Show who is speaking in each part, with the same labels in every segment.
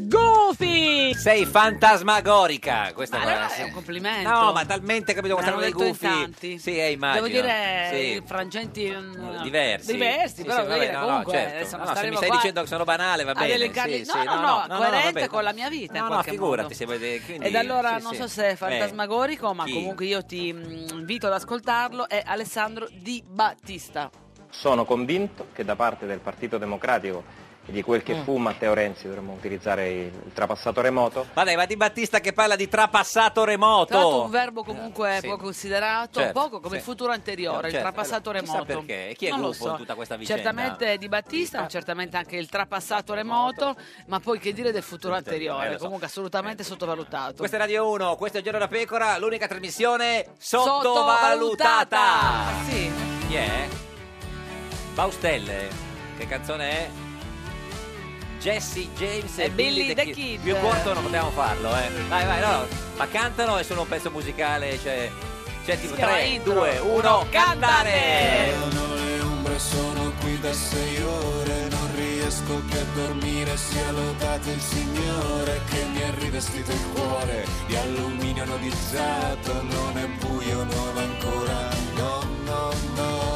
Speaker 1: Goofy!
Speaker 2: Sei fantasmagorica. Questa
Speaker 1: Ma
Speaker 2: qua,
Speaker 1: allora
Speaker 2: sì.
Speaker 1: è un complimento.
Speaker 2: No, ma talmente capito
Speaker 1: Me
Speaker 2: quando
Speaker 1: l'hanno
Speaker 2: dei
Speaker 1: detto in
Speaker 2: gufi.
Speaker 1: tanti.
Speaker 2: Sì, eh, immagino.
Speaker 1: Devo dire,
Speaker 2: Sì.
Speaker 1: i frangenti mm,
Speaker 2: Diversi.
Speaker 1: Diversi,
Speaker 2: Sì,
Speaker 1: però
Speaker 2: sì, vabbè,
Speaker 1: voglio dire,
Speaker 2: no, no,
Speaker 1: comunque,
Speaker 2: certo.
Speaker 1: adesso
Speaker 2: No, no, se
Speaker 1: non
Speaker 2: mi
Speaker 1: staremo
Speaker 2: stai
Speaker 1: qua
Speaker 2: dicendo che sono banale, va
Speaker 1: a
Speaker 2: bene.
Speaker 1: elencarli-
Speaker 2: sì,
Speaker 1: no,
Speaker 2: sì,
Speaker 1: no, no,
Speaker 2: no,
Speaker 1: coerente
Speaker 2: vabbè.
Speaker 1: con la mia vita, in
Speaker 2: No, no,
Speaker 1: qualche
Speaker 2: figurati
Speaker 1: modo.
Speaker 2: se vuoi- quindi-
Speaker 1: Ed allora
Speaker 2: sì,
Speaker 1: non
Speaker 2: sì.
Speaker 1: so se è
Speaker 2: Eh,
Speaker 1: fantasmagorico, ma
Speaker 2: chi?
Speaker 1: comunque io ti mm, invito ad ascoltarlo, è Alessandro Di Battista.
Speaker 3: Sono convinto che da parte del Partito Democratico e di quel che
Speaker 1: Mm.
Speaker 3: fu Matteo Renzi dovremmo utilizzare il, il trapassato remoto.
Speaker 2: Ma dai, ma Di Battista che parla di trapassato
Speaker 1: Tra l'altro un
Speaker 2: remoto.
Speaker 1: verbo comunque
Speaker 2: Eh, sì.
Speaker 1: poco considerato,
Speaker 2: Certo,
Speaker 1: poco come
Speaker 2: sì.
Speaker 1: futuro anteriore,
Speaker 2: Eh, certo,
Speaker 1: il trapassato
Speaker 2: allora, chissà
Speaker 1: remoto.
Speaker 2: perché, e chi è
Speaker 1: Non lo
Speaker 2: gufo in
Speaker 1: so.
Speaker 2: tutta questa vicenda? Ah.
Speaker 1: Certamente Di Battista, ma certamente anche il trapassato remoto, ma poi che dire del futuro
Speaker 2: eh,
Speaker 1: anteriore,
Speaker 2: lo so. Eh.
Speaker 1: comunque assolutamente sottovalutato.
Speaker 2: Questa è Radio 1, questo è Giorno da Pecora, l'unica trasmissione
Speaker 1: Sottovalutata.
Speaker 2: sottovalutata.
Speaker 1: Ah, Sì.
Speaker 2: Chi è? Baustelle. Che canzone è? Jesse James e,
Speaker 1: È Billy the
Speaker 2: Kid.
Speaker 1: Kid.
Speaker 2: Più corto non potevamo farlo, eh. Vai, vai, no. Ma cantano è solo un pezzo musicale, cioè. Cioè, tipo
Speaker 1: Si chiama
Speaker 2: 3,
Speaker 1: intro.
Speaker 2: 2, 1, cantare!
Speaker 4: Sono le ombre, sono qui da sei ore, non riesco più a dormire, sia lodato il Signore che mi ha rivestito il cuore di alluminio anodizzato, non è buio, non è ancora, no, no, no.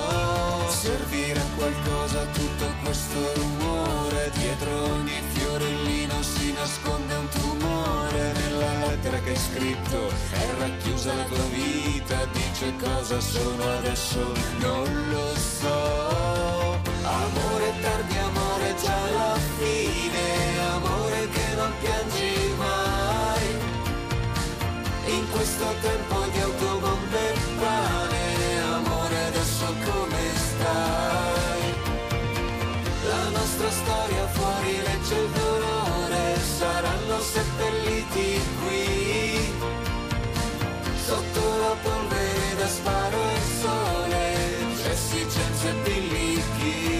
Speaker 4: Servire a qualcosa tutto questo rumore, dietro ogni fiorellino si nasconde un tumore, nella lettera che hai scritto è racchiusa la tua vita, dice cosa sono adesso, non lo so. Amore tardi, amore già alla fine, amore che non piangi mai. In questo tempo di autobombe e pane, amore adesso come stai? La nostra storia fuori legge il dolore, saranno seppelliti qui. Sotto la polvere da sparo e sole, c'è Sicenza e Billy Kid.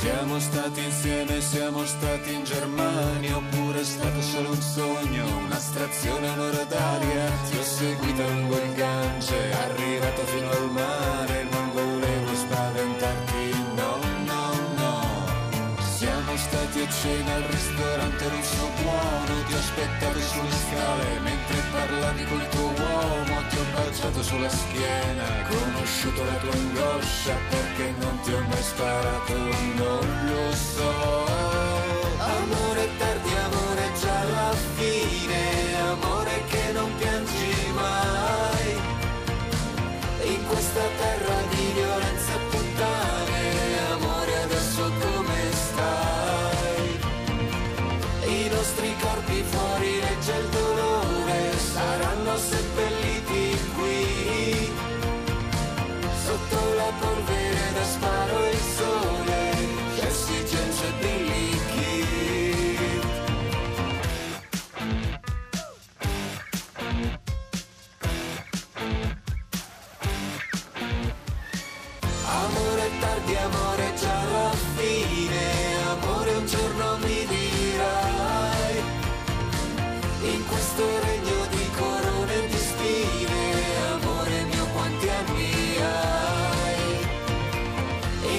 Speaker 4: Siamo stati insieme, siamo stati in Germania, oppure è stato solo un sogno, una strazione, un'ora d'aria. Ti ho seguito lungo il Gange, arrivato fino al mare, non volevo spaventarti, no, no, no. Siamo stati a cena al ristorante russo buono, ti ho aspettato sulle scale, mentre parlavi col tuo uomo, ti ho baciato sulla schiena, conosciuto la tua angoscia, perché non ti ho mai sparato, non lo so. Amore tardi, amore già alla fine, amore che non piangi mai. In questa terra di violenza e puttane, amore adesso come stai? I nostri corpi fuori legge il dolore, saranno seppelliti qui. Sotto la polvere da sparo e il sole, Jesse James e Billy Kid. Amore tardi, amore già alla fine, amore un giorno mi dirai. In questo regno di corone e di spine, amore mio quanti anni hai.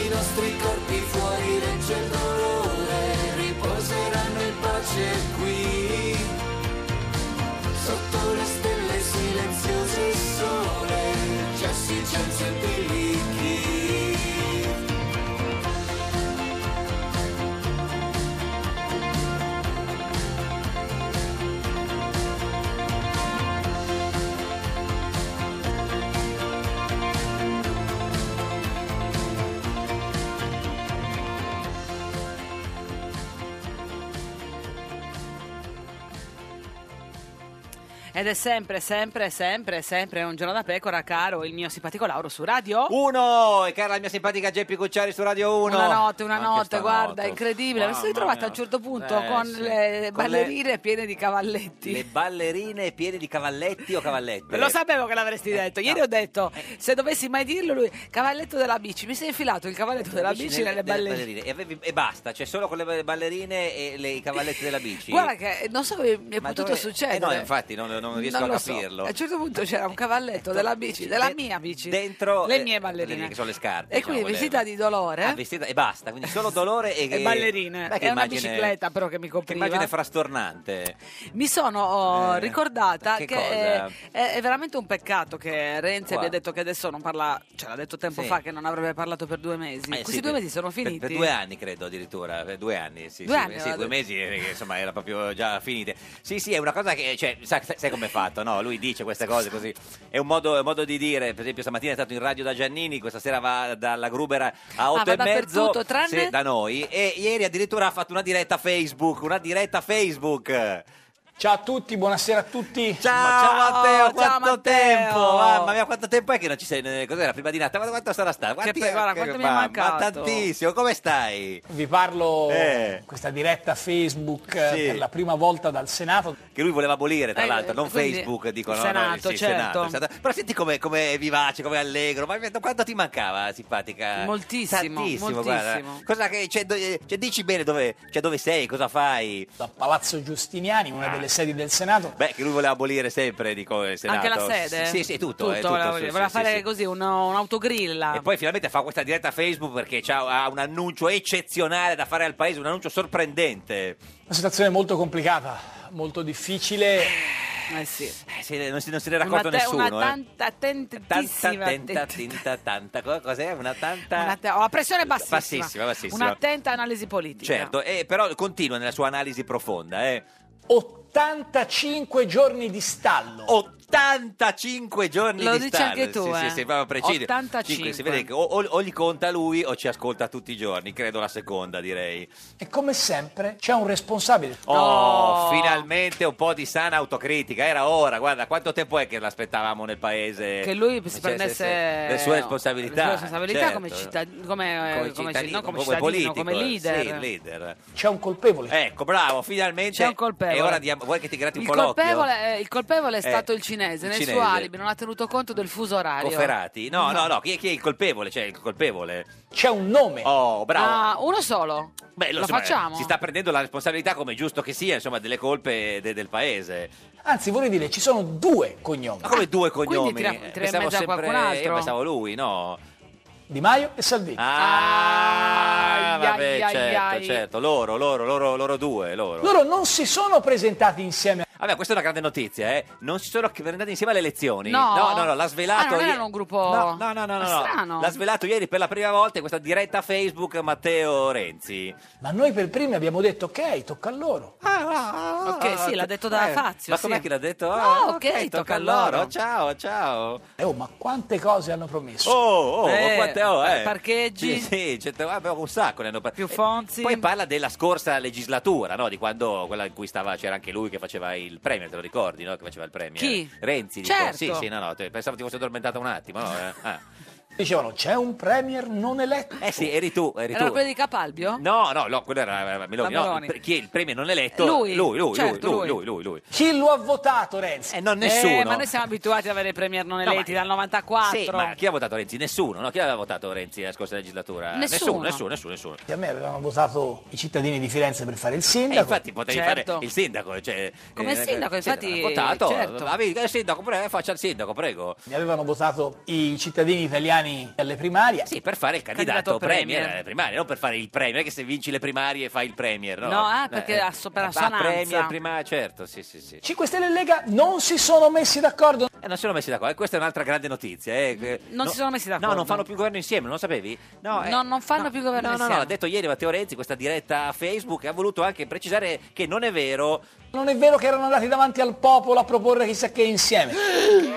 Speaker 4: I nostri corpi fuori regge il dolore, riposeranno in pace qui. Sotto le stelle silenziose il sole, Jesse James e Billy Kid.
Speaker 1: Ed è sempre, sempre, sempre, sempre un giorno da pecora, caro il mio simpatico Lauro su radio.
Speaker 2: Uno! E cara la mia simpatica Geppi Cucciari su Radio 1.
Speaker 1: Una notte, una notte, guarda, incredibile. Mi sono ritrovata a un certo punto
Speaker 2: Eh,
Speaker 1: con
Speaker 2: sì.
Speaker 1: le
Speaker 2: Con le-
Speaker 1: ballerine piene di cavalletti.
Speaker 2: Le ballerine piene di cavalletti o cavallette?
Speaker 1: Lo sapevo che
Speaker 2: Eh,
Speaker 1: l'avresti detto. Ieri ho detto, se dovessi mai dirlo lui, cavalletto della bici. Mi si è infilato il cavalletto della bici nelle ballerine.
Speaker 2: E, avevi- e basta, cioè solo con le ballerine e le- i cavalletti della bici.
Speaker 1: Guarda che non so come mi è
Speaker 2: Ma
Speaker 1: potuto
Speaker 2: dove-
Speaker 1: succedere.
Speaker 2: Eh no, infatti non, non riesco
Speaker 1: Non
Speaker 2: a
Speaker 1: lo so.
Speaker 2: capirlo. Eh,
Speaker 1: A un certo punto c'era un cavalletto della bici, della
Speaker 2: de-
Speaker 1: mia bici,
Speaker 2: dentro
Speaker 1: le
Speaker 2: eh,
Speaker 1: mie
Speaker 2: quelle lì
Speaker 1: ballerine.
Speaker 2: che sono le scarpe.
Speaker 1: E quindi vestita di dolore
Speaker 2: Ah, vestita e basta, quindi solo dolore e,
Speaker 1: e ballerine.
Speaker 2: Beh, che
Speaker 1: È una
Speaker 2: immagine-
Speaker 1: bicicletta però che mi
Speaker 2: Che
Speaker 1: copriva.
Speaker 2: immagine frastornante.
Speaker 1: Mi sono oh,
Speaker 2: Eh,
Speaker 1: ricordata
Speaker 2: che
Speaker 1: che,
Speaker 2: cosa?
Speaker 1: eh, è, è veramente un peccato che Renzi
Speaker 2: Qua.
Speaker 1: abbia detto che adesso non parla, cioè l'ha detto tempo
Speaker 2: Sì.
Speaker 1: fa che non avrebbe parlato per due mesi.
Speaker 2: Eh,
Speaker 1: Questi
Speaker 2: sì,
Speaker 1: due
Speaker 2: per-
Speaker 1: mesi sono
Speaker 2: per-
Speaker 1: finiti.
Speaker 2: Per, due anni, credo addirittura. Per due anni, sì.
Speaker 1: Due
Speaker 2: sì,
Speaker 1: anni,
Speaker 2: sì,
Speaker 1: aveva
Speaker 2: due mesi, eh, che, insomma, era proprio già finite. Sì, sì, è una cosa che. Cioè, sa- sa- sai com'è fatto, no? Lui dice queste cose così. È un modo, è un modo di dire. Per esempio, stamattina è stato in radio da Giannini, questa sera va dalla Grubera a 8
Speaker 1: Ah, va
Speaker 2: e mezzo.
Speaker 1: dappertutto, tranne-
Speaker 2: sì, da noi. E ieri addirittura ha fatto una diretta Facebook. Una diretta Facebook.
Speaker 5: Ciao a tutti, buonasera a tutti.
Speaker 2: Ciao,
Speaker 1: ciao,
Speaker 2: Matteo,
Speaker 1: ciao,
Speaker 2: quanto
Speaker 1: Matteo.
Speaker 2: tempo! Mamma mia, quanto tempo è che non ci sei? eh, Cos'era? Prima di Nata? Guarda quanto sarà stato.
Speaker 1: Che
Speaker 2: Guardi-
Speaker 1: poi, guarda, quanto mi è
Speaker 2: ma- Ma
Speaker 1: mancato.
Speaker 2: tantissimo, come stai?
Speaker 5: Vi parlo
Speaker 2: Eh.
Speaker 5: questa diretta Facebook eh,
Speaker 2: Sì.
Speaker 5: per la prima volta dal Senato.
Speaker 2: Che lui voleva abolire, tra
Speaker 1: Eh,
Speaker 2: l'altro, non
Speaker 1: quindi-
Speaker 2: Facebook, dicono.
Speaker 1: il
Speaker 2: no, no,
Speaker 1: Senato,
Speaker 2: sì, il
Speaker 1: certo.
Speaker 2: il Senato. Però senti come come è vivace, come è allegro. Ma quanto ti mancava, simpatica?
Speaker 1: Moltissimo,
Speaker 2: Tantissimo,
Speaker 1: moltissimo.
Speaker 2: guarda. Cosa che, cioè, do- cioè, dici bene dove, cioè, dove sei, cosa fai. Ah.
Speaker 5: da Palazzo Giustiniani, una delle sedi del Senato.
Speaker 2: Beh, che lui voleva abolire sempre, dico, il Senato.
Speaker 1: Anche la sede?
Speaker 2: Sì, sì, tutto. eh, tutto,
Speaker 1: voleva,
Speaker 2: sì, sì,
Speaker 1: voleva
Speaker 2: sì,
Speaker 1: fare
Speaker 2: sì.
Speaker 1: così uno- un'autogrilla.
Speaker 2: E poi finalmente fa questa diretta Facebook perché c'ha- ha un annuncio eccezionale da fare al paese, un annuncio sorprendente.
Speaker 5: Una situazione molto complicata, molto difficile.
Speaker 1: Eh sì.
Speaker 2: Eh, se- non, si, non se ne era
Speaker 1: Una,
Speaker 2: accorto
Speaker 1: te-
Speaker 2: nessuno.
Speaker 1: una
Speaker 2: eh.
Speaker 1: tanta
Speaker 2: Tanta,
Speaker 1: attentissima
Speaker 2: tenta,
Speaker 1: attenta-
Speaker 2: tinta, tanta. Co- Cos'è? Una tanta.
Speaker 1: una te- una pressione bassissima,
Speaker 2: Bassissima, bassissima.
Speaker 1: Un'attenta analisi politica.
Speaker 2: Certo, eh, però continua nella sua analisi profonda. eh.
Speaker 5: 85 giorni di stallo.
Speaker 2: 85 giorni
Speaker 1: Lo
Speaker 2: di
Speaker 1: dici
Speaker 2: stallo.
Speaker 1: anche tu,
Speaker 2: Sì,
Speaker 1: eh.
Speaker 2: sì, sì, proprio preciso.
Speaker 1: 85.
Speaker 2: Cinque, si vede che o, o- o li conta lui o ci ascolta tutti i giorni. Credo la seconda, direi.
Speaker 5: E come sempre c'è un responsabile.
Speaker 2: Oh,
Speaker 1: No.
Speaker 2: finalmente un po' di sana autocritica. Era ora, guarda, quanto tempo è che l'aspettavamo nel paese?
Speaker 1: Che lui si
Speaker 2: Cioè,
Speaker 1: prendesse
Speaker 2: se- se- le sue responsabilità.
Speaker 1: le sue responsabilità
Speaker 2: certo.
Speaker 1: come, cittad- come, eh, come ci- no, come
Speaker 2: come
Speaker 1: cittadino,
Speaker 2: politico, eh.
Speaker 1: come leader.
Speaker 2: Sì, leader.
Speaker 5: C'è un colpevole.
Speaker 2: Ecco, bravo, finalmente.
Speaker 1: C'è un colpevole.
Speaker 2: E ora diamo, vuoi che ti grati un
Speaker 1: il
Speaker 2: po' l'occhio?
Speaker 1: colpevole, eh, il colpevole è
Speaker 2: Eh,
Speaker 1: stato il cinese,
Speaker 2: il
Speaker 1: nel
Speaker 2: cinese.
Speaker 1: suo alibi non ha tenuto conto del fuso orario.
Speaker 2: Cofferati? No, no, no, chi, chi è il colpevole? Cioè, il colpevole.
Speaker 5: C'è un nome.
Speaker 2: Oh, bravo.
Speaker 1: Ah, uno solo.
Speaker 2: Beh,
Speaker 1: lo
Speaker 2: insomma,
Speaker 1: facciamo.
Speaker 2: Si sta prendendo la responsabilità, come è giusto che sia, insomma, delle colpe de- del paese.
Speaker 5: Anzi, vorrei dire, ci sono due cognomi.
Speaker 2: Ma come due
Speaker 1: Ah, quindi
Speaker 2: cognomi?
Speaker 1: tira- tira
Speaker 2: Eh,
Speaker 1: in
Speaker 2: pensavo
Speaker 1: mezzo a
Speaker 2: sempre-
Speaker 1: qualcun altro.
Speaker 2: Io pensavo lui, no?
Speaker 5: Di Maio e Salvini.
Speaker 2: Ah,
Speaker 1: Ah,
Speaker 2: vabbè,
Speaker 1: ai, ai,
Speaker 2: certo,
Speaker 1: ai.
Speaker 2: certo. Loro, loro, loro, loro due, loro.
Speaker 5: Loro non si sono presentati insieme.
Speaker 2: Vabbè, questa è una grande notizia, eh. Non si sono andati insieme alle elezioni.
Speaker 1: No?
Speaker 2: no, no, no, l'ha svelato
Speaker 1: Ah, non
Speaker 2: ieri.
Speaker 1: erano un gruppo-
Speaker 2: No, no, no, no, no.
Speaker 1: Strano.
Speaker 2: L'ha svelato ieri per la prima volta in questa diretta Facebook Matteo Renzi.
Speaker 5: Ma noi per primi abbiamo detto, ok, tocca a loro.
Speaker 6: Ah,
Speaker 1: Ok, sì, l'ha detto da
Speaker 2: Eh,
Speaker 1: Fazio,
Speaker 2: Ma
Speaker 1: sì.
Speaker 2: com'è che l'ha detto?
Speaker 1: Ah,
Speaker 2: Ah,
Speaker 1: ok, tocca a loro.
Speaker 2: Ciao, ciao.
Speaker 5: Eh, oh, ma quante cose hanno promesso.
Speaker 2: Oh, oh,
Speaker 1: Eh,
Speaker 2: ma quante oh, eh.
Speaker 1: parcheggi.
Speaker 2: Sì, sì, certo, vabbè, un sacco ne hanno par-
Speaker 1: Più
Speaker 2: Eh,
Speaker 1: Fonzi.
Speaker 2: Poi parla della scorsa legislatura, no? Di quando quella in cui stava c'era anche lui che faceva il premier, te lo ricordi, no? Che faceva il premier.
Speaker 1: Chi?
Speaker 2: Renzi,
Speaker 1: Certo.
Speaker 2: dico. Sì, sì, no, no, te- pensavo ti fossi addormentata un attimo, no? Eh, ah.
Speaker 5: Dicevano, c'è un premier non eletto.
Speaker 2: Eh sì, eri tu, eri
Speaker 1: Era
Speaker 2: tu.
Speaker 1: quello di Capalbio?
Speaker 2: No, no, no, quello era eh, Meloni,
Speaker 1: La
Speaker 2: no,
Speaker 1: Meloni.
Speaker 2: il pre- chi è il premier non eletto?
Speaker 1: Lui,
Speaker 2: lui, lui,
Speaker 1: certo,
Speaker 2: lui, lui, lui,
Speaker 1: lui.
Speaker 2: lui.
Speaker 5: Chi lo ha votato, Renzi?
Speaker 2: Eh, non nessuno.
Speaker 1: Eh, ma noi siamo abituati ad avere i premier non
Speaker 2: No,
Speaker 1: eletti
Speaker 2: ma-
Speaker 1: dal 94.
Speaker 2: Sì, ma chi ha votato Renzi? Nessuno, no? Chi aveva votato Renzi la scorsa legislatura?
Speaker 1: Nessuno.
Speaker 2: nessuno, nessuno. nessuno.
Speaker 5: A me avevano votato i cittadini di Firenze per fare il
Speaker 2: Eh,
Speaker 5: sindaco.
Speaker 2: infatti potevi
Speaker 1: Certo.
Speaker 2: fare il sindaco. Cioè,
Speaker 1: Come il sindaco, infatti,
Speaker 2: ha votato.
Speaker 1: certo.
Speaker 2: Avevi- eh, sindaco, prego, faccia il sindaco, prego.
Speaker 5: Mi avevano votato i cittadini italiani alle primarie.
Speaker 2: Sì, per fare il candidato,
Speaker 1: Candidato
Speaker 2: premier,
Speaker 1: premier.
Speaker 2: alle primarie, non per fare il premier, che se vinci le primarie fai il premier, no?
Speaker 1: No, ah, perché
Speaker 2: eh,
Speaker 1: a so- per
Speaker 2: ah,
Speaker 1: assonanza.
Speaker 2: premier, primaria, certo, sì, sì, sì.
Speaker 5: 5 Stelle e Lega non si sono messi d'accordo.
Speaker 2: Eh, non si sono messi d'accordo, eh, questa è un'altra grande notizia. eh, che-
Speaker 1: Non si sono messi d'accordo.
Speaker 2: No, non fanno più governo insieme, non lo sapevi? eh,
Speaker 1: No, non fanno più governo
Speaker 2: no, No, no,
Speaker 1: insieme.
Speaker 2: l'ha detto ieri Matteo Renzi, questa diretta a Facebook, e ha voluto anche precisare che non è vero.
Speaker 5: Non è vero che erano andati davanti al popolo a proporre chissà che insieme.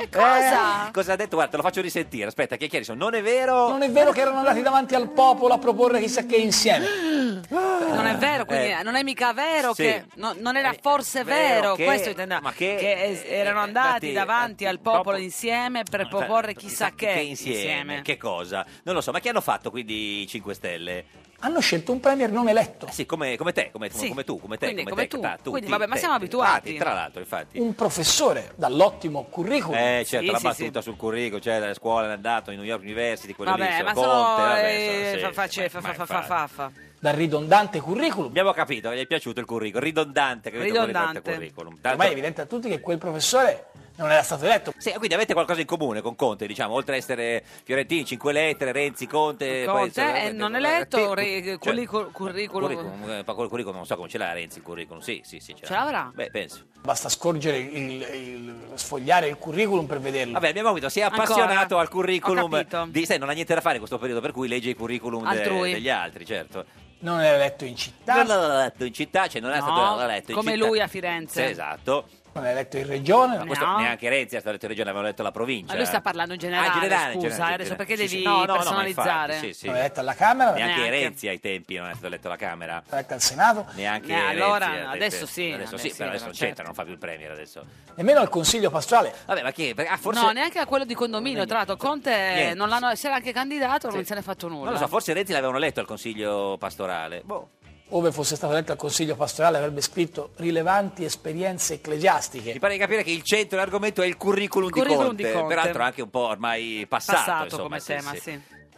Speaker 1: Cosa?
Speaker 2: Eh, Cosa ha detto? Guarda, te lo faccio risentire, aspetta, che chiari, senso, non è vero...
Speaker 7: Non è vero che erano andati davanti al popolo a proporre chissà che insieme.
Speaker 1: Non è vero, quindi
Speaker 7: Eh.
Speaker 1: non è mica vero
Speaker 7: Sì.
Speaker 1: che no- non
Speaker 2: Eh,
Speaker 1: era forse vero,
Speaker 7: vero che-
Speaker 1: questo intendeva,
Speaker 7: ma
Speaker 1: che,
Speaker 7: che-
Speaker 1: es- erano andati
Speaker 2: infatti,
Speaker 1: davanti al popolo insieme per proporre chissà che,
Speaker 2: insieme, che cosa? Non lo so, ma che hanno fatto quindi i 5 Stelle?
Speaker 7: Hanno scelto un premier non eletto,
Speaker 2: Eh sì, come, come te, come,
Speaker 7: Sì.
Speaker 2: come tu, come te,
Speaker 7: Quindi
Speaker 2: come,
Speaker 7: come
Speaker 2: te,
Speaker 7: tu.
Speaker 2: ta- tu,
Speaker 7: Quindi,
Speaker 2: ti,
Speaker 7: vabbè, ma
Speaker 2: te,
Speaker 7: siamo
Speaker 2: te.
Speaker 7: abituati.
Speaker 2: Ah, tra l'altro, infatti.
Speaker 7: un professore dall'ottimo curriculum.
Speaker 2: Eh, certo, la
Speaker 7: sì,
Speaker 2: battuta sul curriculum, cioè la scuola è andato in New York University, quello lì,
Speaker 1: Vabbè,
Speaker 2: insomma,
Speaker 1: ma
Speaker 2: Conte,
Speaker 1: sono
Speaker 2: vabbè,
Speaker 1: eh,
Speaker 2: insomma, sì.
Speaker 1: fa facce- fa- fa- fa- fa- fa- fa.
Speaker 7: dal ridondante curriculum.
Speaker 2: Abbiamo capito, gli è piaciuto il curriculum, ridondante, capito?
Speaker 7: Ridondante.
Speaker 2: curriculum. Tanto-
Speaker 7: Ormai è evidente a tutti che quel professore non era stato eletto.
Speaker 2: Sì, quindi avete qualcosa in comune con Conte, diciamo, oltre a essere Fiorentini, 5 lettere, Renzi, Conte... poi,
Speaker 1: Conte
Speaker 2: insomma,
Speaker 1: eh,
Speaker 2: avete-
Speaker 1: non eletto, re-
Speaker 2: cioè,
Speaker 1: curricu- curriculum,
Speaker 2: Curriculum, eh, fa col curriculum, non so come ce l'ha Renzi il curriculum, sì, sì, sì. certo.
Speaker 1: ce l'avrà?
Speaker 2: Beh, penso.
Speaker 7: Basta scorgere il, il- sfogliare il curriculum per vederlo.
Speaker 2: Vabbè, abbiamo capito, si è
Speaker 7: Ancora?
Speaker 2: appassionato al
Speaker 7: Ho capito.
Speaker 2: curriculum. Di, sai, non ha niente da fare in questo periodo, per cui legge i curriculum de-
Speaker 7: Altrui.
Speaker 2: degli altri, certo.
Speaker 7: Non era eletto in città,
Speaker 2: Non l'ha letto in città, cioè non è
Speaker 1: No,
Speaker 2: stato eletto in
Speaker 1: come
Speaker 2: città.
Speaker 1: lui a Firenze.
Speaker 2: Sì, esatto.
Speaker 7: non era eletto in regione.
Speaker 2: Ma questo
Speaker 1: No.
Speaker 2: neanche Renzi è stato eletto in regione, avevano letto la provincia.
Speaker 1: Ma lui sta parlando in generale,
Speaker 2: Ah, in generale, in
Speaker 1: scusa,
Speaker 2: generale,
Speaker 1: eh, adesso
Speaker 2: in
Speaker 1: perché
Speaker 2: generale.
Speaker 1: devi
Speaker 2: Sì, sì. No, no, no, ma
Speaker 1: personalizzare?
Speaker 2: infatti, sì, sì.
Speaker 7: Non era eletto alla Camera,
Speaker 2: Neanche,
Speaker 7: non
Speaker 2: Renzi ai tempi non è stato eletto alla Camera.
Speaker 7: era eletto al Senato,
Speaker 2: Neanche
Speaker 1: Eh,
Speaker 2: Renzi
Speaker 1: allora,
Speaker 2: era eletto-
Speaker 1: adesso sì,
Speaker 2: Adesso
Speaker 1: vabbè,
Speaker 2: sì,
Speaker 1: sì,
Speaker 2: però adesso
Speaker 1: però
Speaker 2: non c'entra,
Speaker 1: certo.
Speaker 2: non fa più il premier adesso.
Speaker 7: nemmeno al Consiglio pastorale.
Speaker 2: Vabbè, ma che? Ah, forse...
Speaker 1: No, neanche a quello di condominio, tra l'altro Conte
Speaker 2: Niente.
Speaker 1: non l'hanno, si era anche candidato, non
Speaker 2: Sì.
Speaker 1: se n'è fatto nulla.
Speaker 2: Non lo so, forse Renzi l'avevano letto al consiglio pastorale. Boh.
Speaker 7: Ove fosse stato eletto al Consiglio pastorale avrebbe scritto rilevanti esperienze ecclesiastiche.
Speaker 2: Mi pare di capire che il centro dell'argomento è il curriculum,
Speaker 7: Curriculum
Speaker 2: di,
Speaker 7: di
Speaker 2: Conte,
Speaker 7: Conte.
Speaker 2: peraltro anche un po' ormai passato,
Speaker 1: Passato
Speaker 2: insomma,
Speaker 1: come tema,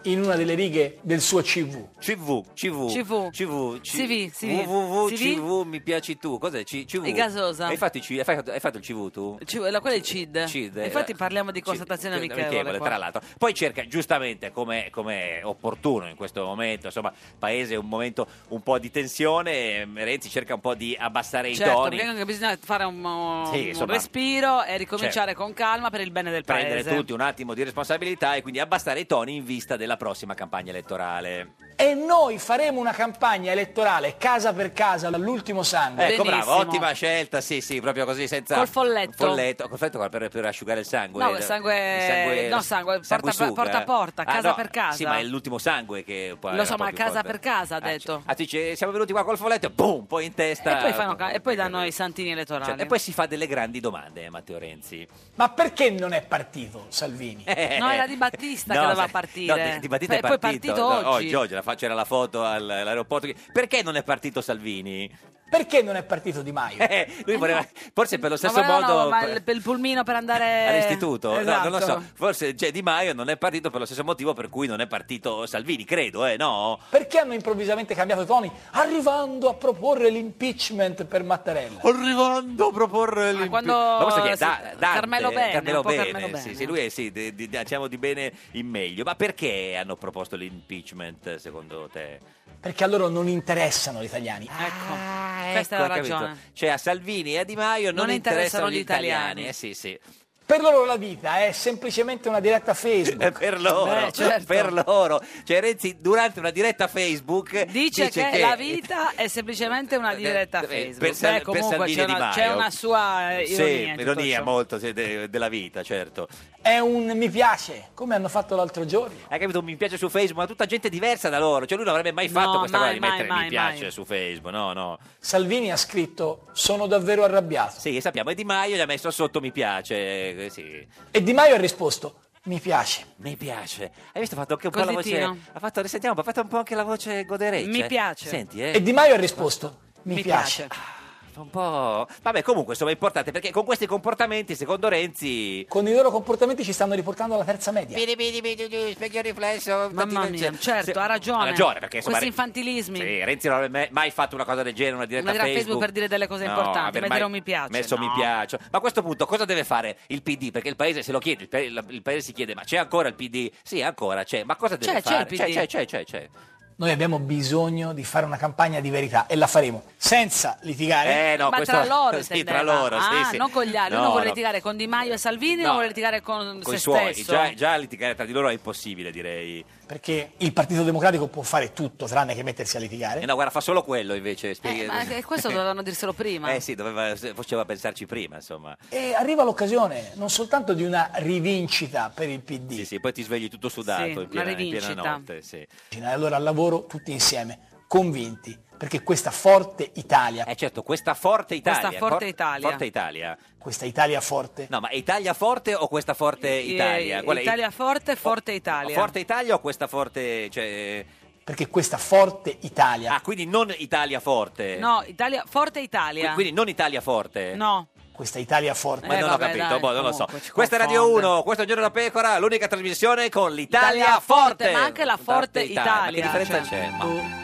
Speaker 7: In una delle righe del suo CV.
Speaker 2: CV, CV,
Speaker 1: CV.
Speaker 2: CV,
Speaker 1: CV, CV.
Speaker 2: www,
Speaker 1: CV?
Speaker 2: CV, mi piaci tu, cos'è C- CV?
Speaker 1: E gasosa.
Speaker 2: Hai fatto, il C- hai fatto- hai fatto il CV tu?
Speaker 1: Ci- la- quella è il CID.
Speaker 2: CID, eh,
Speaker 1: Infatti
Speaker 2: la-
Speaker 1: parliamo di constatazione amichevole. qua.
Speaker 2: tra l'altro. Poi cerca giustamente come, come è opportuno in questo momento, insomma, paese è un momento un po' di tensione, eh, Renzi cerca un po' di abbassare i
Speaker 1: Certo,
Speaker 2: toni.
Speaker 1: perché anche bisogna fare un, un
Speaker 2: Sì, insomma. certo.
Speaker 1: respiro e ricominciare con calma per il bene del
Speaker 2: prendere
Speaker 1: paese.
Speaker 2: tutti un attimo di responsabilità e quindi abbassare i toni in vista della prossima campagna elettorale.
Speaker 7: E noi faremo una campagna elettorale casa per casa all'ultimo sangue.
Speaker 2: Ecco, bravo, ottima scelta, sì, sì, proprio così, senza...
Speaker 7: Col folletto.
Speaker 2: Folletto, col folletto per, per asciugare il sangue.
Speaker 1: No, il
Speaker 2: il
Speaker 1: sangue- no, sangue, porta-
Speaker 2: sanguisuga.
Speaker 1: porta a porta,
Speaker 2: Ah,
Speaker 1: casa
Speaker 2: no,
Speaker 1: per casa.
Speaker 2: Sì, ma è l'ultimo sangue che... poi
Speaker 1: Lo
Speaker 2: era
Speaker 1: so,
Speaker 2: un po'
Speaker 1: ma
Speaker 2: più
Speaker 1: casa
Speaker 2: forte.
Speaker 1: per casa ha detto.
Speaker 2: Ah, certo. tu dici, siamo venuti qua col folletto, boom, poi in testa...
Speaker 1: e, poi fanno ca- e poi danno i santini
Speaker 2: Cioè,
Speaker 1: elettorali.
Speaker 2: e poi si fa delle grandi domande, eh, Matteo Renzi.
Speaker 7: Ma perché non è partito Salvini?
Speaker 1: No, era Di Battista
Speaker 2: No,
Speaker 1: che doveva
Speaker 2: se-
Speaker 1: partire.
Speaker 2: no, Di- Di Battista
Speaker 1: E
Speaker 2: è
Speaker 1: poi è
Speaker 2: partito,
Speaker 1: partito
Speaker 2: No,
Speaker 1: oggi.
Speaker 2: oggi, la fa- c'era la foto al- all'aeroporto. Perché non è partito Salvini?
Speaker 7: Perché non è partito Di Maio?
Speaker 2: Eh, lui voleva, forse per lo stesso
Speaker 1: ma volevano-
Speaker 2: modo
Speaker 1: ma il, per il pulmino per andare
Speaker 2: all'istituto,
Speaker 1: Esatto.
Speaker 2: no, non lo so. Forse cioè, Di Maio non è partito per lo stesso motivo per cui non è partito Salvini, credo, eh, no?
Speaker 7: Perché hanno improvvisamente cambiato toni, arrivando a proporre l'impeachment per Mattarella?
Speaker 2: Arrivando a proporre l'impeachment.
Speaker 1: quando-
Speaker 2: Ma questo chi è? Da-
Speaker 1: sì,
Speaker 2: Dante, eh,
Speaker 1: Carmelo Bene,
Speaker 2: Carmelo
Speaker 1: un po'
Speaker 2: Bene,
Speaker 1: Carmelo
Speaker 2: sì,
Speaker 1: Bene.
Speaker 2: sì, lui è, sì, di- di- diciamo di bene in meglio. Ma perché hanno proposto l'impeachment secondo
Speaker 1: Eh,
Speaker 2: te?
Speaker 7: Perché a loro non interessano gli italiani. Ah,
Speaker 1: Questa
Speaker 2: Ecco,
Speaker 1: è la
Speaker 2: hai capito?
Speaker 1: ragione.
Speaker 2: Cioè a Salvini e a Di Maio non,
Speaker 1: Non interessano
Speaker 2: interessano
Speaker 1: gli
Speaker 2: gli italiani.
Speaker 1: italiani.
Speaker 2: Eh, sì, sì.
Speaker 7: Per loro la vita è semplicemente una diretta Facebook.
Speaker 2: Eh, per loro,
Speaker 7: Beh, certo.
Speaker 2: per loro. Cioè Renzi durante una diretta Facebook
Speaker 1: Dice, che, la vita è semplicemente una diretta
Speaker 2: eh,
Speaker 1: Facebook.
Speaker 2: per Sal-
Speaker 1: Beh,
Speaker 2: per
Speaker 1: comunque
Speaker 2: Salvini
Speaker 1: c'è
Speaker 2: e Di
Speaker 1: una,
Speaker 2: Maio.
Speaker 1: c'è una sua eh,
Speaker 2: Sì,
Speaker 1: ironia. in tutto
Speaker 2: ironia
Speaker 1: ciò.
Speaker 2: molto sì, de- della vita, certo.
Speaker 7: È un mi piace, come hanno fatto l'altro giorno.
Speaker 2: Hai capito? Mi piace su Facebook, ma tutta gente diversa da loro. Cioè lui non avrebbe mai fatto
Speaker 7: No,
Speaker 2: questa
Speaker 7: mai,
Speaker 2: cosa di mettere
Speaker 7: mai,
Speaker 2: mi
Speaker 7: mai,
Speaker 2: piace
Speaker 7: mai.
Speaker 2: su Facebook, no, no.
Speaker 7: Salvini ha scritto sono davvero arrabbiato.
Speaker 2: Sì, sappiamo, e Di Maio gli ha messo sotto mi piace, eh, sì.
Speaker 7: E Di Maio ha risposto mi piace.
Speaker 2: Mi piace. cioè, Hai visto, ha fatto anche un po' la voce...
Speaker 7: Cositino.
Speaker 2: Ha fatto, risentiamo, ha fatto un po' anche la voce godereccia.
Speaker 7: Mi piace.
Speaker 2: Senti, eh.
Speaker 7: E Di Maio ha risposto mi,
Speaker 2: Mi
Speaker 7: piace.
Speaker 2: Fa un po'... Vabbè, comunque, insomma, è importante, perché con questi comportamenti, secondo Renzi...
Speaker 7: Con i loro comportamenti ci stanno riportando alla terza media.
Speaker 2: Bidi, bidi, bidi, bidi, specchio riflesso.
Speaker 1: Mamma mia,
Speaker 2: Cioè,
Speaker 1: certo, ha ragione.
Speaker 2: Ha ragione, perché, insomma,
Speaker 1: Questi
Speaker 2: Re-
Speaker 1: infantilismi.
Speaker 2: Sì, Renzi non avrebbe mai- mai fatto una cosa del genere, una diretta
Speaker 1: Una diretta Facebook per dire delle cose
Speaker 2: No,
Speaker 1: importanti,
Speaker 2: aver
Speaker 1: mettere
Speaker 2: mai
Speaker 1: un mi piace,
Speaker 2: Messo mi
Speaker 1: no.
Speaker 2: piace. Ma a questo punto cosa deve fare il PD? Perché il paese se lo chiede, il pa- il paese si chiede, ma c'è ancora il PD? Sì, ancora c'è, ma cosa deve
Speaker 1: C'è, c'è
Speaker 2: fare?
Speaker 1: il PD.
Speaker 2: c'è, c'è, c'è, c'è.
Speaker 7: Noi abbiamo bisogno di fare una campagna di verità e la faremo senza litigare.
Speaker 2: Eh, no,
Speaker 1: Ma
Speaker 2: questo-
Speaker 1: tra loro
Speaker 2: sì,
Speaker 1: intendeva.
Speaker 2: tra loro, sì,
Speaker 1: ah,
Speaker 2: sì.
Speaker 1: non con gli altri.
Speaker 2: No,
Speaker 1: uno vuole
Speaker 2: no.
Speaker 1: litigare con Di Maio e Salvini, uno
Speaker 2: No.
Speaker 1: vuole litigare con,
Speaker 2: Con
Speaker 1: se
Speaker 2: i suoi,
Speaker 1: stesso.
Speaker 2: già, già litigare tra di loro è impossibile, direi.
Speaker 7: Perché il Partito Democratico può fare tutto tranne che mettersi a litigare.
Speaker 2: Eh, no, guarda, fa solo quello invece.
Speaker 1: Eh,
Speaker 2: spiega-
Speaker 1: ma che- questo dovevano dirselo prima.
Speaker 2: Eh sì, doveva, faceva pensarci prima, insomma.
Speaker 7: E arriva l'occasione non soltanto di una rivincita per il PD,
Speaker 2: Sì, sì, poi ti svegli tutto sudato
Speaker 1: Sì,
Speaker 2: in, piena,
Speaker 1: una
Speaker 2: in piena
Speaker 1: rivincita.
Speaker 2: notte. Sì.
Speaker 7: e allora al lavoro tutti insieme, convinti, perché questa forte Italia,
Speaker 2: Eh certo, questa forte Italia.
Speaker 1: Questa forte Italia.
Speaker 2: Forte Italia.
Speaker 7: questa Italia forte,
Speaker 2: No, ma è Italia forte o questa forte
Speaker 1: Eh,
Speaker 2: Italia? Qual è?
Speaker 1: Italia forte, forte Italia.
Speaker 2: Forte Italia o questa forte... Cioè...
Speaker 7: perché questa forte Italia,
Speaker 2: Ah, quindi non Italia forte.
Speaker 1: No, Italia, forte Italia.
Speaker 2: Quindi non Italia forte.
Speaker 1: no.
Speaker 7: questa Italia forte,
Speaker 2: Ma
Speaker 1: Eh,
Speaker 2: non
Speaker 1: vabbè,
Speaker 2: ho capito,
Speaker 1: dai,
Speaker 2: boh, non lo so.
Speaker 1: comunque, ci
Speaker 2: Questa è Radio
Speaker 1: confonde.
Speaker 2: 1, questo è Un Giorno da Pecora, l'unica trasmissione con l'Italia,
Speaker 1: Italia
Speaker 2: forte.
Speaker 1: forte, ma anche la forte Italia,
Speaker 2: Ma che differenza
Speaker 1: cioè,
Speaker 2: c'è? Ma-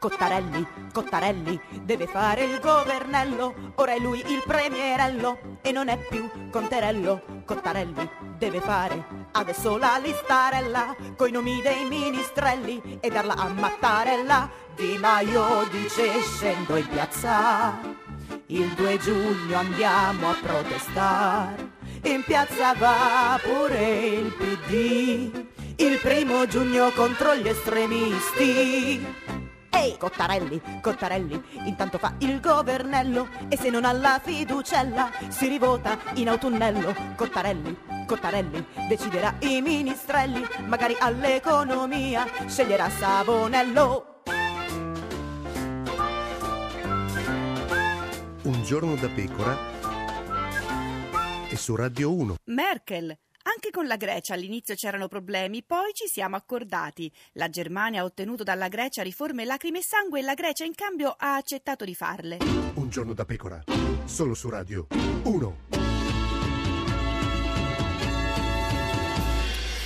Speaker 8: Cottarelli, Cottarelli deve fare il governello, ora è lui il premierello e non è più Conterello. Cottarelli deve fare adesso la listarella coi nomi dei ministrelli e darla a Mattarella. Di Maio dice scendo in piazza, il 2 giugno andiamo a protestare. In piazza va pure il PD, il primo giugno contro gli estremisti. Ehi, Cottarelli, Cottarelli, intanto fa il governello e se non ha la fiducella si rivota in autunnello. Cottarelli, Cottarelli, deciderà i ministrelli, magari all'economia sceglierà Savonello.
Speaker 9: Un giorno da pecora e su Radio 1.
Speaker 10: Merkel. Anche con la Grecia all'inizio c'erano problemi, poi ci siamo accordati. La Germania ha ottenuto dalla Grecia riforme lacrime e sangue e la Grecia in cambio ha accettato di farle.
Speaker 9: Un giorno da pecora, solo su Radio 1.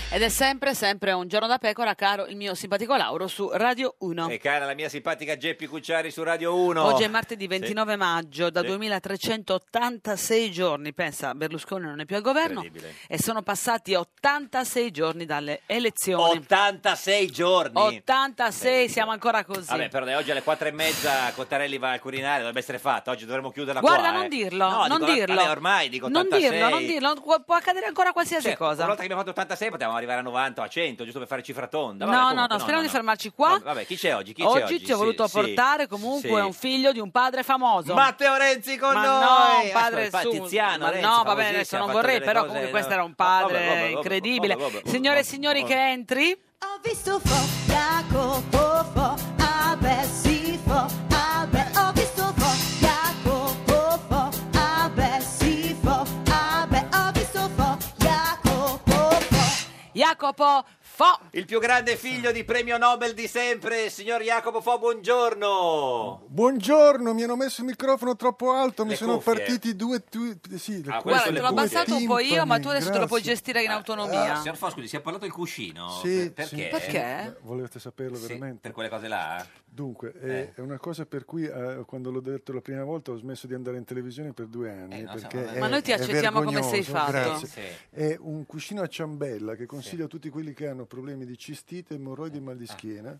Speaker 1: Ed è sempre, sempre un giorno da pecora, caro il mio simpatico Lauro su Radio 1.
Speaker 2: E cara la mia simpatica Geppi Cucciari su Radio 1.
Speaker 1: Oggi è martedì
Speaker 2: Sì.
Speaker 1: 29 maggio, da
Speaker 2: Sì.
Speaker 1: 2386 giorni, pensa Berlusconi non è più al governo,
Speaker 2: Incredibile.
Speaker 1: e sono passati 86 giorni dalle elezioni.
Speaker 2: 86 giorni.
Speaker 1: 86, siamo ancora così.
Speaker 2: Vabbè, però dai, oggi alle 4 e mezza Cottarelli va al Quirinale, dovrebbe essere fatto. Oggi dovremmo chiuderla
Speaker 1: Guarda,
Speaker 2: qua.
Speaker 1: non
Speaker 2: eh.
Speaker 1: dirlo,
Speaker 2: No,
Speaker 1: non
Speaker 2: dico,
Speaker 1: dirlo.
Speaker 2: vabbè, ormai dico
Speaker 1: non
Speaker 2: 86.
Speaker 1: dirlo, non dirlo, può- può accadere ancora qualsiasi
Speaker 2: Cioè,
Speaker 1: cosa.
Speaker 2: Una volta che abbiamo fatto 86 potevamo arrivare a 90 o a 100, giusto per fare cifra tonda.
Speaker 1: No,
Speaker 2: Vabbè,
Speaker 1: no,
Speaker 2: comunque,
Speaker 1: no, speriamo di fermarci qua.
Speaker 2: No, Vabbè, chi c'è oggi? Chi c'è
Speaker 1: oggi,
Speaker 2: oggi
Speaker 1: ti ho
Speaker 2: Sì,
Speaker 1: voluto
Speaker 2: sì,
Speaker 1: portare comunque
Speaker 2: sì.
Speaker 1: un figlio di un padre famoso.
Speaker 2: Matteo Renzi con
Speaker 1: Ma
Speaker 2: noi!
Speaker 1: no, un
Speaker 2: Ah,
Speaker 1: padre
Speaker 2: scusa,
Speaker 1: su-
Speaker 2: Tiziano
Speaker 1: ma
Speaker 2: Renzi,
Speaker 1: no, va bene,
Speaker 2: famosissimo,
Speaker 1: adesso
Speaker 2: ha
Speaker 1: non
Speaker 2: fatto
Speaker 1: vorrei,
Speaker 2: delle
Speaker 1: però
Speaker 2: cose-
Speaker 1: comunque
Speaker 2: no.
Speaker 1: questo era un
Speaker 2: Vabbè, vabbè,
Speaker 1: padre
Speaker 2: vabbè,
Speaker 1: incredibile.
Speaker 2: vabbè, vabbè,
Speaker 1: Signore e
Speaker 2: vabbè,
Speaker 1: signori
Speaker 2: vabbè.
Speaker 1: che entri,
Speaker 8: Ho visto fo, Jacopo fo, abe si fo, abe Ho visto fo, Jacopo fo, abe si fo, abe Ho visto fo, Jacopo fo
Speaker 1: Jacopo Fo.
Speaker 2: Il più grande figlio di premio Nobel di sempre, signor Jacopo Fo, buongiorno!
Speaker 6: Buongiorno, mi hanno messo il microfono troppo alto, mi
Speaker 2: Le
Speaker 6: sono
Speaker 2: cuffie.
Speaker 6: partiti due... tu- sì, le cuffie,
Speaker 2: Ah, Queste
Speaker 1: Guarda, te
Speaker 2: le
Speaker 1: l'ho
Speaker 6: due
Speaker 1: abbassato un po' io, ma tu adesso te lo puoi
Speaker 6: timpani,
Speaker 1: gestire in
Speaker 6: eh,
Speaker 1: autonomia.
Speaker 2: Signor Fo, scusi, si è parlato il cuscino?
Speaker 6: grazie. Sì,
Speaker 2: Per- perché?
Speaker 6: sì.
Speaker 1: Perché?
Speaker 6: Eh, Volete saperlo
Speaker 2: Sì,
Speaker 6: veramente?
Speaker 2: per quelle cose là?
Speaker 6: Dunque, eh,
Speaker 2: Eh.
Speaker 6: è- è una cosa per cui eh, quando l'ho detto la prima volta ho smesso di andare in televisione per due anni.
Speaker 2: Eh, no,
Speaker 6: perché
Speaker 2: insomma,
Speaker 6: è-
Speaker 1: Ma noi ti
Speaker 6: è
Speaker 1: accettiamo come sei
Speaker 6: vergognoso,
Speaker 1: fatto.
Speaker 6: grazie.
Speaker 2: Sì.
Speaker 6: È un cuscino a ciambella che consiglio a tutti quelli che hanno problemi di cistite, emorroidi e mal
Speaker 2: Ah.
Speaker 6: di schiena.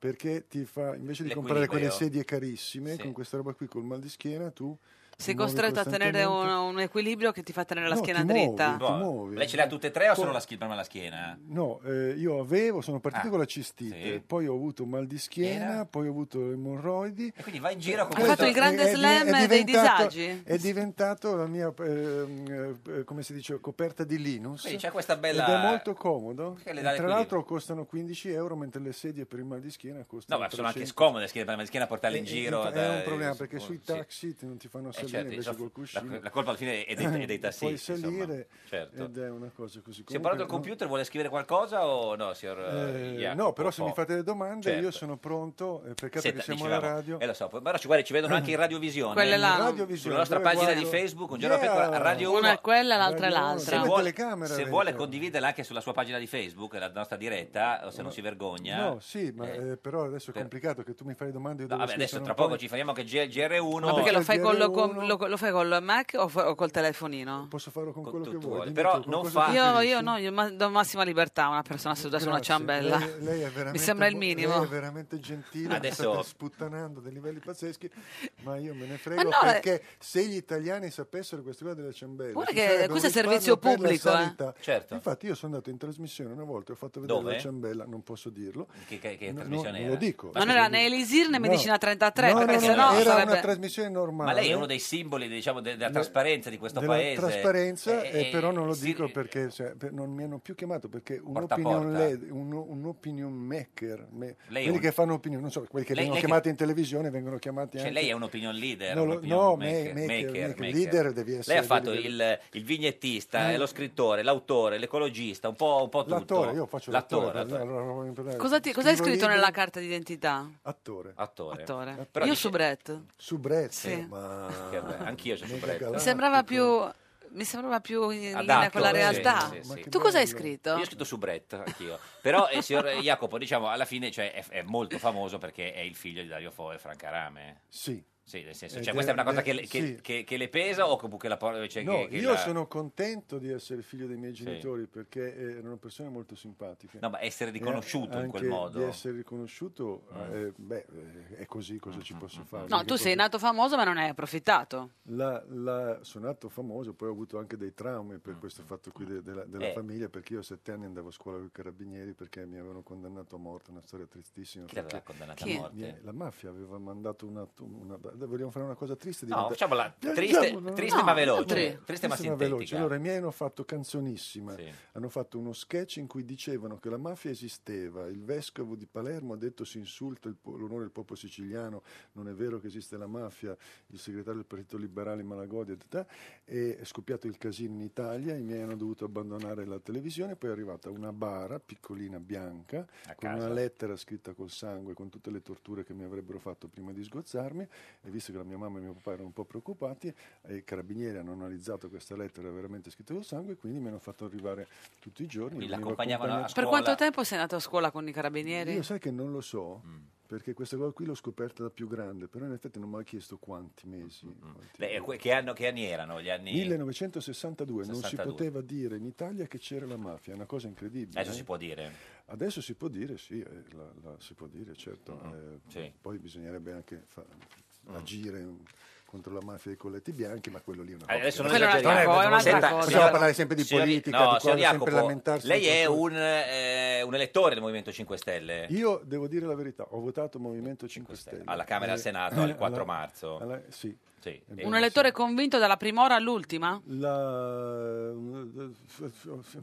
Speaker 6: Perché ti fa, invece di comprare quelle
Speaker 2: L'equilibrio.
Speaker 6: sedie carissime,
Speaker 2: oh. Sì.
Speaker 6: con questa roba qui col mal di schiena, tu
Speaker 1: Sei
Speaker 6: ti muovi
Speaker 1: costretto a tenere un,
Speaker 6: costantemente.
Speaker 1: un equilibrio che ti fa tenere la
Speaker 6: No,
Speaker 1: schiena
Speaker 6: ti muovi.
Speaker 1: dritta.
Speaker 6: Ti muovi.
Speaker 2: Lei ce le ha tutte e tre o
Speaker 6: Poi-
Speaker 2: solo la, schi- prima la schiena?
Speaker 6: No, eh, io avevo, sono partito
Speaker 2: Ah,
Speaker 6: con la cistite,
Speaker 2: sì.
Speaker 6: poi ho avuto mal di schiena,
Speaker 2: Era?
Speaker 6: poi ho avuto le emorroidi. Eh,
Speaker 2: E quindi va in giro con
Speaker 1: Ha fatto
Speaker 2: questo...
Speaker 1: il grande
Speaker 6: di-
Speaker 1: slam dei
Speaker 6: diventato-
Speaker 1: disagi?
Speaker 6: È diventato la mia, ehm, eh, come si dice, coperta di Linux.
Speaker 2: Quindi c'è questa bella-
Speaker 6: Ed è molto comodo.
Speaker 2: Perché le
Speaker 6: E
Speaker 2: dà
Speaker 6: Tra
Speaker 2: l'equilibrio.
Speaker 6: l'altro costano 15 euro, mentre le sedie per il mal di schiena
Speaker 2: No,
Speaker 6: costano
Speaker 2: ma sono anche
Speaker 6: 300.
Speaker 2: scomode le schiene, per la schiena portarle in
Speaker 6: Eh,
Speaker 2: giro.
Speaker 6: infa-
Speaker 2: da-
Speaker 6: È un problema
Speaker 2: eh,
Speaker 6: perché
Speaker 2: sì.
Speaker 6: sui taxi ti- non ti fanno
Speaker 2: Eh,
Speaker 6: salire
Speaker 2: certo,
Speaker 6: invece
Speaker 2: la-
Speaker 6: col cuscino. Eh,
Speaker 2: la, la colpa alla fine è dei, è dei tassisti.
Speaker 6: Puoi
Speaker 2: insomma.
Speaker 6: salire
Speaker 2: Certo.
Speaker 6: ed è una cosa così.
Speaker 2: Si è parlato
Speaker 6: Comunque, no-
Speaker 2: del computer, vuole scrivere qualcosa o no, signor eh,
Speaker 6: Eh,
Speaker 2: Jacopo?
Speaker 6: no, però se
Speaker 2: Fo?
Speaker 6: mi fate le domande
Speaker 2: Certo.
Speaker 6: io sono pronto, eh, peccato
Speaker 2: Senta,
Speaker 6: che siamo alla
Speaker 2: dicevamo,
Speaker 6: radio. Mm.
Speaker 2: Eh, lo so, poi- però ci, guarda, ci vedono anche in radiovisione.
Speaker 1: Quelle là.
Speaker 2: Sulla nostra pagina di Facebook, un giorno da pecora, Radio
Speaker 1: Una è quella, l'altra è
Speaker 6: Radio uno,
Speaker 1: l'altra.
Speaker 2: Se
Speaker 6: Come
Speaker 2: vuole,
Speaker 6: telecamera, cioè.
Speaker 2: se
Speaker 6: avete.
Speaker 2: vuole condividerla anche sulla sua pagina di Facebook, la nostra diretta, o se non si vergogna.
Speaker 6: No, sì, ma
Speaker 2: Eh,
Speaker 6: eh, però adesso è
Speaker 2: per-
Speaker 6: complicato che tu mi fai le domande io
Speaker 2: no,
Speaker 6: devo
Speaker 2: vabbè, adesso
Speaker 6: scrivere
Speaker 2: tra
Speaker 6: un po'
Speaker 2: poco ci faremo che G- GR1...
Speaker 1: Ma perché lo
Speaker 6: Io
Speaker 1: fai con,
Speaker 6: direi
Speaker 1: lo- con- lo, lo fai con la Mac o, fa- o col telefonino?
Speaker 6: Posso farlo con, quello che vuoi. dimmi
Speaker 2: però
Speaker 6: tu, con
Speaker 2: non
Speaker 6: cosa
Speaker 2: fa-
Speaker 6: ti
Speaker 1: Io,
Speaker 6: dici? Eh,
Speaker 1: io no, io ma- do massima libertà a una persona seduta su una
Speaker 6: Grazie.
Speaker 1: ciambella.
Speaker 6: Lei- lei è veramente
Speaker 1: Mi sembra il
Speaker 6: mo-
Speaker 1: minimo.
Speaker 6: Lei è veramente gentile,
Speaker 2: Adesso-
Speaker 6: mi state sputtanando dei livelli pazzeschi, ma io me ne frego
Speaker 1: Ma no, eh.
Speaker 6: perché se gli italiani sapessero queste cose della ciambella,
Speaker 1: Guarda
Speaker 6: ci
Speaker 1: che
Speaker 6: sarebbe
Speaker 1: questo
Speaker 6: un
Speaker 1: è servizio
Speaker 6: risparmio per la
Speaker 1: pubblico, eh.
Speaker 6: sanità.
Speaker 2: Certo.
Speaker 6: Infatti io sono andato in trasmissione una volta e ho fatto vedere
Speaker 2: Dove?
Speaker 6: la ciambella, non posso dirlo.
Speaker 2: Che, che- che
Speaker 6: No,
Speaker 2: trasmissione
Speaker 6: non
Speaker 2: era?
Speaker 6: lo dico.
Speaker 1: Ma non era né Elisir né
Speaker 6: No.
Speaker 1: Medicina 33,
Speaker 6: No,
Speaker 1: perché
Speaker 6: no, no,
Speaker 1: sennò
Speaker 6: era
Speaker 1: sarebbe...
Speaker 6: una trasmissione normale.
Speaker 2: Ma lei è uno dei simboli diciamo, de- della trasparenza di questo
Speaker 6: della
Speaker 2: paese.
Speaker 6: trasparenza,
Speaker 2: Eh,
Speaker 6: e,
Speaker 2: eh,
Speaker 6: però non lo
Speaker 2: sì,
Speaker 6: dico perché cioè, per- non mi hanno più chiamato perché un,
Speaker 2: Porta a
Speaker 6: opinion,
Speaker 2: porta.
Speaker 6: led- un, un opinion maker, me-
Speaker 2: Lei è
Speaker 6: quelli
Speaker 2: un-
Speaker 6: che fanno opinion, non so, quelli che
Speaker 2: Lei-
Speaker 6: vengono
Speaker 2: lei che-
Speaker 6: chiamati in televisione vengono chiamati
Speaker 2: Cioè,
Speaker 6: anche...
Speaker 2: lei è un opinion leader,
Speaker 6: No,
Speaker 2: un
Speaker 6: Certo. lo-
Speaker 2: opinion
Speaker 6: no,
Speaker 2: maker,
Speaker 6: ma- maker,
Speaker 2: maker,
Speaker 6: maker.
Speaker 2: maker.
Speaker 6: Leader devi essere-
Speaker 2: Lei ha fatto
Speaker 6: devi-
Speaker 2: il, il vignettista,
Speaker 6: Eh.
Speaker 2: lo scrittore, l'autore, l'ecologista, un po', un po' tutto.
Speaker 6: L'attore, io faccio l'attore.
Speaker 2: L'attore,
Speaker 6: allora, allora, allora,
Speaker 1: Cosa ti-
Speaker 6: scrivo
Speaker 1: cosa hai scritto
Speaker 6: libri,
Speaker 1: nella carta d'identità?
Speaker 6: Attore.
Speaker 2: Attore.
Speaker 1: Attore.
Speaker 2: Però dice-
Speaker 1: Io
Speaker 2: Eh,
Speaker 1: subretto.
Speaker 6: Soubrette,
Speaker 1: Sì.
Speaker 6: ma...
Speaker 2: Che bello, anch'io c'ho
Speaker 6: Mega
Speaker 2: Soubrette.
Speaker 1: Mi
Speaker 6: galattico.
Speaker 1: sembrava più... Mi sembrava più in
Speaker 2: Adatto,
Speaker 1: linea con la
Speaker 2: sì,
Speaker 1: realtà.
Speaker 2: sì, sì, sì.
Speaker 1: Tu cosa hai
Speaker 6: bello.
Speaker 1: scritto?
Speaker 2: Io ho scritto Soubrette, anch'io. Però il signor Jacopo, diciamo, alla fine cioè, è, è molto famoso perché è il figlio di Dario Fo e Franca Rame.
Speaker 6: Sì.
Speaker 2: Sì, nel senso,
Speaker 6: Ed
Speaker 2: cioè, questa è una cosa che, le-
Speaker 6: eh,
Speaker 2: che-
Speaker 6: sì.
Speaker 2: che- che le pesa o che, che la porta... Cioè,
Speaker 6: No,
Speaker 2: che- che
Speaker 6: io
Speaker 2: la-
Speaker 6: sono contento di essere figlio dei miei genitori perché eh, erano persone molto simpatiche.
Speaker 2: No, ma essere
Speaker 6: E
Speaker 2: riconosciuto in quel
Speaker 6: anche
Speaker 2: modo. Mm.
Speaker 6: Di essere riconosciuto, eh, beh, eh, è così, cosa ci posso fare?
Speaker 1: No,
Speaker 6: Che
Speaker 1: tu sei
Speaker 6: posso-
Speaker 1: nato famoso ma non hai approfittato.
Speaker 6: La, la- sono nato famoso, poi ho avuto anche dei traumi per questo fatto qui de- della, della
Speaker 2: Mm, Eh.
Speaker 6: famiglia, perché io a sette anni andavo a scuola con i carabinieri perché mi avevano condannato a morte, una storia tristissima.
Speaker 2: Chi l'aveva
Speaker 6: perché
Speaker 2: condannata
Speaker 1: Chi?
Speaker 2: a morte?
Speaker 6: mi- La mafia aveva mandato una... una vogliamo fare una cosa triste?
Speaker 2: No,
Speaker 6: Diventa-
Speaker 2: facciamola triste,
Speaker 6: Piangiamo, no?
Speaker 2: triste
Speaker 1: No,
Speaker 2: ma veloce.
Speaker 1: altri.
Speaker 2: Triste, ma
Speaker 6: Questa è una
Speaker 2: sintetica.
Speaker 6: veloce. Allora, i miei hanno fatto canzonissima.
Speaker 2: Sì.
Speaker 6: Hanno fatto uno sketch in cui dicevano che la mafia esisteva. Il vescovo di Palermo ha detto si insulta il po- l'onore del popolo siciliano, non è vero che esiste la mafia. Il segretario del Partito Liberale Malagodi ha detto, "Ah", e è scoppiato il casino in Italia. I miei hanno dovuto abbandonare la televisione. Poi è arrivata una bara piccolina bianca
Speaker 2: A
Speaker 6: con
Speaker 2: casa.
Speaker 6: una lettera scritta col sangue, con tutte le torture che mi avrebbero fatto prima di sgozzarmi. E visto che la mia mamma e mio papà erano un po' preoccupati, eh, i carabinieri hanno analizzato questa lettera veramente scritta col sangue, quindi mi hanno fatto arrivare tutti i giorni.
Speaker 2: Quindi
Speaker 6: mi hanno
Speaker 2: l'accompagnavano a
Speaker 6: accompagnato-
Speaker 1: Per
Speaker 2: Scuola.
Speaker 1: quanto tempo sei andato a scuola con i carabinieri?
Speaker 6: Io sai che non lo so.
Speaker 2: Mm.
Speaker 6: Perché questa cosa qui l'ho scoperta da più grande, però in effetti non mi ha chiesto quanti mesi.
Speaker 2: Mm,
Speaker 6: quanti-
Speaker 2: Beh, que- che, anno, che anni erano gli anni?
Speaker 6: 1962 non si
Speaker 2: 62.
Speaker 6: poteva dire in Italia che c'era la mafia, è una cosa incredibile.
Speaker 2: Adesso
Speaker 6: eh?
Speaker 2: si può dire.
Speaker 6: Adesso si può dire, sì, eh, la- la- si può dire, certo. eh,
Speaker 2: Mm-hmm. sì.
Speaker 6: Poi bisognerebbe anche fa- agire mm, contro la mafia dei colletti bianchi, ma quello lì è una
Speaker 2: Eh, Adesso non
Speaker 1: Quello è un altro
Speaker 2: esageriamo.
Speaker 1: po', è un'altra
Speaker 2: Senta,
Speaker 1: cosa.
Speaker 6: Possiamo parlare sempre di
Speaker 2: signor-
Speaker 6: politica,
Speaker 2: no,
Speaker 6: di cosa,
Speaker 2: signor
Speaker 6: sempre
Speaker 2: Jacopo,
Speaker 6: lamentarsi
Speaker 2: Lei
Speaker 6: delle
Speaker 2: è
Speaker 6: cose.
Speaker 2: un, eh, un elettore del Movimento 5 Stelle.
Speaker 6: Io devo dire la verità, ho votato Movimento 5 Stelle. Eh,
Speaker 2: Alla Camera e al Senato, il 4 marzo.
Speaker 6: alla- sì.
Speaker 2: Sì.
Speaker 6: Un
Speaker 2: Eh,
Speaker 1: Un elettore convinto dalla primora all'ultima?
Speaker 6: La... eh,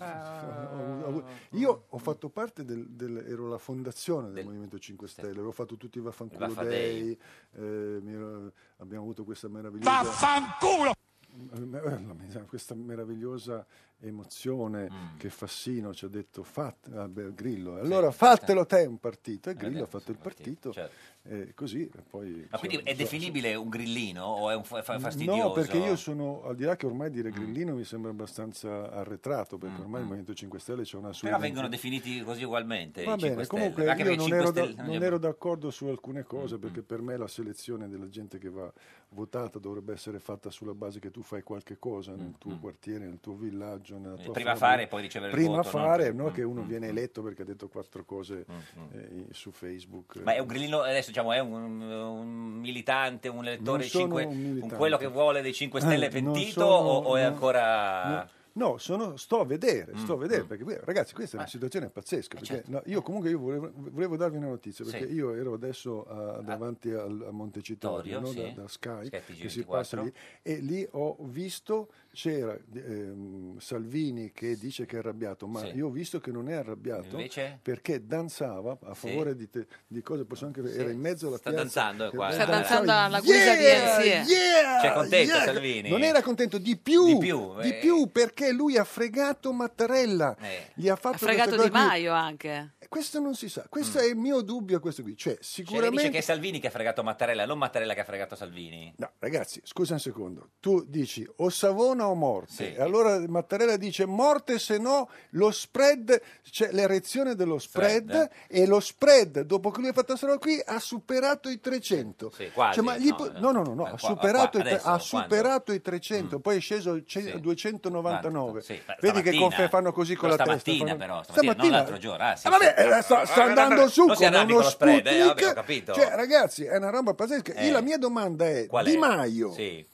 Speaker 2: Ah.
Speaker 6: Io ho fatto parte del, del- ero la fondazione del,
Speaker 2: Del-
Speaker 6: Movimento 5 Stelle, avevo fatto tutti i
Speaker 2: Il
Speaker 6: Vaffanculo
Speaker 2: Vaffa
Speaker 6: Day,
Speaker 2: Day.
Speaker 6: eh, mi ero- abbiamo avuto questa meravigliosa...
Speaker 5: Vaffanculo!
Speaker 6: Eh, la mera- questa meravigliosa emozione
Speaker 2: Mm.
Speaker 6: che Fassino ci ha detto fat- ah, beh, Grillo allora fatelo te un partito e Grillo
Speaker 2: Eh, beh,
Speaker 6: ha fatto il partito,
Speaker 2: certo.
Speaker 6: eh, così e poi
Speaker 2: Ma quindi
Speaker 6: cioè,
Speaker 2: è definibile un grillino o è un fa- fa- fastidioso?
Speaker 6: No, perché io sono, al di là che ormai dire grillino mi sembra abbastanza arretrato, perché ormai il Movimento 5 Stelle c'è una sua...
Speaker 2: Mm, Però vengono definiti così ugualmente.
Speaker 6: Va
Speaker 2: i
Speaker 6: bene,
Speaker 2: 5 Stelle.
Speaker 6: comunque
Speaker 2: Anche
Speaker 6: io
Speaker 2: perché
Speaker 6: non
Speaker 2: 5
Speaker 6: ero,
Speaker 2: Stelle- Mm,
Speaker 6: da- non ero d'accordo su alcune cose, perché per me la selezione della gente che va votata dovrebbe essere fatta sulla base che tu fai qualche cosa nel tuo quartiere, nel tuo villaggio, nella
Speaker 2: Mm, Eh,
Speaker 6: tua
Speaker 2: prima
Speaker 6: famiglia.
Speaker 2: fare e poi ricevere il
Speaker 6: prima
Speaker 2: voto, no?
Speaker 6: fare,
Speaker 2: Mm,
Speaker 6: no? che uno viene eletto perché ha detto quattro cose eh, su Facebook.
Speaker 2: Ma è un grillino, adesso diciamo, è un, un militante, un elettore
Speaker 6: Non sono
Speaker 2: 5,
Speaker 6: un militante.
Speaker 2: quello che vuole dei 5 Stelle
Speaker 6: Eh,
Speaker 2: pentito
Speaker 6: non sono-
Speaker 2: o, o è
Speaker 6: no,
Speaker 2: ancora...
Speaker 6: no. No, sono- sto a vedere, sto a
Speaker 2: Mm,
Speaker 6: vedere, perché qui- ragazzi questa
Speaker 2: Eh.
Speaker 6: è una situazione pazzesca, perché no, io comunque io volevo, volevo darvi una notizia, perché
Speaker 2: certo. Sì. Eh.
Speaker 6: io ero adesso a- davanti al- a Montecitorio,
Speaker 2: Vittorio,
Speaker 6: no? da,
Speaker 2: sì.
Speaker 6: da Sky,
Speaker 2: Sky
Speaker 6: che si
Speaker 2: TG24.
Speaker 6: passa lì, e lì ho visto, c'era ehm, Salvini che dice che è arrabbiato, ma
Speaker 2: Sì.
Speaker 6: io ho visto che non è arrabbiato,
Speaker 2: Invece?
Speaker 6: perché danzava a
Speaker 2: Sì.
Speaker 6: favore di, te- di cose, posso anche vedere, era in mezzo alla
Speaker 2: Sta
Speaker 6: piazza.
Speaker 2: danzando, eh, qua.
Speaker 6: E
Speaker 2: Sta
Speaker 6: danzava,
Speaker 1: danzando alla guisa di
Speaker 6: "Yeah,
Speaker 1: Elsie."
Speaker 6: yeah,
Speaker 2: Cioè, contento
Speaker 6: yeah".
Speaker 2: Salvini?
Speaker 6: Ah, Non era contento, di più,
Speaker 2: Di più,
Speaker 6: di
Speaker 2: eh.
Speaker 6: più, perché lui ha fregato Mattarella.
Speaker 2: Eh.
Speaker 6: Gli ha fatto
Speaker 1: Ha fregato
Speaker 6: questa
Speaker 1: Di
Speaker 6: cosa qui. Eh,
Speaker 1: Maio anche.
Speaker 6: Questo non si sa. Questo è il mio dubbio a questo qui. Cioè,
Speaker 2: Cioè, lei Mm. dice
Speaker 6: sicuramente...
Speaker 2: che è Salvini che ha fregato Mattarella, non Mattarella che ha fregato Salvini.
Speaker 6: No, ragazzi, scusa un secondo. Tu dici o Savona o o morte? E allora Mattarella dice morte, se no lo spread, c'è l'erezione dello spread
Speaker 2: Spread,
Speaker 6: e lo spread, dopo che lui ha fatto questa roba qui, ha superato i 300.
Speaker 2: Sì, quasi,
Speaker 6: Cioè, ma gli
Speaker 2: no,
Speaker 6: po-
Speaker 2: eh,
Speaker 6: no, no, no, no,
Speaker 2: eh,
Speaker 6: ha
Speaker 2: qua-
Speaker 6: superato,
Speaker 2: qua-
Speaker 6: i tre-
Speaker 2: adesso,
Speaker 6: ha
Speaker 2: quando? Mm.
Speaker 6: superato i 300, poi è sceso al ce- 299.
Speaker 2: Sì, beh,
Speaker 6: Vedi che
Speaker 2: stamattina.
Speaker 6: confe fanno così con
Speaker 2: No,
Speaker 6: la testa.
Speaker 2: stamattina
Speaker 6: fanno-
Speaker 2: però, stamattina, non l'altro giorno, ah, sì,
Speaker 6: Eh, vabbè,
Speaker 2: sì.
Speaker 6: eh, sta, sta
Speaker 2: Non si
Speaker 6: andando su con
Speaker 2: arrabbi
Speaker 6: uno
Speaker 2: con lo spread, eh,
Speaker 6: Sputnik.
Speaker 2: vabbè, ho capito.
Speaker 6: Cioè, ragazzi, è una roba pazzesca. Io-
Speaker 2: Eh.
Speaker 6: la mia domanda è,
Speaker 2: Qual
Speaker 6: Di
Speaker 2: è?
Speaker 6: Maio
Speaker 2: Sì.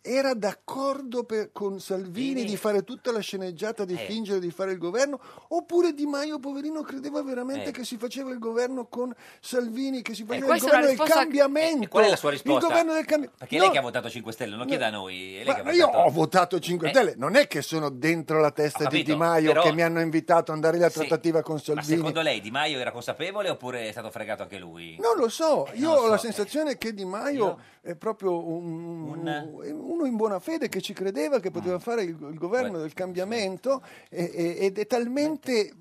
Speaker 6: era d'accordo per- con Salvini di fare tutta la sceneggiata, di
Speaker 2: Eh.
Speaker 6: fingere di fare il governo, oppure Di Maio, poverino, credeva veramente
Speaker 2: Eh.
Speaker 6: che si faceva il governo con Salvini, che si faceva il
Speaker 1: questa è una
Speaker 6: governo del
Speaker 1: risposta-
Speaker 6: cambiamento.
Speaker 2: eh, Qual è la sua risposta?
Speaker 6: Il governo del cambiamento.
Speaker 2: Perché è lei che ha votato 5 Stelle, non lo chieda a noi. È lei che ha
Speaker 6: Ma io
Speaker 2: votato-
Speaker 6: ho votato 5
Speaker 2: Eh.
Speaker 6: Stelle, non è che sono dentro la testa
Speaker 2: Ho
Speaker 6: di Di
Speaker 2: capito,
Speaker 6: Maio
Speaker 2: però-
Speaker 6: che mi hanno invitato ad andare lì a trattativa con
Speaker 2: Ma
Speaker 6: Salvini.
Speaker 2: secondo lei Di Maio era consapevole oppure è stato fregato anche lui?
Speaker 6: Non lo so, io
Speaker 2: Eh, non lo
Speaker 6: ho la
Speaker 2: so.
Speaker 6: sensazione che Di Maio è proprio un- uno in buona fede che ci credeva che
Speaker 2: Mm.
Speaker 6: poteva fare il, il governo del cambiamento e- e- ed è talmente,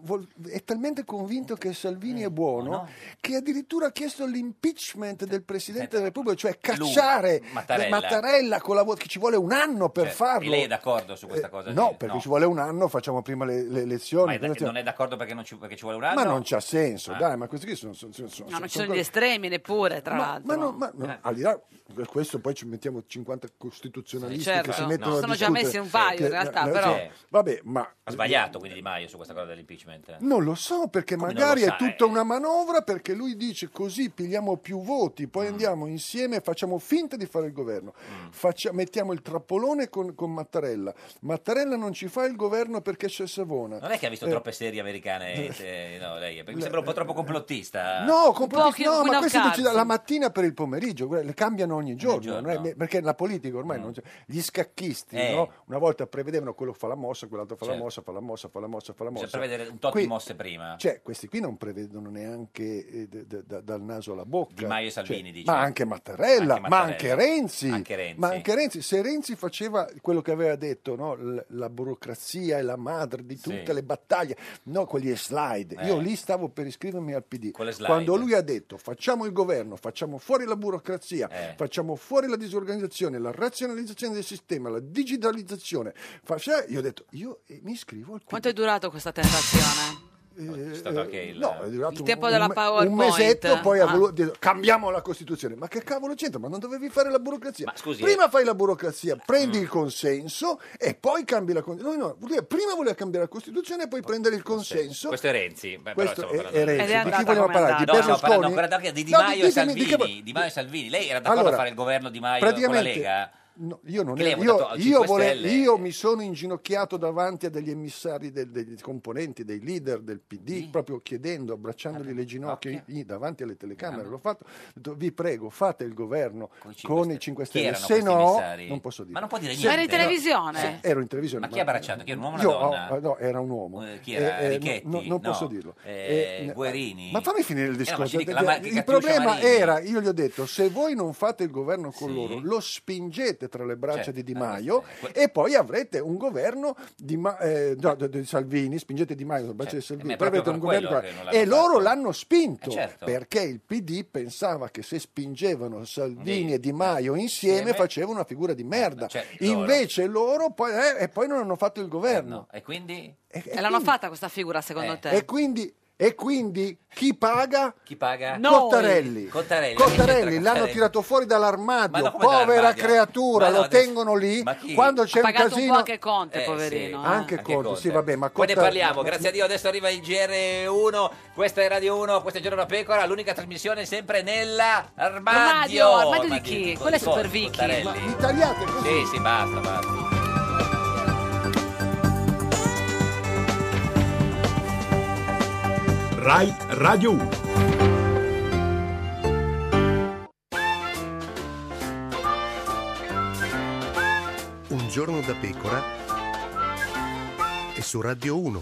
Speaker 6: vol- è talmente convinto che Salvini
Speaker 2: Mm.
Speaker 6: è buono
Speaker 2: Oh,
Speaker 6: che addirittura ha chiesto l'impeachment del Presidente della Repubblica, cioè cacciare
Speaker 2: Mattarella.
Speaker 6: Mattarella con la voce che ci vuole un anno per
Speaker 2: Cioè,
Speaker 6: farlo. Eh,
Speaker 2: E lei è d'accordo su questa cosa?
Speaker 6: No,
Speaker 2: Sì,
Speaker 6: perché ci vuole un anno, facciamo prima le, le elezioni.
Speaker 2: Ma è da-
Speaker 6: quindi-
Speaker 2: non è d'accordo perché, non ci, perché ci vuole un anno?
Speaker 6: ma non c'ha senso,
Speaker 2: Ah.
Speaker 6: dai, ma questi qui sono... sono, sono- sono-
Speaker 1: No, non ci
Speaker 6: sono
Speaker 1: sono gli
Speaker 6: cose-
Speaker 1: estremi neppure, tra l'altro.
Speaker 6: ma no, ma no,
Speaker 2: Eh.
Speaker 6: al di là per questo poi ci mettiamo 50 costituzionalisti
Speaker 1: Sì, certo.
Speaker 6: che si mettono
Speaker 1: No.
Speaker 6: a
Speaker 1: Sono già
Speaker 6: discutere.
Speaker 1: messi un paio,
Speaker 6: Che-
Speaker 1: in realtà,
Speaker 6: eh,
Speaker 1: però.
Speaker 6: sì. Vabbè, ma
Speaker 2: Ha sbagliato quindi Di Maio su questa cosa dell'impeachment?
Speaker 6: non lo so perché
Speaker 2: non
Speaker 6: magari
Speaker 2: lo
Speaker 6: è
Speaker 2: sa, Eh,
Speaker 6: tutta una manovra perché lui dice così pigliamo più voti,
Speaker 2: Mm.
Speaker 6: poi andiamo insieme e facciamo finta di fare il governo. Faccia- mettiamo il trappolone con, con Mattarella. Mattarella non ci fa il governo perché c'è Savona.
Speaker 2: Non è che ha visto
Speaker 6: Eh,
Speaker 2: troppe serie americane, eh, no, lei, perché mi sembra un po' troppo complottista.
Speaker 6: No, complottisti-
Speaker 1: chi-
Speaker 6: no, ma
Speaker 1: chi non
Speaker 6: questi
Speaker 1: cazzo.
Speaker 6: decide la mattina per il pomeriggio, guarda, le cambiano
Speaker 2: Eh,
Speaker 6: ogni giorno, non è- perché la politica ormai non c'è. Gli scacchisti,
Speaker 2: Mm. Eh.
Speaker 6: no? una volta prevedevano quello fa la mossa, quell'altro fa la
Speaker 2: Certo.
Speaker 6: mossa, fa la mossa, fa la mossa, fa la mossa.
Speaker 2: Bisogna prevedere un tot
Speaker 6: Qui-
Speaker 2: di mosse prima.
Speaker 6: Cioè, questi qui non prevedono neanche eh, d- d- d- dal naso alla bocca.
Speaker 2: Di Maio e
Speaker 6: Cioè,
Speaker 2: Salvini, dice.
Speaker 6: Ma anche Mattarella,
Speaker 2: eh. Anche
Speaker 6: ma
Speaker 2: Mattarella.
Speaker 6: anche Renzi.
Speaker 2: Anche Renzi.
Speaker 6: Ma anche Renzi. Se Renzi faceva quello che aveva detto, no? L- la burocrazia è la madre di tutte
Speaker 2: Sì.
Speaker 6: le battaglie, no, quegli slide.
Speaker 2: Eh.
Speaker 6: Io lì stavo per iscrivermi al PD.
Speaker 2: Con le slide.
Speaker 6: Quando lui ha detto facciamo il governo, facciamo fuori la burocrazia,
Speaker 2: Eh.
Speaker 6: facciamo fuori la disorganizzazione, la razionalizzazione del sistema, la digitalizzazione, faccia- io ho detto io eh, mi iscrivo al PD.
Speaker 1: Quanto è durato questa tentazione?
Speaker 6: Eh,
Speaker 2: stato anche il-
Speaker 6: no, è durato
Speaker 1: Il
Speaker 6: un-
Speaker 1: tempo
Speaker 6: un,
Speaker 1: della
Speaker 6: me-
Speaker 1: PowerPoint.
Speaker 6: un mesetto, poi ha
Speaker 1: Ah.
Speaker 6: voluto dire, cambiamo la Costituzione. Ma che cavolo c'entra? Ma non dovevi fare la burocrazia.
Speaker 2: scusi, Mm.
Speaker 6: prima fai la burocrazia, prendi il consenso e poi cambi la Costituzione. No, no, lui prima voleva cambiare la Costituzione e poi prendere il consenso.
Speaker 2: Questo è Renzi. Beh,
Speaker 6: Questo
Speaker 2: però stiamo
Speaker 6: è-
Speaker 2: parlando
Speaker 6: è
Speaker 2: di-
Speaker 6: Renzi.
Speaker 1: Ed è
Speaker 6: Di
Speaker 1: andata
Speaker 6: chi vogliamo
Speaker 1: come è
Speaker 6: parlare? Di
Speaker 1: andata.
Speaker 2: No, no,
Speaker 6: Berlusconi?
Speaker 2: parla- no, guarda, guarda, di, Di
Speaker 6: No,
Speaker 2: Maio e
Speaker 6: ditemi,
Speaker 2: Salvini.
Speaker 6: ditemi-
Speaker 2: Di Maio e Salvini. Lei era d'accordo
Speaker 6: Allora,
Speaker 2: a fare il governo di Maio con la
Speaker 6: praticamente-
Speaker 2: Lega?
Speaker 6: No, io non
Speaker 2: Che lei
Speaker 6: ero-
Speaker 2: ha
Speaker 6: io,
Speaker 2: votato al
Speaker 6: io
Speaker 2: 5
Speaker 6: vole-
Speaker 2: Stelle.
Speaker 6: io mi sono inginocchiato davanti a degli emissari del- degli componenti, dei leader del PD,
Speaker 2: Mm.
Speaker 6: proprio chiedendo, abbracciandoli le ginocchia i- davanti alle telecamere. L'ho fatto, Ho detto, vi prego, fate il governo con i 5 Stelle,
Speaker 2: Chi erano
Speaker 6: se
Speaker 2: questi
Speaker 6: no,
Speaker 2: emissari?
Speaker 6: non posso dire.
Speaker 2: Ma non può dire
Speaker 6: Se-
Speaker 2: niente.
Speaker 1: Era in televisione?
Speaker 6: Ero in televisione.
Speaker 2: Ma chi ha abbracciato? Chi era, un uomo o una
Speaker 6: Io,
Speaker 2: donna?
Speaker 6: oh, no, era un uomo.
Speaker 2: Eh, chi era?
Speaker 6: Eh, eh,
Speaker 2: Richetti?
Speaker 6: no, no, non
Speaker 2: No.
Speaker 6: posso dirlo.
Speaker 2: Eh,
Speaker 6: Eh,
Speaker 2: Guerini?
Speaker 6: Ma fammi finire il
Speaker 2: Eh, no, ma ci
Speaker 6: discorso.
Speaker 2: dica, la Mar-
Speaker 6: il
Speaker 2: Cattiuscia
Speaker 6: problema
Speaker 2: Marini.
Speaker 6: era, io gli ho detto, se voi non fate il governo con loro, lo spingete tra le braccia
Speaker 2: Certo,
Speaker 6: di Di
Speaker 2: allora,
Speaker 6: Maio
Speaker 2: eh, que-
Speaker 6: e poi avrete un governo di, Ma- eh, no, di- di Salvini, spingete Di Maio tra le braccia di
Speaker 2: Certo, eh, ma
Speaker 6: Salvini,
Speaker 2: è
Speaker 6: poi
Speaker 2: proprio
Speaker 6: avrete un
Speaker 2: per
Speaker 6: governo
Speaker 2: quello
Speaker 6: con-
Speaker 2: che non l'hanno
Speaker 6: e loro
Speaker 2: fatto.
Speaker 6: l'hanno spinto
Speaker 2: Eh, certo.
Speaker 6: perché il PD pensava che se spingevano Salvini
Speaker 2: Sì.
Speaker 6: e Di Maio insieme
Speaker 2: Eh, Insieme.
Speaker 6: faceva una figura di merda.
Speaker 2: Cioè, loro.
Speaker 6: Invece loro poi, eh, e poi non hanno fatto il governo.
Speaker 2: E quindi?
Speaker 6: E, e
Speaker 1: E l'hanno
Speaker 6: quindi-
Speaker 1: fatta questa figura, secondo
Speaker 2: Eh.
Speaker 1: te?
Speaker 6: e quindi, e quindi chi paga?
Speaker 2: Chi paga?
Speaker 1: No.
Speaker 6: Cottarelli.
Speaker 2: Cottarelli. Chi
Speaker 6: Cottarelli
Speaker 2: c'entra
Speaker 6: l'hanno
Speaker 2: Cottarelli?
Speaker 6: tirato fuori
Speaker 2: Ma
Speaker 6: dall'armadio,
Speaker 2: no, come
Speaker 6: povera
Speaker 2: dall'armadio?
Speaker 6: creatura,
Speaker 2: Ma no,
Speaker 6: lo
Speaker 2: adesso-
Speaker 6: tengono lì.
Speaker 2: Ma chi?
Speaker 6: Quando
Speaker 1: ha
Speaker 6: c'è un
Speaker 1: pagato un
Speaker 6: casino,
Speaker 1: po' anche Conte,
Speaker 2: Eh,
Speaker 1: poverino.
Speaker 2: sì.
Speaker 1: eh.
Speaker 6: Anche Conte, sì, vabbè, ma
Speaker 2: Poi ne
Speaker 6: Cotta-
Speaker 2: parliamo, grazie a Dio. Adesso arriva il GR1, questa è Radio 1, questo è Giorno da Pecora, l'unica trasmissione sempre nell'armadio.
Speaker 1: Armadio, armadio di chi? Quello
Speaker 2: Conte,
Speaker 1: è Super Vicky.
Speaker 2: Cottarelli.
Speaker 6: Mi tagliate così.
Speaker 2: Sì, sì, basta, basta.
Speaker 11: Rai Radio 1.
Speaker 9: Un giorno da pecora e su Radio 1.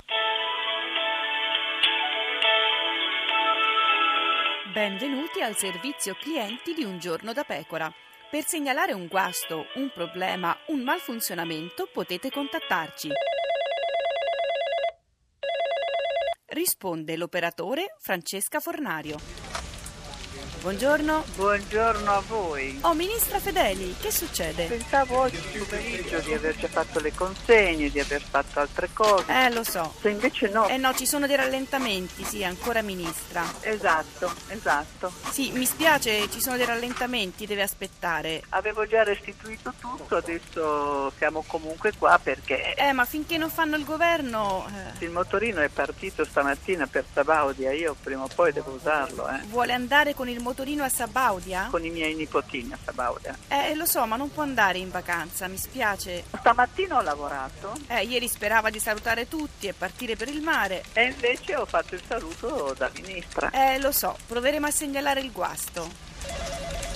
Speaker 10: Benvenuti al servizio clienti di Un giorno da pecora. Per segnalare un guasto, un problema, un malfunzionamento potete contattarci. Risponde l'operatore Francesca Fornario. Buongiorno.
Speaker 11: Buongiorno a voi.
Speaker 10: Oh, ministra Fedeli, che succede?
Speaker 11: Pensavo oggi pomeriggio di aver già fatto le consegne, di aver fatto altre cose.
Speaker 10: Eh, lo so.
Speaker 11: Se invece no.
Speaker 10: Eh no, ci sono dei rallentamenti, sì, ancora ministra.
Speaker 11: Esatto, esatto.
Speaker 10: Sì, mi spiace, ci sono dei rallentamenti, deve aspettare.
Speaker 11: Avevo già restituito tutto, adesso siamo comunque qua perché
Speaker 10: Eh, ma finché non fanno il governo, eh,
Speaker 11: il motorino è partito stamattina per Sabaudia, io prima o poi devo usarlo, eh.
Speaker 10: vuole andare con il motorino a Sabaudia?
Speaker 11: Con i miei nipotini a Sabaudia.
Speaker 10: Eh, lo so, ma non può andare in vacanza, mi spiace.
Speaker 11: Stamattina ho lavorato
Speaker 10: Eh, ieri sperava di salutare tutti e partire per il mare.
Speaker 11: e invece ho fatto il saluto da ministra.
Speaker 10: Eh, lo so, proveremo a segnalare il guasto.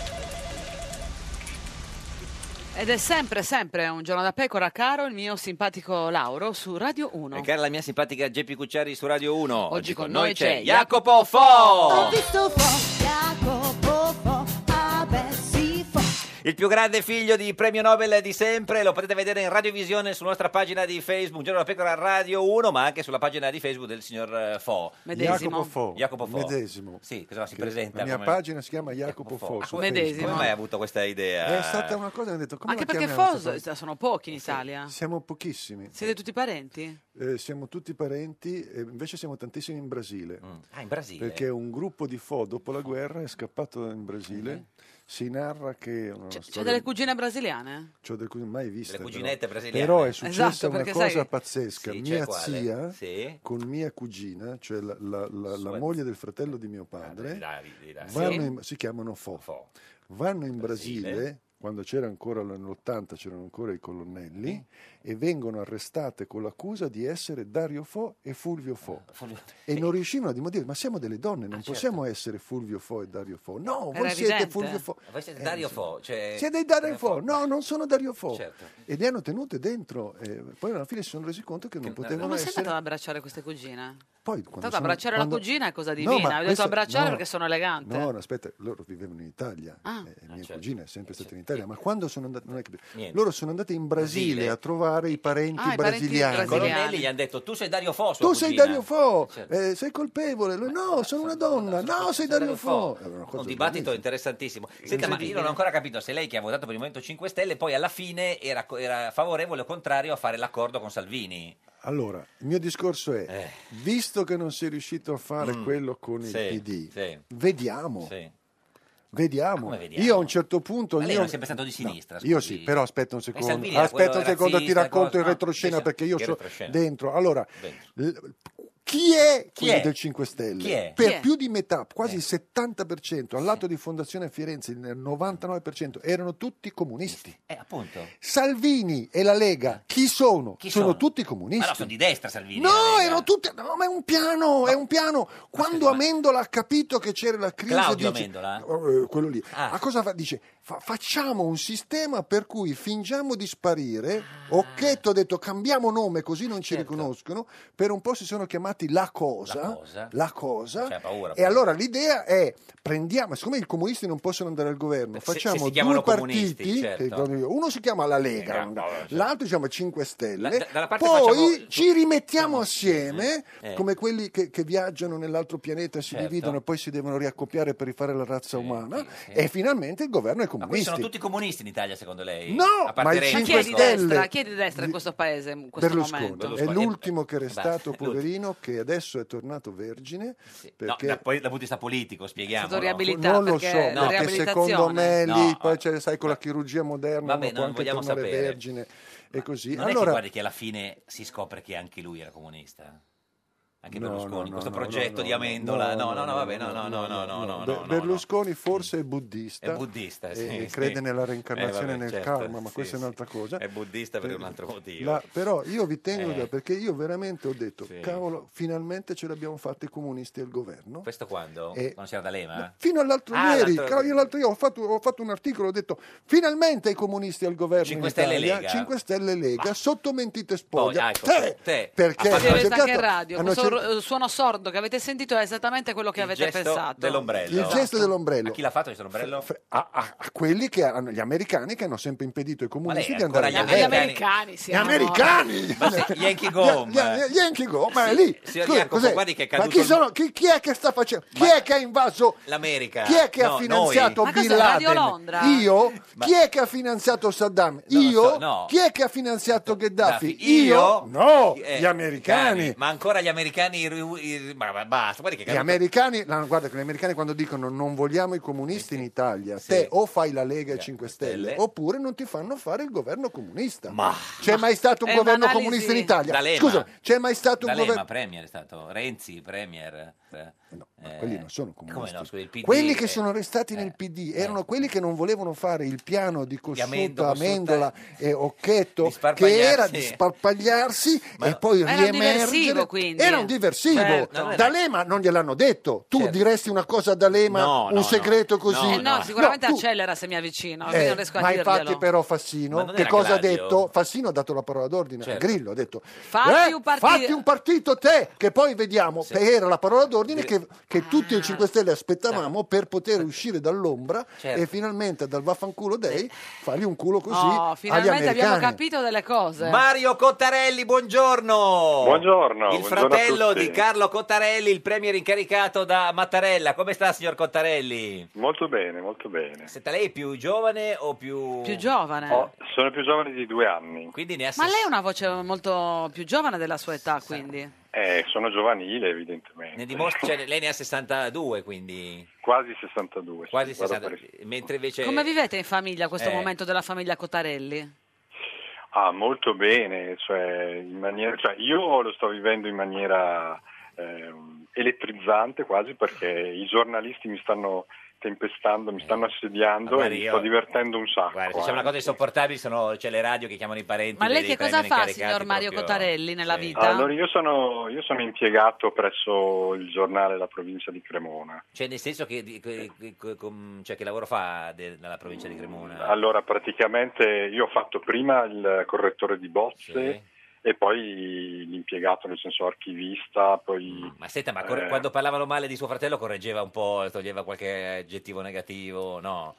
Speaker 1: Ed è sempre, sempre un giorno da pecora, caro il mio simpatico Lauro su Radio 1.
Speaker 2: E cara la mia simpatica Geppi Cucciari su Radio 1. Oggi,
Speaker 1: con noi c'è
Speaker 2: Jacopo
Speaker 8: Ho
Speaker 2: Fo,
Speaker 8: visto Fo, Jacopo Fo, ah beh sì Fo.
Speaker 2: il più grande figlio di premio Nobel di sempre. Lo potete vedere in radiovisione sulla nostra pagina di Facebook, Giorno della Pecora Radio 1, ma anche sulla pagina di Facebook del signor eh, Fo.
Speaker 6: Medesimo. Jacopo Fo.
Speaker 2: Jacopo Fo.
Speaker 6: Medesimo.
Speaker 2: Sì, cosa si
Speaker 6: Che
Speaker 2: presenta?
Speaker 6: La mia
Speaker 2: come-
Speaker 6: pagina si chiama Jacopo
Speaker 2: Fo.
Speaker 6: Fo. su
Speaker 2: come,
Speaker 6: Facebook.
Speaker 2: come mai ha avuto questa idea?
Speaker 6: È stata una cosa che ho detto Esatto. come
Speaker 1: Anche
Speaker 6: la
Speaker 1: perché
Speaker 6: chiamiamo
Speaker 1: Fos
Speaker 6: questa cosa? Eh,
Speaker 1: sono pochi in Italia.
Speaker 6: Siamo pochissimi.
Speaker 1: Siete tutti parenti?
Speaker 6: Eh, siamo tutti parenti, e invece siamo tantissimi in Brasile.
Speaker 2: Ah, in Brasile.
Speaker 6: Perché un gruppo di Fo dopo la guerra è scappato in Brasile.
Speaker 2: Mm-hmm.
Speaker 6: Si narra che. C'è,
Speaker 1: C'è delle cugine brasiliane?
Speaker 6: C'ho del cugino mai viste.
Speaker 2: Delle
Speaker 6: però.
Speaker 2: cuginette brasiliane.
Speaker 6: Però è successa
Speaker 1: Esatto,
Speaker 6: una
Speaker 1: perché
Speaker 6: cosa
Speaker 1: sai-
Speaker 6: pazzesca.
Speaker 2: Sì, cioè
Speaker 6: mia
Speaker 2: quale?
Speaker 6: zia
Speaker 2: Sì.
Speaker 6: con mia cugina, cioè la, la- la- la
Speaker 2: Sua-
Speaker 6: moglie del fratello di mio padre,
Speaker 2: Ah, dai, dai, dai.
Speaker 6: vanno
Speaker 2: Sì.
Speaker 6: in- si chiamano Fo. Vanno in Brasile,
Speaker 2: Brasile.
Speaker 6: quando c'era ancora nell'80 c'erano ancora i colonnelli
Speaker 2: Eh.
Speaker 6: e vengono arrestate con l'accusa di essere Dario Fo e Fulvio Fo.
Speaker 2: Ah,
Speaker 6: E non riuscivano a dimostrare, ma siamo delle donne,
Speaker 2: certo.
Speaker 6: non possiamo essere Fulvio Fo e Dario Fo. No, voi
Speaker 2: Era
Speaker 6: siete
Speaker 2: evidente.
Speaker 6: Fulvio Fo.
Speaker 2: Voi siete
Speaker 6: Eh,
Speaker 2: Dario
Speaker 6: sì.
Speaker 2: Fo, cioè-
Speaker 6: Siete Dario Fo. No, non sono Dario Fo.
Speaker 2: Certo.
Speaker 6: E le hanno tenute dentro. eh, poi alla fine si sono resi conto che non potevano
Speaker 1: Come sei
Speaker 6: essere...
Speaker 1: andato ad abbracciare queste cugine?
Speaker 6: Poi,
Speaker 1: Tanto
Speaker 6: quando sono-
Speaker 1: abbracciare
Speaker 6: quando-
Speaker 1: la cugina è cosa
Speaker 6: No,
Speaker 1: divina.
Speaker 6: ma
Speaker 1: Ho detto
Speaker 6: questa-
Speaker 1: abbracciare
Speaker 6: no.
Speaker 1: perché sono elegante.
Speaker 6: No, no, aspetta, loro vivevano in Italia.
Speaker 1: Ah.
Speaker 6: eh, mia cugina è sempre stata in Italia, ma quando sono andate, non è che-
Speaker 2: Niente.
Speaker 6: loro sono andate in Brasile,
Speaker 2: Brasile.
Speaker 6: a trovare i parenti
Speaker 2: Ah, i parenti
Speaker 6: brasiliani.
Speaker 2: I colonnelli gli hanno detto tu sei Dario Fo, sua
Speaker 6: Tu sei
Speaker 2: cugina.
Speaker 6: Dario Fo, eh, sei colpevole. Lui, no, sono una donna. No, sei Dario Fo. Era una cosa
Speaker 2: Un dibattito interessantissimo. Senta, ma io non ho ancora capito se lei che ha votato per il Movimento 5 Stelle poi alla fine era, co- era favorevole o contrario a fare l'accordo con Salvini.
Speaker 6: Allora, il mio discorso è, visto che non sei riuscito a fare
Speaker 2: Mm.
Speaker 6: quello con il
Speaker 2: Sì,
Speaker 6: PD,
Speaker 2: sì.
Speaker 6: vediamo.
Speaker 2: Sì.
Speaker 6: Vediamo.
Speaker 2: come vediamo?
Speaker 6: Io a un certo punto...
Speaker 2: Ma lei
Speaker 6: io...
Speaker 2: non è sempre stato di sinistra,
Speaker 6: Io
Speaker 2: scusi.
Speaker 6: sì, però aspetta un
Speaker 2: E
Speaker 6: secondo.
Speaker 2: Salvini era
Speaker 6: Aspetta
Speaker 2: quello
Speaker 6: un secondo, ti
Speaker 2: razzista,
Speaker 6: racconto
Speaker 2: cosa-
Speaker 6: il
Speaker 2: no,
Speaker 6: retroscena
Speaker 2: invece-
Speaker 6: perché io
Speaker 2: il
Speaker 6: sono
Speaker 2: retroscena.
Speaker 6: dentro. Allora,
Speaker 2: Dentro.
Speaker 6: l- chi è
Speaker 2: Chi
Speaker 6: quello
Speaker 2: è?
Speaker 6: del 5 Stelle?
Speaker 2: Chi è? Eh.
Speaker 6: Per
Speaker 2: Chi è?
Speaker 6: più di metà, quasi il 70%, all'atto di Fondazione Firenze, il 99%, erano tutti comunisti.
Speaker 2: Eh, appunto.
Speaker 6: Salvini e la Lega, chi sono?
Speaker 2: Chi
Speaker 6: sono,
Speaker 2: sono?
Speaker 6: tutti
Speaker 2: Ma no,
Speaker 6: comunisti.
Speaker 2: sono di destra Salvini. eh.
Speaker 6: No, erano tutti. No, ma è un piano, è un piano. Quando Amendola ha capito che c'era la crisi,
Speaker 2: Claudio
Speaker 6: dice-
Speaker 2: Amendola? Ah.
Speaker 6: Oh, eh, quello lì. Ma cosa fa? Dice: fa- facciamo un sistema per cui fingiamo di sparire.
Speaker 2: Ah.
Speaker 6: Occhetto ha detto: cambiamo nome così non ci riconoscono. Per un po' si sono chiamati La Cosa.
Speaker 2: Certo. La Cosa.
Speaker 6: La Cosa.
Speaker 2: Cioè, paura,
Speaker 6: e
Speaker 2: paura.
Speaker 6: allora l'idea è: prendiamo, siccome i comunisti non possono andare al governo,
Speaker 2: se
Speaker 6: facciamo
Speaker 2: si chiamano
Speaker 6: due
Speaker 2: comunisti,
Speaker 6: partiti.
Speaker 2: certo.
Speaker 6: che- uno si chiama La Lega,
Speaker 2: Lega, no, certo.
Speaker 6: l'altro si chiama 5 Stelle.
Speaker 2: Da- dalla parte
Speaker 6: poi
Speaker 2: facciamo-
Speaker 6: ci rimettiamo assieme
Speaker 2: Eh.
Speaker 6: come quelli che, che viaggiano nell'altro pianeta, si
Speaker 2: Certo.
Speaker 6: dividono e poi si devono riaccoppiare per rifare la razza umana.
Speaker 2: sì.
Speaker 6: E finalmente il governo è
Speaker 2: Ma qui sono
Speaker 6: comunista.
Speaker 2: tutti comunisti in Italia, secondo lei?
Speaker 6: No,
Speaker 2: A parte
Speaker 6: ma il
Speaker 2: Renzi,
Speaker 6: Cinque
Speaker 1: Chi è di
Speaker 2: ricordo.
Speaker 1: destra? Chi è di destra in questo paese in questo
Speaker 6: Berlusconi
Speaker 1: momento?
Speaker 6: è l'ultimo che è restato, poverino, che adesso è tornato vergine.
Speaker 2: No,
Speaker 6: Perché
Speaker 2: da, poi dal punto di vista politico, spieghiamo.
Speaker 1: Stato riabilitato,
Speaker 6: non lo
Speaker 1: perché
Speaker 6: so,
Speaker 1: la
Speaker 6: perché
Speaker 1: riabilitazione.
Speaker 6: secondo me lì
Speaker 2: No. eh,
Speaker 6: poi c'è, sai, con la chirurgia moderna
Speaker 2: Vabbè,
Speaker 6: uno può
Speaker 2: non
Speaker 6: anche
Speaker 2: vogliamo
Speaker 6: tornare
Speaker 2: sapere.
Speaker 6: vergine e così.
Speaker 2: Non è che
Speaker 6: allora,
Speaker 2: guardi che alla fine si scopre che anche lui era comunista. Anche
Speaker 6: No,
Speaker 2: Berlusconi,
Speaker 6: no,
Speaker 2: questo
Speaker 6: no,
Speaker 2: progetto
Speaker 6: no,
Speaker 2: di
Speaker 6: no,
Speaker 2: Amendola.
Speaker 6: no,
Speaker 2: No,
Speaker 6: no,
Speaker 2: no, no, vabbè, no, no, no, no, no, no,
Speaker 6: Be-
Speaker 2: no, no.
Speaker 6: Berlusconi forse è buddista,
Speaker 2: È buddista,
Speaker 6: e-
Speaker 2: sì,
Speaker 6: e
Speaker 2: sì.
Speaker 6: crede nella
Speaker 2: Eh,
Speaker 6: reincarnazione
Speaker 2: vabbè,
Speaker 6: nel
Speaker 2: certo,
Speaker 6: karma, ma
Speaker 2: sì,
Speaker 6: questa è
Speaker 2: sì.
Speaker 6: un'altra cosa.
Speaker 2: È buddista per un altro motivo.
Speaker 6: La- però io vi tengo
Speaker 2: Eh.
Speaker 6: perché io veramente ho detto,
Speaker 2: Sì.
Speaker 6: cavolo, finalmente ce l'abbiamo fatta i comunisti e il governo.
Speaker 2: Questo quando?
Speaker 6: Eh,
Speaker 2: Quando c'era D'Alema?
Speaker 6: Fino all'altro
Speaker 2: Ah,
Speaker 6: ieri,
Speaker 2: l'altro-
Speaker 6: cavolo, io l'altro ieri ho fatto, ho fatto un articolo, ho detto finalmente i comunisti al governo
Speaker 2: 5
Speaker 6: in
Speaker 2: Stelle
Speaker 6: Italia,
Speaker 2: Lega.
Speaker 6: 5 Stelle Lega, sotto mentite
Speaker 2: Poi,
Speaker 6: spoglia. cioè,
Speaker 2: ecco,
Speaker 6: Te!
Speaker 2: te.
Speaker 6: perché
Speaker 2: Ha fatto-
Speaker 6: hanno
Speaker 2: Si è
Speaker 1: vista
Speaker 6: cercato,
Speaker 1: anche in radio,
Speaker 6: hanno
Speaker 1: questo ru- suono sordo che avete sentito è esattamente quello che avete
Speaker 2: gesto
Speaker 1: pensato.
Speaker 2: dell'ombrello.
Speaker 6: Il gesto dell'ombrello.
Speaker 2: A chi l'ha fatto questo ombrello?
Speaker 6: A, a- a quelli che hanno, gli americani che hanno sempre impedito ai comunisti
Speaker 2: lei
Speaker 6: di
Speaker 2: ancora
Speaker 6: andare
Speaker 2: gli
Speaker 6: in
Speaker 1: Gli
Speaker 2: Eh,
Speaker 6: guerra.
Speaker 1: americani,
Speaker 6: Gli
Speaker 1: siamo.
Speaker 6: americani!
Speaker 2: Ma se- Yankee Go,
Speaker 6: Gli-
Speaker 2: ma-
Speaker 6: gli- gli Yankee Go, ma è lì.
Speaker 2: Signor
Speaker 6: Scusa,
Speaker 2: Jacopo,
Speaker 6: cos'è?
Speaker 2: guardi che è
Speaker 6: ma
Speaker 2: caduto
Speaker 6: chi,
Speaker 2: il-
Speaker 6: sono, chi, chi è che sta facendo? Chi è che ha invaso?
Speaker 2: L'America.
Speaker 6: Chi è che
Speaker 2: No,
Speaker 6: ha
Speaker 2: noi.
Speaker 6: finanziato
Speaker 1: Ma
Speaker 6: Bin
Speaker 1: cos'è, Radio
Speaker 6: Laden?
Speaker 1: Londra?
Speaker 6: Io?
Speaker 2: Ma-
Speaker 6: Chi è che ha finanziato Saddam?
Speaker 2: Non lo
Speaker 6: Io?
Speaker 2: so, no.
Speaker 6: Chi è che ha finanziato Gheddafi?
Speaker 2: Io?
Speaker 6: No,
Speaker 2: Eh,
Speaker 6: gli americani.
Speaker 2: Ma ancora gli americani... i ru- i- ma, ma basta, guardi che è
Speaker 6: Gli
Speaker 2: caduto-
Speaker 6: americani, la- guarda che gli americani quando dicono non vogliamo i comunisti in Italia, te o fai la Lega e 5 Stelle,
Speaker 2: Stelle.
Speaker 6: oppure non ti fanno fare il governo comunista.
Speaker 2: Ma-
Speaker 6: c'è mai stato un
Speaker 1: È
Speaker 6: governo
Speaker 1: un'analisi-
Speaker 6: comunista in Italia?
Speaker 2: D'Alema.
Speaker 6: Scusa, c'è mai stato un
Speaker 2: D'Alema,
Speaker 6: governo
Speaker 2: premier è stato. Renzi, premier. No,
Speaker 6: quelli non sono comunisti.
Speaker 2: Come no, scusi, il PD,
Speaker 6: quelli
Speaker 2: eh,
Speaker 6: che sono restati nel PD erano quelli che non volevano fare il piano di Cossuta,
Speaker 2: Amendola, Cossuta,
Speaker 6: Amendola e Occhetto,
Speaker 2: di sparpagliarsi.
Speaker 6: che era di sparpagliarsi e poi
Speaker 1: Era un diversivo,
Speaker 6: riemergere.
Speaker 1: quindi.
Speaker 6: Era un diversivo.
Speaker 1: Certo.
Speaker 6: No, D'Alema non gliel'hanno detto. Tu diresti una cosa a D'Alema,
Speaker 2: Certo. No, no,
Speaker 6: un segreto
Speaker 2: no.
Speaker 6: così.
Speaker 1: Eh no, sicuramente
Speaker 6: No, tu-
Speaker 1: accelera se mi avvicino,
Speaker 6: Eh,
Speaker 1: Ah, quindi non riesco a
Speaker 6: ma
Speaker 1: dirglielo.
Speaker 6: infatti però Fassino
Speaker 2: Ma non
Speaker 6: che
Speaker 2: era
Speaker 6: cosa ha
Speaker 2: Gladio?
Speaker 6: detto? Fassino ha dato la parola d'ordine a
Speaker 2: Certo.
Speaker 6: Grillo ha detto
Speaker 1: Fatti
Speaker 6: "Eh,
Speaker 1: un partito."
Speaker 6: fatti un partito te che poi vediamo era la parola d'ordine che, che tutti
Speaker 1: Ah.
Speaker 6: i 5 Stelle aspettavamo per poter uscire dall'ombra
Speaker 2: Certo.
Speaker 6: e finalmente dal vaffanculo dei fargli un culo così
Speaker 1: Oh,
Speaker 6: agli
Speaker 1: finalmente abbiamo
Speaker 6: americani
Speaker 1: capito delle cose.
Speaker 2: Mario Cottarelli, buongiorno.
Speaker 12: Buongiorno,
Speaker 2: Il
Speaker 12: buongiorno a
Speaker 2: fratello
Speaker 12: tutti.
Speaker 2: di Carlo Cottarelli, il premier incaricato da Mattarella. Come sta, signor Cottarelli?
Speaker 12: Molto bene, molto bene.
Speaker 2: Senta, lei è più giovane o più...
Speaker 1: Più giovane.
Speaker 12: Oh, sono più giovane di due anni.
Speaker 2: Quindi ne ha
Speaker 1: Ma
Speaker 2: sess-
Speaker 1: lei ha una voce molto più giovane della sua età, quindi.
Speaker 12: Eh, sono giovanile, evidentemente.
Speaker 2: ne dimostra- cioè, lei ne ha 62, quindi...
Speaker 12: Quasi 62. sì,
Speaker 2: Quasi
Speaker 12: guarda
Speaker 2: 60.
Speaker 12: per-
Speaker 2: Mentre invece...
Speaker 1: Come vivete in famiglia questo
Speaker 12: Eh.
Speaker 1: momento della famiglia Cotarelli?
Speaker 12: Ah, molto bene. Cioè, in maniera, cioè, io lo sto vivendo in maniera ehm, elettrizzante quasi perché i giornalisti mi stanno tempestando, mi stanno
Speaker 2: Ma
Speaker 12: assediando e
Speaker 2: guardi,
Speaker 12: mi
Speaker 2: Eh, io-
Speaker 12: sto divertendo un sacco. eh.
Speaker 2: Guarda, se c'è diciamo, una cosa insopportabile sono c'è le radio che chiamano i parenti.
Speaker 1: Ma lei
Speaker 2: dei
Speaker 1: che cosa
Speaker 2: premier
Speaker 1: fa,
Speaker 2: incaricati
Speaker 1: signor Mario
Speaker 2: proprio-
Speaker 1: Cotarelli, nella vita?
Speaker 12: Ah, Allora, io sono, io sono impiegato presso il giornale La Provincia di Cremona.
Speaker 2: Cioè, nel senso che, di- che- che- che- com- cioè, che lavoro fa de- nella provincia di Cremona?
Speaker 12: Allora, praticamente io ho fatto prima il correttore di bozze
Speaker 2: Sì.
Speaker 12: e poi l'impiegato, nel senso archivista, poi...
Speaker 2: Mm, Ma senta, ma cor-
Speaker 12: Eh.
Speaker 2: quando parlavano male di suo fratello correggeva un po', toglieva qualche aggettivo negativo, no?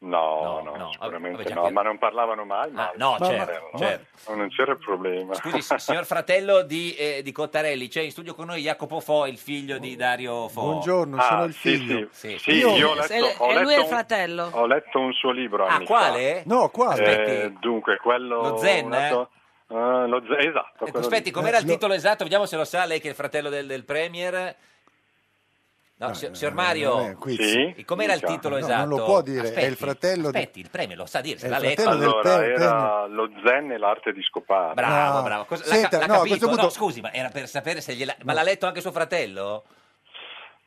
Speaker 12: No,
Speaker 2: No, no,
Speaker 12: no,
Speaker 2: vabbè,
Speaker 12: sicuramente
Speaker 2: già
Speaker 12: no,
Speaker 2: chiaro.
Speaker 12: ma non parlavano mai, ma...
Speaker 2: Ah, no,
Speaker 12: ma-
Speaker 2: certo,
Speaker 12: ma-
Speaker 2: certo.
Speaker 12: Non c'era il problema.
Speaker 2: Scusi, si- signor fratello di, eh, di Cottarelli, c'è in studio con noi Jacopo Fo, il figlio di Dario Fo.
Speaker 6: buongiorno
Speaker 12: Ah,
Speaker 6: sono il
Speaker 12: sì,
Speaker 6: figlio
Speaker 12: sì,
Speaker 2: Sì,
Speaker 12: sì,
Speaker 2: sì.
Speaker 12: io, ho
Speaker 1: Se-
Speaker 12: letto, ho
Speaker 2: eh,
Speaker 1: e lui è il
Speaker 12: letto un,
Speaker 1: fratello.
Speaker 12: ho letto un suo libro
Speaker 2: Ah,
Speaker 12: anni fa.
Speaker 2: quale?
Speaker 6: no qua
Speaker 12: Eh,
Speaker 2: Aspetti.
Speaker 12: dunque, quello...
Speaker 2: Lo Zen,
Speaker 12: un altro- eh, lo Zen, esatto.
Speaker 2: Ecco,
Speaker 12: quello lì.
Speaker 2: aspetti, com'era il
Speaker 6: Eh, no.
Speaker 2: titolo esatto? Vediamo se lo sa lei che è il fratello del, del Premier. No,
Speaker 6: Dai,
Speaker 2: si-
Speaker 6: no,
Speaker 2: signor
Speaker 6: no,
Speaker 2: Mario,
Speaker 6: no, no, qui-
Speaker 12: Sì? diciamo.
Speaker 2: e com'era il
Speaker 12: Dica.
Speaker 2: titolo
Speaker 6: No, non
Speaker 2: esatto?
Speaker 6: lo può dire, è il fratello di-
Speaker 2: Aspetti, il Premier lo sa dire, se
Speaker 6: È Eh, il
Speaker 2: l'ha letto.
Speaker 6: fratello del-
Speaker 12: Allora,
Speaker 6: Ten-
Speaker 12: era lo zen e l'arte di scopare.
Speaker 2: Ah, Bravo,
Speaker 6: No.
Speaker 2: bravo. Cosa- l'ha-
Speaker 6: Senta,
Speaker 2: l'ha
Speaker 6: no, a
Speaker 2: capito?
Speaker 6: questo punto-
Speaker 2: No, scusi, ma era per sapere se gliela... Ma l'ha letto anche suo fratello?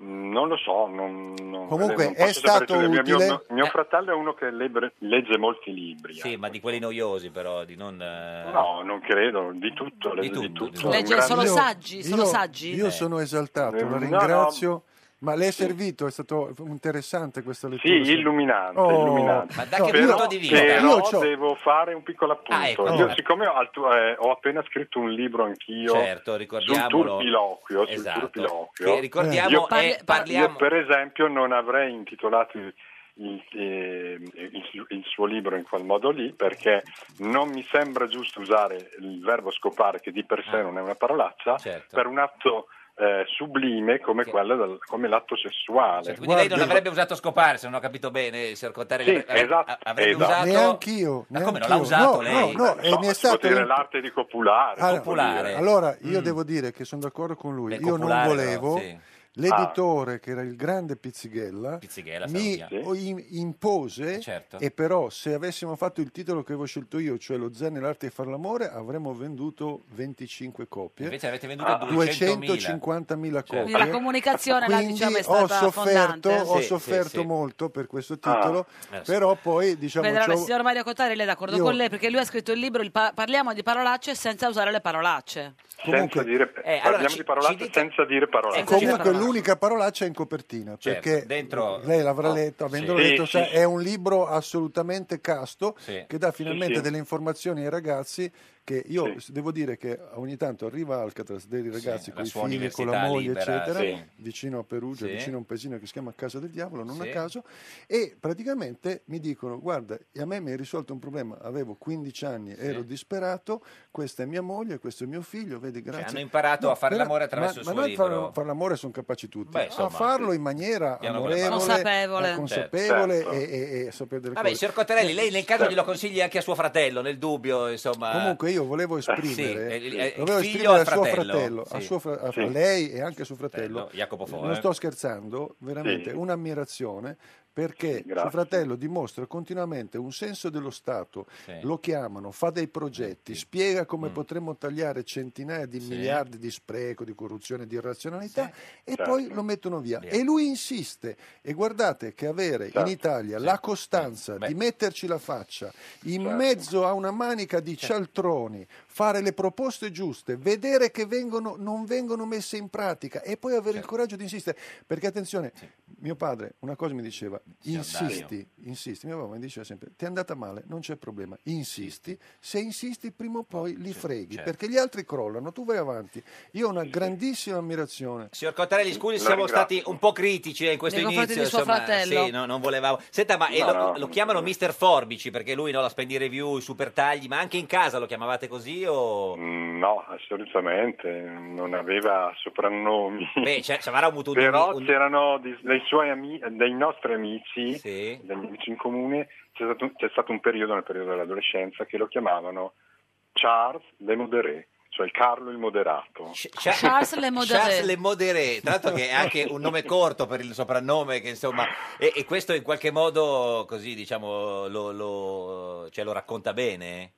Speaker 12: Mm, Non lo so, non, non-
Speaker 6: Comunque,
Speaker 12: non posso
Speaker 6: è stato
Speaker 12: sapere. Mio- Mio,
Speaker 6: utile?
Speaker 12: mio- mio
Speaker 2: Eh.
Speaker 12: fratello è uno che lebre- legge molti libri.
Speaker 2: Sì,
Speaker 12: eh.
Speaker 2: ma di quelli noiosi però, di non... eh,
Speaker 12: No, non credo, di tutto,
Speaker 2: Di
Speaker 12: legge di
Speaker 2: tutto,
Speaker 12: tutto.
Speaker 2: di tutto.
Speaker 12: Un
Speaker 1: Legge
Speaker 12: grande-
Speaker 1: solo
Speaker 6: Io-
Speaker 1: saggi, solo
Speaker 6: io-
Speaker 1: saggi?
Speaker 6: io
Speaker 2: Eh.
Speaker 6: sono esaltato
Speaker 12: No,
Speaker 6: la
Speaker 12: no.
Speaker 6: ringrazio ma le è servito è stato interessante questa
Speaker 12: Sì,
Speaker 6: lettura
Speaker 12: illuminante,
Speaker 6: Oh.
Speaker 12: illuminante.
Speaker 2: Ma da che
Speaker 6: No,
Speaker 12: Però,
Speaker 2: punto di vista?
Speaker 6: io-
Speaker 12: però
Speaker 6: c'ho-
Speaker 12: devo fare un piccolo appunto.
Speaker 2: Ah, ecco,
Speaker 12: Io,
Speaker 2: no.
Speaker 12: siccome ho, altu- eh, ho appena scritto un libro anch'io
Speaker 2: Certo, ricordiamolo.
Speaker 12: sul turpiloquio, sul
Speaker 2: Esatto.
Speaker 12: turpiloquio.
Speaker 2: Che ricordiamo,
Speaker 12: Io-
Speaker 2: è-
Speaker 1: Parli-
Speaker 2: parliamo...
Speaker 12: Io, per esempio, non avrei intitolato il, il- eh, il su- il suo libro in quel modo lì perché non mi sembra giusto usare il verbo scopare, che di per sé
Speaker 2: Ah.
Speaker 12: non è una parolaccia,
Speaker 2: Certo.
Speaker 12: per un atto eh, sublime come,
Speaker 2: Che-
Speaker 12: quello del- come l'atto sessuale.
Speaker 2: Cioè, quindi lei non
Speaker 6: Guardi-
Speaker 2: avrebbe usato scopare, se non ho capito bene, signor Cottarelli.
Speaker 12: Sì,
Speaker 2: avrebbe,
Speaker 12: esatto,
Speaker 2: a- avrebbe
Speaker 12: esatto.
Speaker 2: usato...
Speaker 6: Neanch'io,
Speaker 2: Ma come, non l'ha
Speaker 6: neanch'io.
Speaker 2: usato
Speaker 6: No,
Speaker 2: lei?
Speaker 6: no, no.
Speaker 12: Non
Speaker 6: e mi è
Speaker 12: si può
Speaker 6: stato
Speaker 12: dire
Speaker 6: in-
Speaker 12: l'arte di copulare.
Speaker 6: Allora,
Speaker 2: popolare.
Speaker 6: Allora, io
Speaker 2: Mm.
Speaker 6: devo dire che sono d'accordo con lui.
Speaker 2: Beh,
Speaker 6: io non
Speaker 2: popolare,
Speaker 6: volevo.
Speaker 2: però, sì.
Speaker 6: L'editore, che era il grande Pizzighella,
Speaker 2: Pizzighella,
Speaker 6: mi
Speaker 2: salutiamo.
Speaker 6: o- im- impose,
Speaker 2: Eh, certo.
Speaker 6: e però se avessimo fatto il titolo che avevo scelto io, cioè Lo Zen e l'arte di far l'amore, avremmo venduto 25 copie.
Speaker 2: Invece avete venduto
Speaker 12: Ah.
Speaker 2: 200.000.
Speaker 6: 250.000
Speaker 2: Certo.
Speaker 6: copie.
Speaker 1: Quindi la comunicazione là,
Speaker 6: Quindi
Speaker 1: diciamo, è
Speaker 6: ho
Speaker 1: stata
Speaker 6: sofferto,
Speaker 11: Eh,
Speaker 1: fondante.
Speaker 6: ho
Speaker 2: Sì, sì,
Speaker 6: sofferto
Speaker 2: sì.
Speaker 6: molto per
Speaker 11: Ah.
Speaker 6: questo titolo,
Speaker 2: Eh, lo so.
Speaker 6: però poi diciamo...
Speaker 1: Vedrà, il
Speaker 6: c'ho-
Speaker 1: signor Mario Cottarelli è d'accordo
Speaker 6: Io-
Speaker 1: con lei perché lui ha scritto il libro il pa- Parliamo di parolacce senza usare le parolacce.
Speaker 12: senza
Speaker 6: comunque-
Speaker 12: dire,
Speaker 2: Eh, allora,
Speaker 12: parliamo
Speaker 2: ci-
Speaker 12: di parolacce
Speaker 2: ci dica-
Speaker 12: senza dire parolacce.
Speaker 1: Senza dire
Speaker 6: Comunque
Speaker 1: parolacce.
Speaker 6: l'unica parolaccia è in copertina,
Speaker 2: Certo,
Speaker 6: perché
Speaker 2: dentro-
Speaker 6: lei l'avrà
Speaker 2: Oh,
Speaker 6: letto, avendo
Speaker 2: sì.
Speaker 6: letto, cioè,
Speaker 12: Sì,
Speaker 6: sa,
Speaker 12: sì.
Speaker 6: è un libro assolutamente casto
Speaker 2: Sì.
Speaker 6: che dà finalmente
Speaker 12: sì.
Speaker 6: delle informazioni ai ragazzi che io s- devo dire che ogni tanto arriva a Alcatraz dei ragazzi con
Speaker 13: la
Speaker 6: i
Speaker 13: sua
Speaker 6: figli, con la
Speaker 13: università
Speaker 6: moglie,
Speaker 13: libera,
Speaker 6: eccetera,
Speaker 13: sì.
Speaker 6: vicino a Perugia,
Speaker 13: Sì.
Speaker 6: vicino a un paesino che si chiama Casa del Diavolo, non
Speaker 13: Sì.
Speaker 6: a caso, e praticamente mi dicono, guarda, e a me mi hai risolto un problema, avevo 15 anni, ero disperato, questa è mia moglie, questo è mio figlio, vedi, grazie.
Speaker 2: Cioè, hanno imparato a fare
Speaker 6: però-
Speaker 2: l'amore attraverso
Speaker 6: ma,
Speaker 2: il
Speaker 6: ma
Speaker 2: suo
Speaker 6: noi a fare-
Speaker 2: libro.
Speaker 6: fare l'amore sono capaci tutti,
Speaker 2: Beh, insomma.
Speaker 6: a farlo in maniera
Speaker 2: Piano per
Speaker 6: amorevole,
Speaker 2: mano. Consapevole.
Speaker 6: eh, consapevole
Speaker 2: Certo.
Speaker 6: e, e- e sapere delle
Speaker 2: Vabbè,
Speaker 6: cose.
Speaker 2: signor Cottarelli, lei nel caso glielo consiglia anche a suo fratello, nel dubbio, insomma.
Speaker 6: Comunque io volevo
Speaker 2: Sì,
Speaker 6: esprimere,
Speaker 2: Ah. eh, eh,
Speaker 6: volevo
Speaker 2: figlio
Speaker 6: esprimere
Speaker 2: al
Speaker 6: a suo
Speaker 2: fratello,
Speaker 6: fratello, a,
Speaker 2: sì.
Speaker 6: suo fra- a-
Speaker 2: Sì.
Speaker 6: a lei e anche a suo fratello,
Speaker 2: Fratello, Jacopo Fo, eh.
Speaker 6: non sto scherzando, veramente
Speaker 2: Sì.
Speaker 6: un'ammirazione perché
Speaker 2: Grazie.
Speaker 6: suo fratello dimostra continuamente un senso dello Stato,
Speaker 13: Sì.
Speaker 6: lo chiamano, fa dei progetti, spiega
Speaker 2: Mm.
Speaker 6: come potremmo tagliare centinaia di
Speaker 13: Sì.
Speaker 6: miliardi di spreco, di corruzione, di irrazionalità e
Speaker 13: Certo.
Speaker 6: poi lo mettono via. E lui insiste e guardate che avere
Speaker 13: Certo.
Speaker 6: in Italia la costanza di metterci la faccia in
Speaker 13: Certo.
Speaker 6: mezzo a una manica di cialtroni, fare le proposte giuste, vedere che vengono, non vengono messe in pratica e poi avere il coraggio di insistere. Perché attenzione, mio padre una cosa mi diceva, insisti, insisti, mio papà mi diceva sempre, ti è andata male, non c'è problema, insisti, se insisti prima o poi li freghi,
Speaker 2: certo.
Speaker 6: perché gli altri crollano, tu vai avanti. Io ho una grandissima ammirazione.
Speaker 2: Signor Cottarelli, scusi,
Speaker 6: La
Speaker 2: siamo
Speaker 6: ringrazio.
Speaker 2: stati un po' critici eh, in questo
Speaker 6: Nei
Speaker 2: inizio.
Speaker 6: confronti di suo
Speaker 2: insomma, eh,
Speaker 6: fratello.
Speaker 2: Sì, no, non volevamo. Senta, ma eh,
Speaker 6: No,
Speaker 2: lo,
Speaker 6: no.
Speaker 2: lo chiamano Mister Forbici perché lui no, la spendi review, i super tagli, ma anche in casa lo chiamavate così o.
Speaker 12: Mm, No, assolutamente, Eh, non aveva soprannomi.
Speaker 2: Beh, c'è- ci avrà avuto un-
Speaker 12: Però
Speaker 2: un-
Speaker 12: c'erano di- dei suoi ami- dei nostri amici, degli amici in comune, c'è stato, un- c'è stato un periodo, nel periodo dell'adolescenza, che lo chiamavano Charles Le Moderé, cioè Carlo il Moderato.
Speaker 14: Charles Le Moderé.
Speaker 2: Charles Le Moderé, tra l'altro che è anche un nome corto per il soprannome, che insomma, e, e questo in qualche modo così diciamo lo, lo- cioè, lo racconta bene.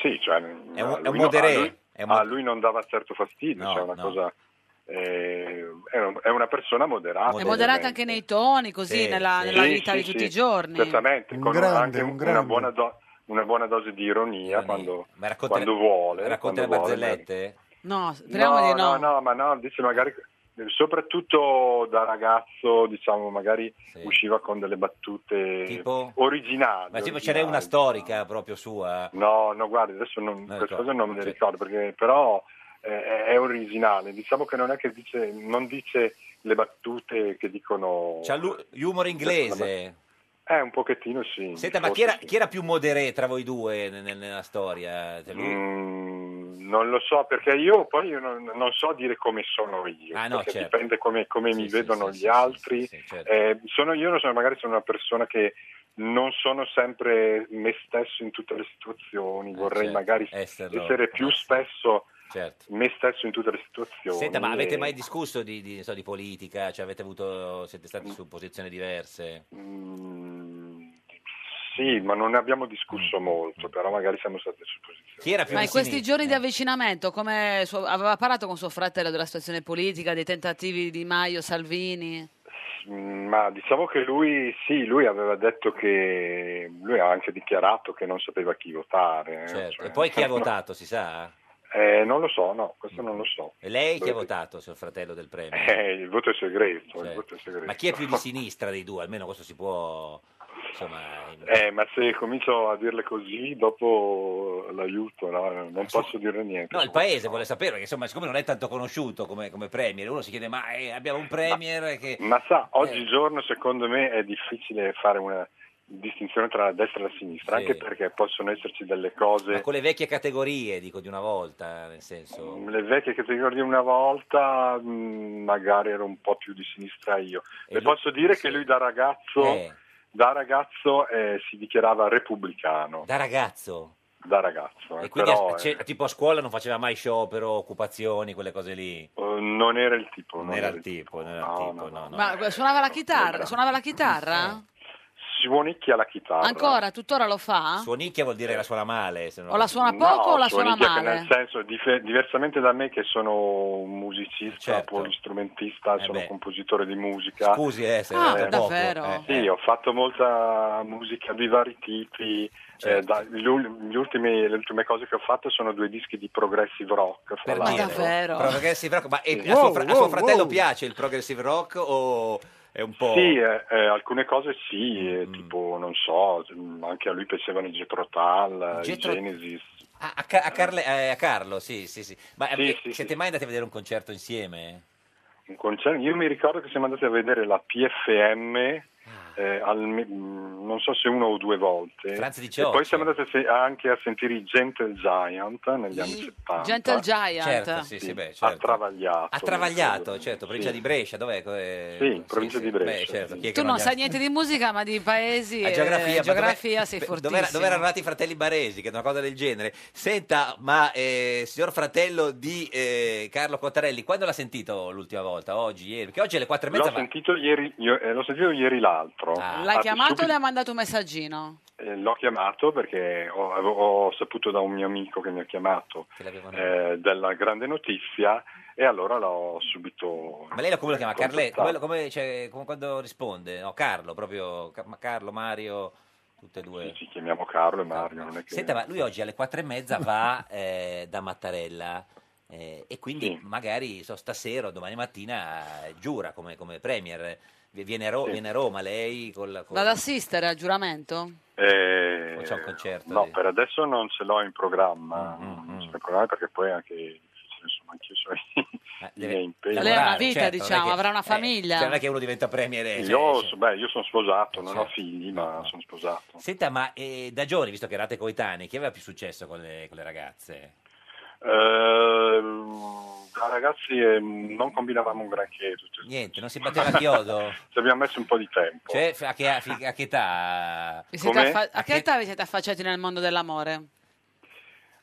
Speaker 12: Sì, cioè,
Speaker 2: È un-
Speaker 12: a
Speaker 2: è
Speaker 12: lui
Speaker 2: un
Speaker 12: no-
Speaker 2: moderé,
Speaker 12: A lui,
Speaker 2: è un mod-
Speaker 12: a lui non dava certo fastidio, cioè una
Speaker 2: no.
Speaker 12: cosa, eh, è, un- è una persona moderata.
Speaker 14: È moderata anche nei toni, così,
Speaker 12: Sì,
Speaker 14: nella,
Speaker 12: sì.
Speaker 14: nella
Speaker 12: Sì,
Speaker 14: vita
Speaker 12: sì,
Speaker 14: di
Speaker 12: sì,
Speaker 14: tutti i giorni.
Speaker 12: Certamente,
Speaker 6: Un
Speaker 12: con
Speaker 6: grande,
Speaker 12: anche
Speaker 6: un
Speaker 12: una,
Speaker 6: grande.
Speaker 12: buona do- una buona dose di ironia, quando, quando vuole.
Speaker 2: racconta
Speaker 12: quando
Speaker 2: le
Speaker 12: vuole.
Speaker 2: barzellette?
Speaker 14: No, speriamo
Speaker 12: No,
Speaker 14: di
Speaker 12: no,
Speaker 14: no.
Speaker 12: no, ma no, dice magari soprattutto da ragazzo, diciamo, magari usciva con delle battute
Speaker 2: Tipo?
Speaker 12: originali.
Speaker 2: Ma tipo
Speaker 12: originali.
Speaker 2: c'era una storica proprio sua.
Speaker 12: No, no, guarda, adesso non,
Speaker 2: Non
Speaker 12: queste
Speaker 2: ricordo,
Speaker 12: cose non me le ricordo, perché però eh, è originale. Diciamo che non è che dice, non dice le battute che dicono...
Speaker 2: C'ha lu- l'umor inglese.
Speaker 12: Eh, un pochettino sì.
Speaker 2: Senta, ma chi era, chi era più moderé tra voi due nel- nel- nella storia? Cioè, lui-
Speaker 12: Mm, non lo so perché io poi io non, non so dire come sono io,
Speaker 2: Ah, no,
Speaker 12: perché
Speaker 2: certo.
Speaker 12: dipende come, come mi vedono gli altri. Eh, sono, io non sono, magari sono una persona che non sono sempre me stesso in tutte le situazioni, vorrei
Speaker 2: certo,
Speaker 12: magari
Speaker 2: esserlo, eh,
Speaker 12: essere più spesso
Speaker 2: Certo.
Speaker 12: me stesso in tutte le situazioni.
Speaker 2: Senta, ma avete
Speaker 12: e-
Speaker 2: mai discusso di, di, non so, di politica? Cioè, avete avuto, siete stati su posizioni diverse?
Speaker 12: Eh, Sì, ma non ne abbiamo discusso molto, però magari siamo stati su posizioni.
Speaker 2: Mm, Chi era più
Speaker 14: Ma
Speaker 2: di
Speaker 14: in questi
Speaker 2: sinistra?
Speaker 14: giorni di avvicinamento, come suo- aveva parlato con suo fratello della situazione politica, dei tentativi di Maio, Salvini?
Speaker 12: Mm, Ma diciamo che lui, sì, lui aveva detto che lui ha anche dichiarato che non sapeva chi votare. eh,
Speaker 2: Certo.
Speaker 12: cioè-
Speaker 2: E poi chi ha votato, si sa?
Speaker 12: Eh, non lo so, no, questo non lo so.
Speaker 2: E lei chi ha
Speaker 12: Dovete-
Speaker 2: votato, signor fratello del premio?
Speaker 12: Eh, il voto è segreto. il
Speaker 2: Certo.
Speaker 12: voto è segreto.
Speaker 2: Ma chi è più di sinistra dei due? Almeno questo si può... Insomma, in-
Speaker 12: Eh, ma se comincio a dirle così, dopo l'aiuto, no? non posso dire niente.
Speaker 2: No, il paese vuole sapere, perché insomma, siccome non è tanto conosciuto come, come premier, uno si chiede, ma eh, abbiamo un premier che...
Speaker 12: Ma sa, oggigiorno secondo me è difficile fare una distinzione tra la destra e la sinistra,
Speaker 2: Sì.
Speaker 12: anche perché possono esserci delle cose...
Speaker 2: Ma con le vecchie categorie, dico di una volta, nel senso...
Speaker 12: Mm, Le vecchie categorie una volta mh, magari ero un po' più di sinistra io. Le
Speaker 2: Esatto.
Speaker 12: posso dire che lui da ragazzo,
Speaker 2: Eh.
Speaker 12: da ragazzo eh, si dichiarava repubblicano.
Speaker 2: Da ragazzo?
Speaker 12: Da ragazzo. eh,
Speaker 2: E quindi
Speaker 12: però,
Speaker 2: a- c'è- tipo a scuola non faceva mai sciopero, occupazioni, quelle cose lì.
Speaker 12: eh, non era il tipo.
Speaker 2: Non era il tipo, non era il tipo, no, no.
Speaker 14: Ma suonava la chitarra?
Speaker 12: Bravo.
Speaker 14: Suonava la chitarra?
Speaker 12: Suonicchia la chitarra.
Speaker 14: Ancora? Tuttora lo fa?
Speaker 2: Suonicchia vuol dire la suona male. se no-
Speaker 14: O la suona poco o la suona
Speaker 12: suonicchia che
Speaker 14: male?
Speaker 12: Nel senso, dif- diversamente da me che sono un musicista, polistrumentista, sono
Speaker 2: Certo. Eh beh.
Speaker 12: compositore di musica.
Speaker 2: Scusi, eh, se Ah, è poco, davvero? eh.
Speaker 12: Sì, ho fatto molta musica di vari tipi. eh,
Speaker 2: Certo.
Speaker 12: da- gli ul- gli ultimi- le ultime cose che ho fatto sono due dischi di progressive rock. Fra
Speaker 2: Ma
Speaker 12: l'altro.
Speaker 2: davvero? Progressive rock, ma e-
Speaker 12: Sì.
Speaker 2: a, suo, fra- a suo
Speaker 12: Wow, wow,
Speaker 2: fratello
Speaker 12: wow.
Speaker 2: piace il progressive rock o è un po'... Mm.
Speaker 12: Sì, eh, eh, alcune cose sì, eh, tipo, non so, anche a lui piacevano i Jethro Tull, eh, i
Speaker 2: Jethro-
Speaker 12: Genesis.
Speaker 2: a, Ca- a Carle- eh, a Carlo, sì, sì, sì. Ma eh, siete mai andati a vedere un concerto insieme?
Speaker 12: Un concerto- Io mi ricordo che siamo andati a vedere la PFM,
Speaker 2: Ah.
Speaker 12: eh, alme- mh, non so se una o due volte.
Speaker 2: Franz di
Speaker 12: e
Speaker 2: Cioccio.
Speaker 12: poi siamo andati a se- anche a sentire i Gentle Giant negli anni 70.
Speaker 14: Gentle Giant.
Speaker 2: Certo, sì, sì, beh, certo.
Speaker 12: A Travagliato.
Speaker 2: A Travagliato, certo, provincia di Brescia, dov'è? Eh,
Speaker 12: Sì, provincia di Brescia.
Speaker 2: Beh, certo, chi è che
Speaker 14: Tu non
Speaker 2: ha-
Speaker 14: sai niente di musica, ma di paesi
Speaker 2: a
Speaker 14: e
Speaker 2: geografia, ma
Speaker 14: geografia
Speaker 2: dov'è-
Speaker 14: sei
Speaker 2: beh,
Speaker 14: fortissimo.
Speaker 2: Dove, erano nati i fratelli Baresi, che è una cosa del genere. Senta, ma eh, signor fratello di eh, Carlo Cottarelli, quando l'ha sentito l'ultima volta? Oggi, ieri? Perché oggi alle quattro e mezza
Speaker 12: L'ho
Speaker 2: va-
Speaker 12: sentito, ieri, io- eh, l'ho sentito ieri l'altro.
Speaker 14: L'hai
Speaker 12: Ah,
Speaker 14: chiamato o
Speaker 12: subito-
Speaker 14: le ha mandato un messaggino?
Speaker 12: eh, L'ho chiamato perché ho, avevo- ho saputo da un mio amico che mi ha chiamato eh, della grande notizia e allora l'ho subito...
Speaker 2: Ma lei lo- come lo chiama? Carle?
Speaker 12: contattato.
Speaker 2: Come, lo- come- cioè, come quando risponde? No, Carlo, proprio Ca- ma Carlo, Mario, tutte e due.
Speaker 12: Ci chiamiamo Carlo e Mario, non è che...
Speaker 2: Senta, ma lui oggi alle quattro e mezza va eh, da Mattarella eh, e quindi magari so, stasera o domani mattina eh, giura come, come premier. Vi- Viene a, Ro- viene a Roma lei col, col-
Speaker 14: Vado ad assistere al giuramento?
Speaker 12: Eh,
Speaker 2: c'è un concerto
Speaker 12: No,
Speaker 2: lì?
Speaker 12: per adesso non ce l'ho in
Speaker 2: Mm,
Speaker 12: programma, non ce l'ho in programma perché poi è anche difficile, insomma, anche io sono i miei impegni.
Speaker 14: Lei ha una vita,
Speaker 2: certo,
Speaker 14: diciamo, avrà una famiglia.
Speaker 2: cioè, non è che uno diventa premier. eh, cioè,
Speaker 12: Io,
Speaker 2: cioè. Certo.
Speaker 12: so- beh, io sono sposato, non ho figli, ma sono sposato.
Speaker 2: Senta, ma eh, da giovani, visto che erate coetanei, chi aveva più successo con le, con le ragazze?
Speaker 12: Ehm, ah, ragazzi, eh, non combinavamo un granché. Tutti.
Speaker 2: Niente, non si batteva a chiodo?
Speaker 12: Ci abbiamo messo un po' di tempo.
Speaker 2: Cioè, f- a che, a fi- a che età?
Speaker 14: Vi siete affa- a che età vi siete affacciati nel mondo dell'amore?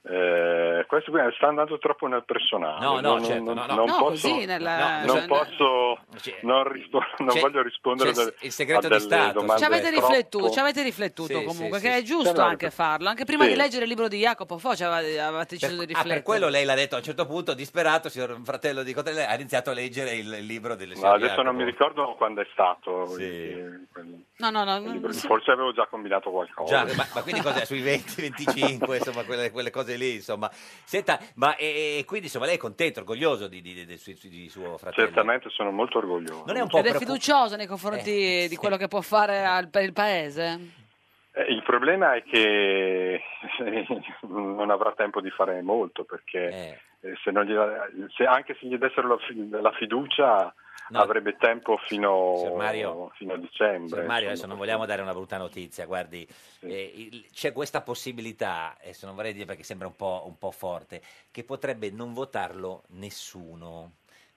Speaker 12: Eh, questo qui sta andando troppo nel personale.
Speaker 2: No, no,
Speaker 12: non,
Speaker 2: certo,
Speaker 12: non-
Speaker 2: no, no.
Speaker 12: non
Speaker 14: No,
Speaker 12: posso,
Speaker 14: così nella-
Speaker 12: no, non
Speaker 14: cioè,
Speaker 12: posso, non, rispo- non
Speaker 2: c'è-
Speaker 12: voglio rispondere.
Speaker 2: c'è il-
Speaker 12: del-
Speaker 2: il segreto
Speaker 12: a
Speaker 2: di
Speaker 12: delle
Speaker 2: Stato,
Speaker 12: domande
Speaker 14: Ci avete
Speaker 12: troppo-
Speaker 14: riflettuto, ci avete riflettuto
Speaker 2: Sì,
Speaker 14: comunque,
Speaker 2: sì,
Speaker 14: che
Speaker 2: sì,
Speaker 14: è
Speaker 2: sì.
Speaker 14: giusto
Speaker 2: Certo.
Speaker 14: anche farlo. Anche prima di
Speaker 2: Sì.
Speaker 14: leggere il libro di Jacopo Fo ci avevate, avevate deciso di
Speaker 2: Per, ah,
Speaker 14: riflettere.
Speaker 2: per quello lei l'ha detto a un certo punto, disperato, signor fratello di Cotelle, ha iniziato a leggere il, il libro del
Speaker 12: Ma
Speaker 2: signor
Speaker 12: adesso non mi
Speaker 2: Jacopo.
Speaker 12: ricordo quando è stato. eh, quel-
Speaker 14: No, no, no.
Speaker 12: quel
Speaker 2: Mm,
Speaker 14: non-
Speaker 12: libro.
Speaker 14: non si-
Speaker 12: Forse avevo già combinato qualcosa.
Speaker 2: Già, ma, ma quindi cos'è? Sui 20, 25, insomma, quelle, quelle cose lì, insomma. Senta, ma eh, quindi insomma lei è contento, orgoglioso di, di- di- di- di suo fratello?
Speaker 12: Certamente sono molto orgoglioso.
Speaker 2: Non è un po'
Speaker 14: Ed è
Speaker 2: preoccup- Eh,
Speaker 14: fiducioso nei confronti di quello che può fare al- per il paese?
Speaker 12: Eh, Il problema è che non avrà tempo di fare molto perché eh, se non gliela- se- anche se gli dessero la, fi- la fiducia avrebbe tempo fino,
Speaker 2: Mario,
Speaker 12: fino a dicembre.
Speaker 2: Signor Mario, adesso
Speaker 12: insomma.
Speaker 2: non vogliamo dare una brutta notizia, guardi, eh, il- c'è questa possibilità, adesso non vorrei dire perché sembra un po', un po' forte, che potrebbe non votarlo nessuno.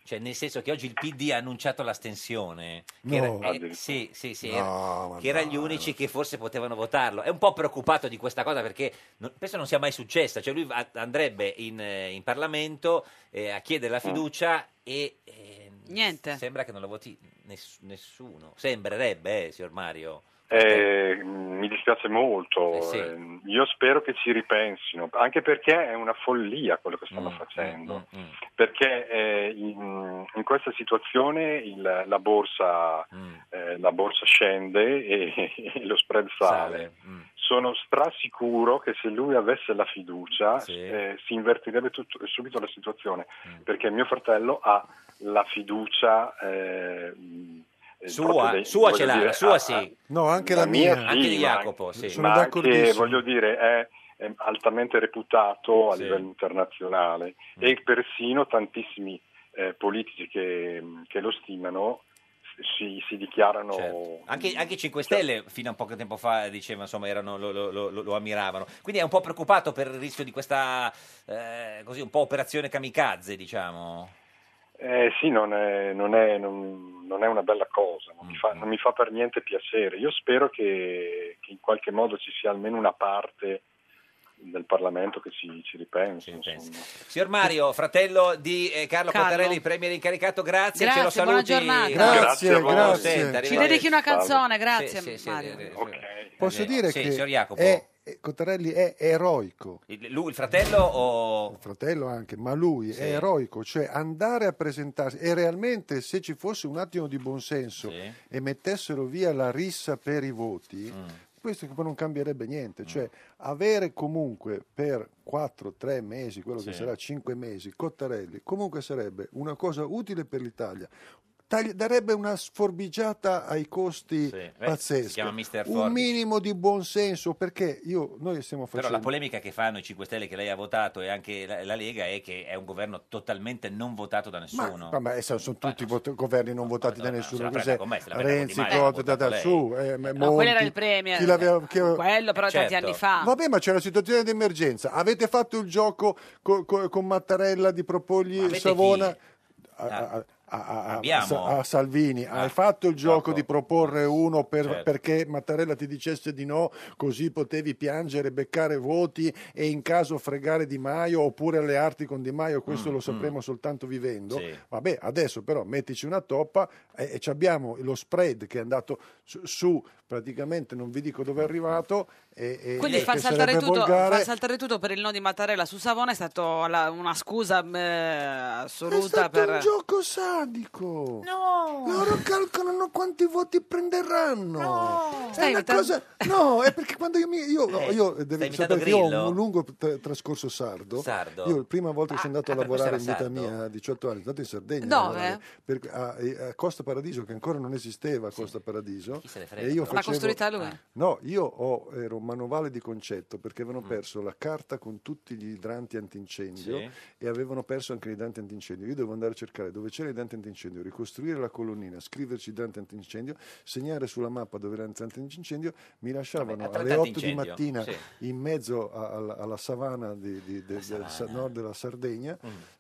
Speaker 2: Cioè, nel senso che oggi il PD ha annunciato l'astensione, che,
Speaker 6: No.
Speaker 2: era, eh, sì, sì, sì,
Speaker 6: No,
Speaker 2: era-
Speaker 6: ma
Speaker 2: che era
Speaker 6: dai,
Speaker 2: gli unici che forse potevano votarlo. È un po' preoccupato di questa cosa perché non- penso non sia mai successa. Cioè, lui va- andrebbe in, eh, in Parlamento eh, a chiedere la fiducia e eh,
Speaker 14: Niente.
Speaker 2: Sembra che non lo voti ness- nessuno. Sembrerebbe, eh, signor Mario.
Speaker 12: Eh, mh, mi dispiace molto,
Speaker 2: Eh, sì.
Speaker 12: eh, io spero che ci ripensino, anche perché è una follia quello che
Speaker 2: Mm,
Speaker 12: stanno facendo. perché eh, in, in questa situazione il- la, borsa,
Speaker 2: Mm.
Speaker 12: eh, la borsa scende e, e lo spread sale.
Speaker 2: mm.
Speaker 12: Sono strasicuro che se lui avesse la fiducia eh, si invertirebbe tutto- subito la situazione,
Speaker 2: Mm.
Speaker 12: perché mio fratello ha la fiducia. eh, mh, eh,
Speaker 2: Sua,
Speaker 12: proprio dei-
Speaker 2: sua
Speaker 12: voglio
Speaker 2: ce l'ha,
Speaker 12: dire,
Speaker 2: la sua
Speaker 12: a-
Speaker 2: sì.
Speaker 6: No, anche
Speaker 12: la
Speaker 6: la mia.
Speaker 12: mia
Speaker 2: Anche
Speaker 12: sì,
Speaker 2: di
Speaker 12: ma-
Speaker 2: Jacopo, sì.
Speaker 6: Sono
Speaker 12: ma anche,
Speaker 6: d'accordissimo.
Speaker 12: voglio dire, è, è altamente reputato a livello internazionale
Speaker 2: Mm.
Speaker 12: e persino tantissimi eh, politici che, che lo stimano si, si dichiarano...
Speaker 2: Certo.
Speaker 14: Mm.
Speaker 2: Anche, anche i 5 Stelle fino a poco tempo fa diceva, insomma, erano- lo, lo- lo- lo ammiravano. Quindi è un po' preoccupato per il rischio di questa eh, così un po' operazione kamikaze, diciamo.
Speaker 12: Eh, sì, non è, non è- non- non è una bella cosa, non mi, fa,
Speaker 2: Mm.
Speaker 12: non mi fa per niente piacere. Io spero che, che in qualche modo ci sia almeno una parte del Parlamento che ci, ci ripensi. insomma.
Speaker 2: Signor Mario, fratello di eh, Carlo,
Speaker 12: Carlo.
Speaker 2: Cottarelli, premier incaricato, grazie,
Speaker 14: Grazie,
Speaker 2: ce lo saluti.
Speaker 14: buona giornata.
Speaker 6: Grazie,
Speaker 2: a voi.
Speaker 6: grazie.
Speaker 2: Senta,
Speaker 6: Ci
Speaker 2: arrivederci.
Speaker 14: dedichi una canzone,
Speaker 2: Sì,
Speaker 14: grazie,
Speaker 2: sì, sì,
Speaker 14: Mario.
Speaker 2: sì, sì.
Speaker 6: Posso
Speaker 2: Eh,
Speaker 6: dire
Speaker 2: sì,
Speaker 6: che
Speaker 2: signor Jacopo.
Speaker 6: è- è- Cottarelli è eroico.
Speaker 2: Il- lui, il fratello o... eh,
Speaker 6: fratello anche, ma lui è eroico, cioè andare a presentarsi e realmente se ci fosse un attimo di buonsenso e mettessero via la rissa per i voti,
Speaker 2: Mm.
Speaker 6: questo poi non cambierebbe niente, cioè avere comunque per 4-3 mesi, quello che
Speaker 13: Sì.
Speaker 6: sarà 5 mesi, Cottarelli, comunque sarebbe una cosa utile per l'Italia. tagli- darebbe una sforbigiata ai costi
Speaker 2: Si
Speaker 6: pazzeschi.
Speaker 2: chiama Mr.
Speaker 6: Un
Speaker 2: Forbes.
Speaker 6: minimo di buonsenso, perché io, noi stiamo
Speaker 2: Però la
Speaker 6: facendo...
Speaker 2: polemica che fanno i 5 Stelle che lei ha votato e anche la, la Lega è che è un governo totalmente non votato da
Speaker 6: Ma,
Speaker 2: nessuno.
Speaker 6: ma- ma eh, sono, sono tutti vot- governi non votati da
Speaker 2: se la
Speaker 6: nessuno.
Speaker 2: prenda
Speaker 6: cos'è?
Speaker 2: con me, se la prenda con Di
Speaker 6: Renzi,
Speaker 2: Maio,
Speaker 6: Conte,
Speaker 2: ha votato
Speaker 6: da, da
Speaker 2: lei.
Speaker 6: su. eh, ma-
Speaker 1: No, quello era
Speaker 6: Monti.
Speaker 1: il premier. eh,
Speaker 6: Chi l'aveva- chi-
Speaker 1: Quello però tanti
Speaker 6: Certo.
Speaker 1: anni fa.
Speaker 6: Vabbè, ma c'è la situazione di emergenza. Avete fatto il gioco co- co- con Mattarella di proporgli
Speaker 2: avete
Speaker 6: Savona
Speaker 2: chi? Ah,
Speaker 6: a, a- a- a-
Speaker 2: Abbiamo? Ah,
Speaker 6: Sa- a Salvini. Hai fatto il gioco di proporre uno per-
Speaker 2: Certo.
Speaker 6: perché Mattarella ti dicesse di no, così potevi piangere, beccare voti e in caso fregare Di Maio oppure allearti con Di Maio. Questo
Speaker 2: Mm,
Speaker 6: lo sapremo soltanto vivendo.
Speaker 2: Sì.
Speaker 6: Vabbè, adesso però mettici una toppa e, e ci abbiamo lo spread che è andato su, su, praticamente non vi dico dove è arrivato. E, e-
Speaker 1: Quindi
Speaker 6: e
Speaker 1: far
Speaker 6: Eh, che
Speaker 1: saltare,
Speaker 6: sarebbe
Speaker 1: tutto,
Speaker 6: volgare.
Speaker 1: far saltare tutto per il no di Mattarella su Savona è stata una scusa eh,
Speaker 6: È
Speaker 1: assoluta
Speaker 6: stato
Speaker 1: per...
Speaker 6: un gioco sadico. No. Loro calcolano quanti voti prenderanno. No. È
Speaker 1: Stai
Speaker 6: una
Speaker 1: imitando-
Speaker 6: cosa... No, è perché quando io mi... Io,
Speaker 2: Eh,
Speaker 6: io,
Speaker 2: stai
Speaker 6: devi
Speaker 2: imitando
Speaker 6: sapere che io ho
Speaker 2: Grillo?
Speaker 6: un lungo tra- trascorso sardo.
Speaker 2: Sardo.
Speaker 6: Io la prima volta che sono andato a
Speaker 2: ah, per questo
Speaker 6: lavorare in vita
Speaker 2: era sardo.
Speaker 6: mia a 18 anni, sono andato in Sardegna.
Speaker 1: Dove?
Speaker 6: a lavorare, per- a, a Costa Paradiso, che ancora non esisteva Costa Paradiso.
Speaker 2: se ne frega,
Speaker 6: e io Ah.
Speaker 1: L'ha costruita lui.
Speaker 6: No, io ho- ero un manovale di concetto perché
Speaker 2: Mm.
Speaker 6: avevano perso la carta con tutti gli idranti antincendio
Speaker 2: Sì.
Speaker 6: e avevano perso anche gli idranti antincendio. Io dovevo andare a cercare dove c'era l'idrante antincendio, ricostruire la colonnina, scriverci idrante antincendio, segnare sulla mappa dove era l'idrante antincendio. Mi lasciavano
Speaker 2: Vabbè,
Speaker 6: alle 8 di
Speaker 2: antincendio,
Speaker 6: mattina
Speaker 2: sì.
Speaker 6: in mezzo a- alla, alla savana di- di- del- del sa- nord della Sardegna.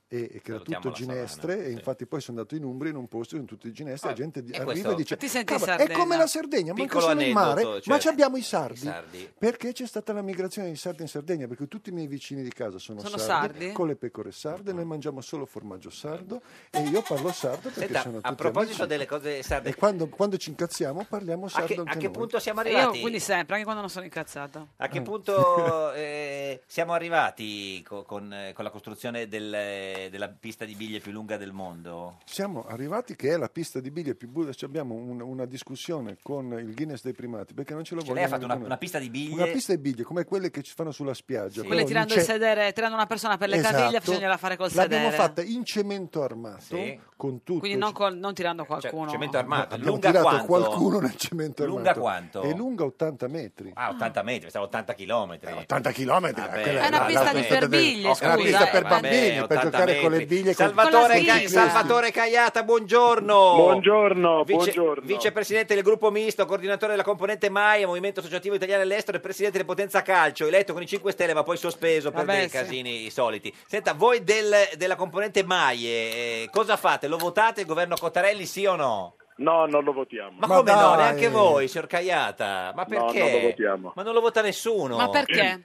Speaker 6: E, e che era
Speaker 2: Mm. Salutiamo
Speaker 6: tutto
Speaker 2: la
Speaker 6: ginestre e infatti poi sono andato in Umbria in un posto in tutti i ginestre la gente di-
Speaker 2: Ah, e
Speaker 6: arriva
Speaker 2: questo-
Speaker 6: e dice
Speaker 1: Ti senti in
Speaker 6: "Cavolo, è come
Speaker 1: Sardegna?"
Speaker 6: la Sardegna manca
Speaker 2: Piccolo
Speaker 6: solo il mare
Speaker 2: aneddoto,
Speaker 6: ma
Speaker 2: certo.
Speaker 6: ci abbiamo i sardi,
Speaker 2: sardi.
Speaker 6: perché c'è stata la migrazione di sardi in Sardegna? Perché tutti i miei vicini di casa sono,
Speaker 1: Sono
Speaker 6: sardi,
Speaker 1: sardi?
Speaker 6: con le pecore sarde,
Speaker 2: Mm.
Speaker 6: noi mangiamo solo formaggio sardo e io parlo sardo perché
Speaker 2: Senta,
Speaker 6: sono tutti
Speaker 2: a proposito
Speaker 6: amici.
Speaker 2: delle cose sarde,
Speaker 6: E quando, quando ci incazziamo parliamo
Speaker 2: a
Speaker 6: sardo
Speaker 2: che,
Speaker 6: anche
Speaker 2: a che
Speaker 6: noi.
Speaker 2: punto siamo
Speaker 1: E Eh, Io
Speaker 2: arrivati?
Speaker 1: quindi sempre, anche quando non sono incazzata.
Speaker 2: A
Speaker 6: Ah. Mm.
Speaker 2: che punto eh, siamo arrivati co- con, eh, con la costruzione del, eh, della pista di biglie più lunga del mondo?
Speaker 6: Siamo arrivati che è la pista di biglie più buia, ci abbiamo un- una discussione con il Guinness dei primati perché non ce lo
Speaker 2: Cioè,
Speaker 6: vogliono.
Speaker 2: lei ha fatto una,
Speaker 6: riconoscere.
Speaker 2: una pista di biglie.
Speaker 6: Una pista di biglie come quelle che ci fanno sulla spiaggia. però
Speaker 1: Quelle
Speaker 6: non
Speaker 1: tirando il
Speaker 6: c'è-
Speaker 1: sedere, tirando una persona per le
Speaker 6: Esatto.
Speaker 1: caviglie bisognerà fare col
Speaker 6: L'abbiamo
Speaker 1: sedere.
Speaker 6: fatta in cemento armato
Speaker 2: Sì.
Speaker 6: con tutto
Speaker 1: Quindi non, col- non tirando qualcuno.
Speaker 2: Cioè, cemento armato,
Speaker 6: Abbiamo
Speaker 2: lunga
Speaker 6: tirato
Speaker 2: quanto?
Speaker 6: qualcuno nel cemento armato.
Speaker 2: Lunga quanto?
Speaker 6: È lunga 80 metri.
Speaker 2: Ah, 80 metri, pensavo 80 chilometri.
Speaker 6: 80 Eh, chilometri,
Speaker 2: Vabbè.
Speaker 6: quella
Speaker 2: È una
Speaker 6: la-
Speaker 2: pista
Speaker 6: la-
Speaker 2: di
Speaker 6: la-
Speaker 2: per biglie,
Speaker 6: È una
Speaker 2: scusa,
Speaker 6: pista
Speaker 2: eh,
Speaker 6: per
Speaker 2: vabbè,
Speaker 6: bambini, per
Speaker 2: 80
Speaker 6: giocare con le
Speaker 2: metri.
Speaker 6: biglie. con-
Speaker 2: Salvatore,
Speaker 6: con la
Speaker 2: Ca-
Speaker 6: slitta.
Speaker 2: Salvatore Caiata, buongiorno.
Speaker 13: Buongiorno,
Speaker 2: Vice-
Speaker 13: buongiorno.
Speaker 2: Vicepresidente del gruppo misto, coordinatore della componente MAIA, Movimento Associativo Italiano all'Estero e Presidente di Potenza Calcio, eletto con i 5 Stelle ma poi sospeso per
Speaker 1: Vabbè,
Speaker 2: dei
Speaker 1: sì.
Speaker 2: casini soliti. Senta, voi del- della componente MAIE, eh, cosa fate? Lo votate il governo Cottarelli sì o no?
Speaker 13: No, non lo votiamo.
Speaker 2: Ma, come no?
Speaker 6: dai.
Speaker 2: Neanche voi, signor Caiata. Ma
Speaker 13: No,
Speaker 2: perché?
Speaker 13: non lo votiamo.
Speaker 2: Ma non lo vota nessuno.
Speaker 1: Ma perché?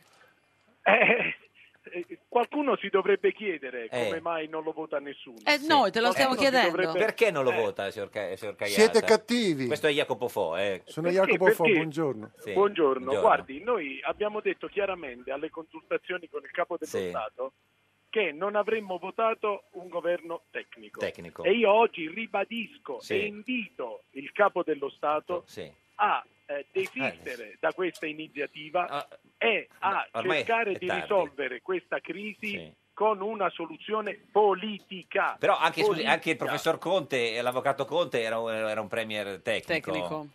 Speaker 13: Eh, eh, qualcuno si dovrebbe chiedere
Speaker 2: Eh.
Speaker 13: come mai non lo vota nessuno.
Speaker 1: Eh, noi te lo
Speaker 13: Qualcuno
Speaker 1: stiamo
Speaker 13: si
Speaker 1: chiedendo.
Speaker 13: dovrebbe- Eh.
Speaker 2: Perché non lo vota, signor, Ca- signor Caiata?
Speaker 6: Siete cattivi.
Speaker 2: Questo è Jacopo Fo, eh.
Speaker 6: Sono
Speaker 13: Perché?
Speaker 6: Jacopo Fo,
Speaker 13: Perché?
Speaker 6: buongiorno.
Speaker 2: Sì,
Speaker 13: Buongiorno. guardi, noi abbiamo detto chiaramente alle consultazioni con il capo dello
Speaker 2: Sì.
Speaker 13: Stato che non avremmo votato un governo tecnico.
Speaker 2: Tecnico.
Speaker 13: E io oggi ribadisco
Speaker 2: Ecco. Sì. Ecco.
Speaker 13: e invito il capo dello Stato
Speaker 2: Sì.
Speaker 13: a eh, desistere da questa iniziativa e a
Speaker 2: no, ah, ormai
Speaker 13: cercare
Speaker 2: è
Speaker 13: di
Speaker 2: tardi.
Speaker 13: risolvere questa crisi
Speaker 2: Sì.
Speaker 13: con una soluzione politica.
Speaker 2: Però anche, scusi,
Speaker 13: Politica.
Speaker 2: anche il professor Conte, e l'avvocato Conte era, un- era un premier tecnico.
Speaker 1: Tecnico.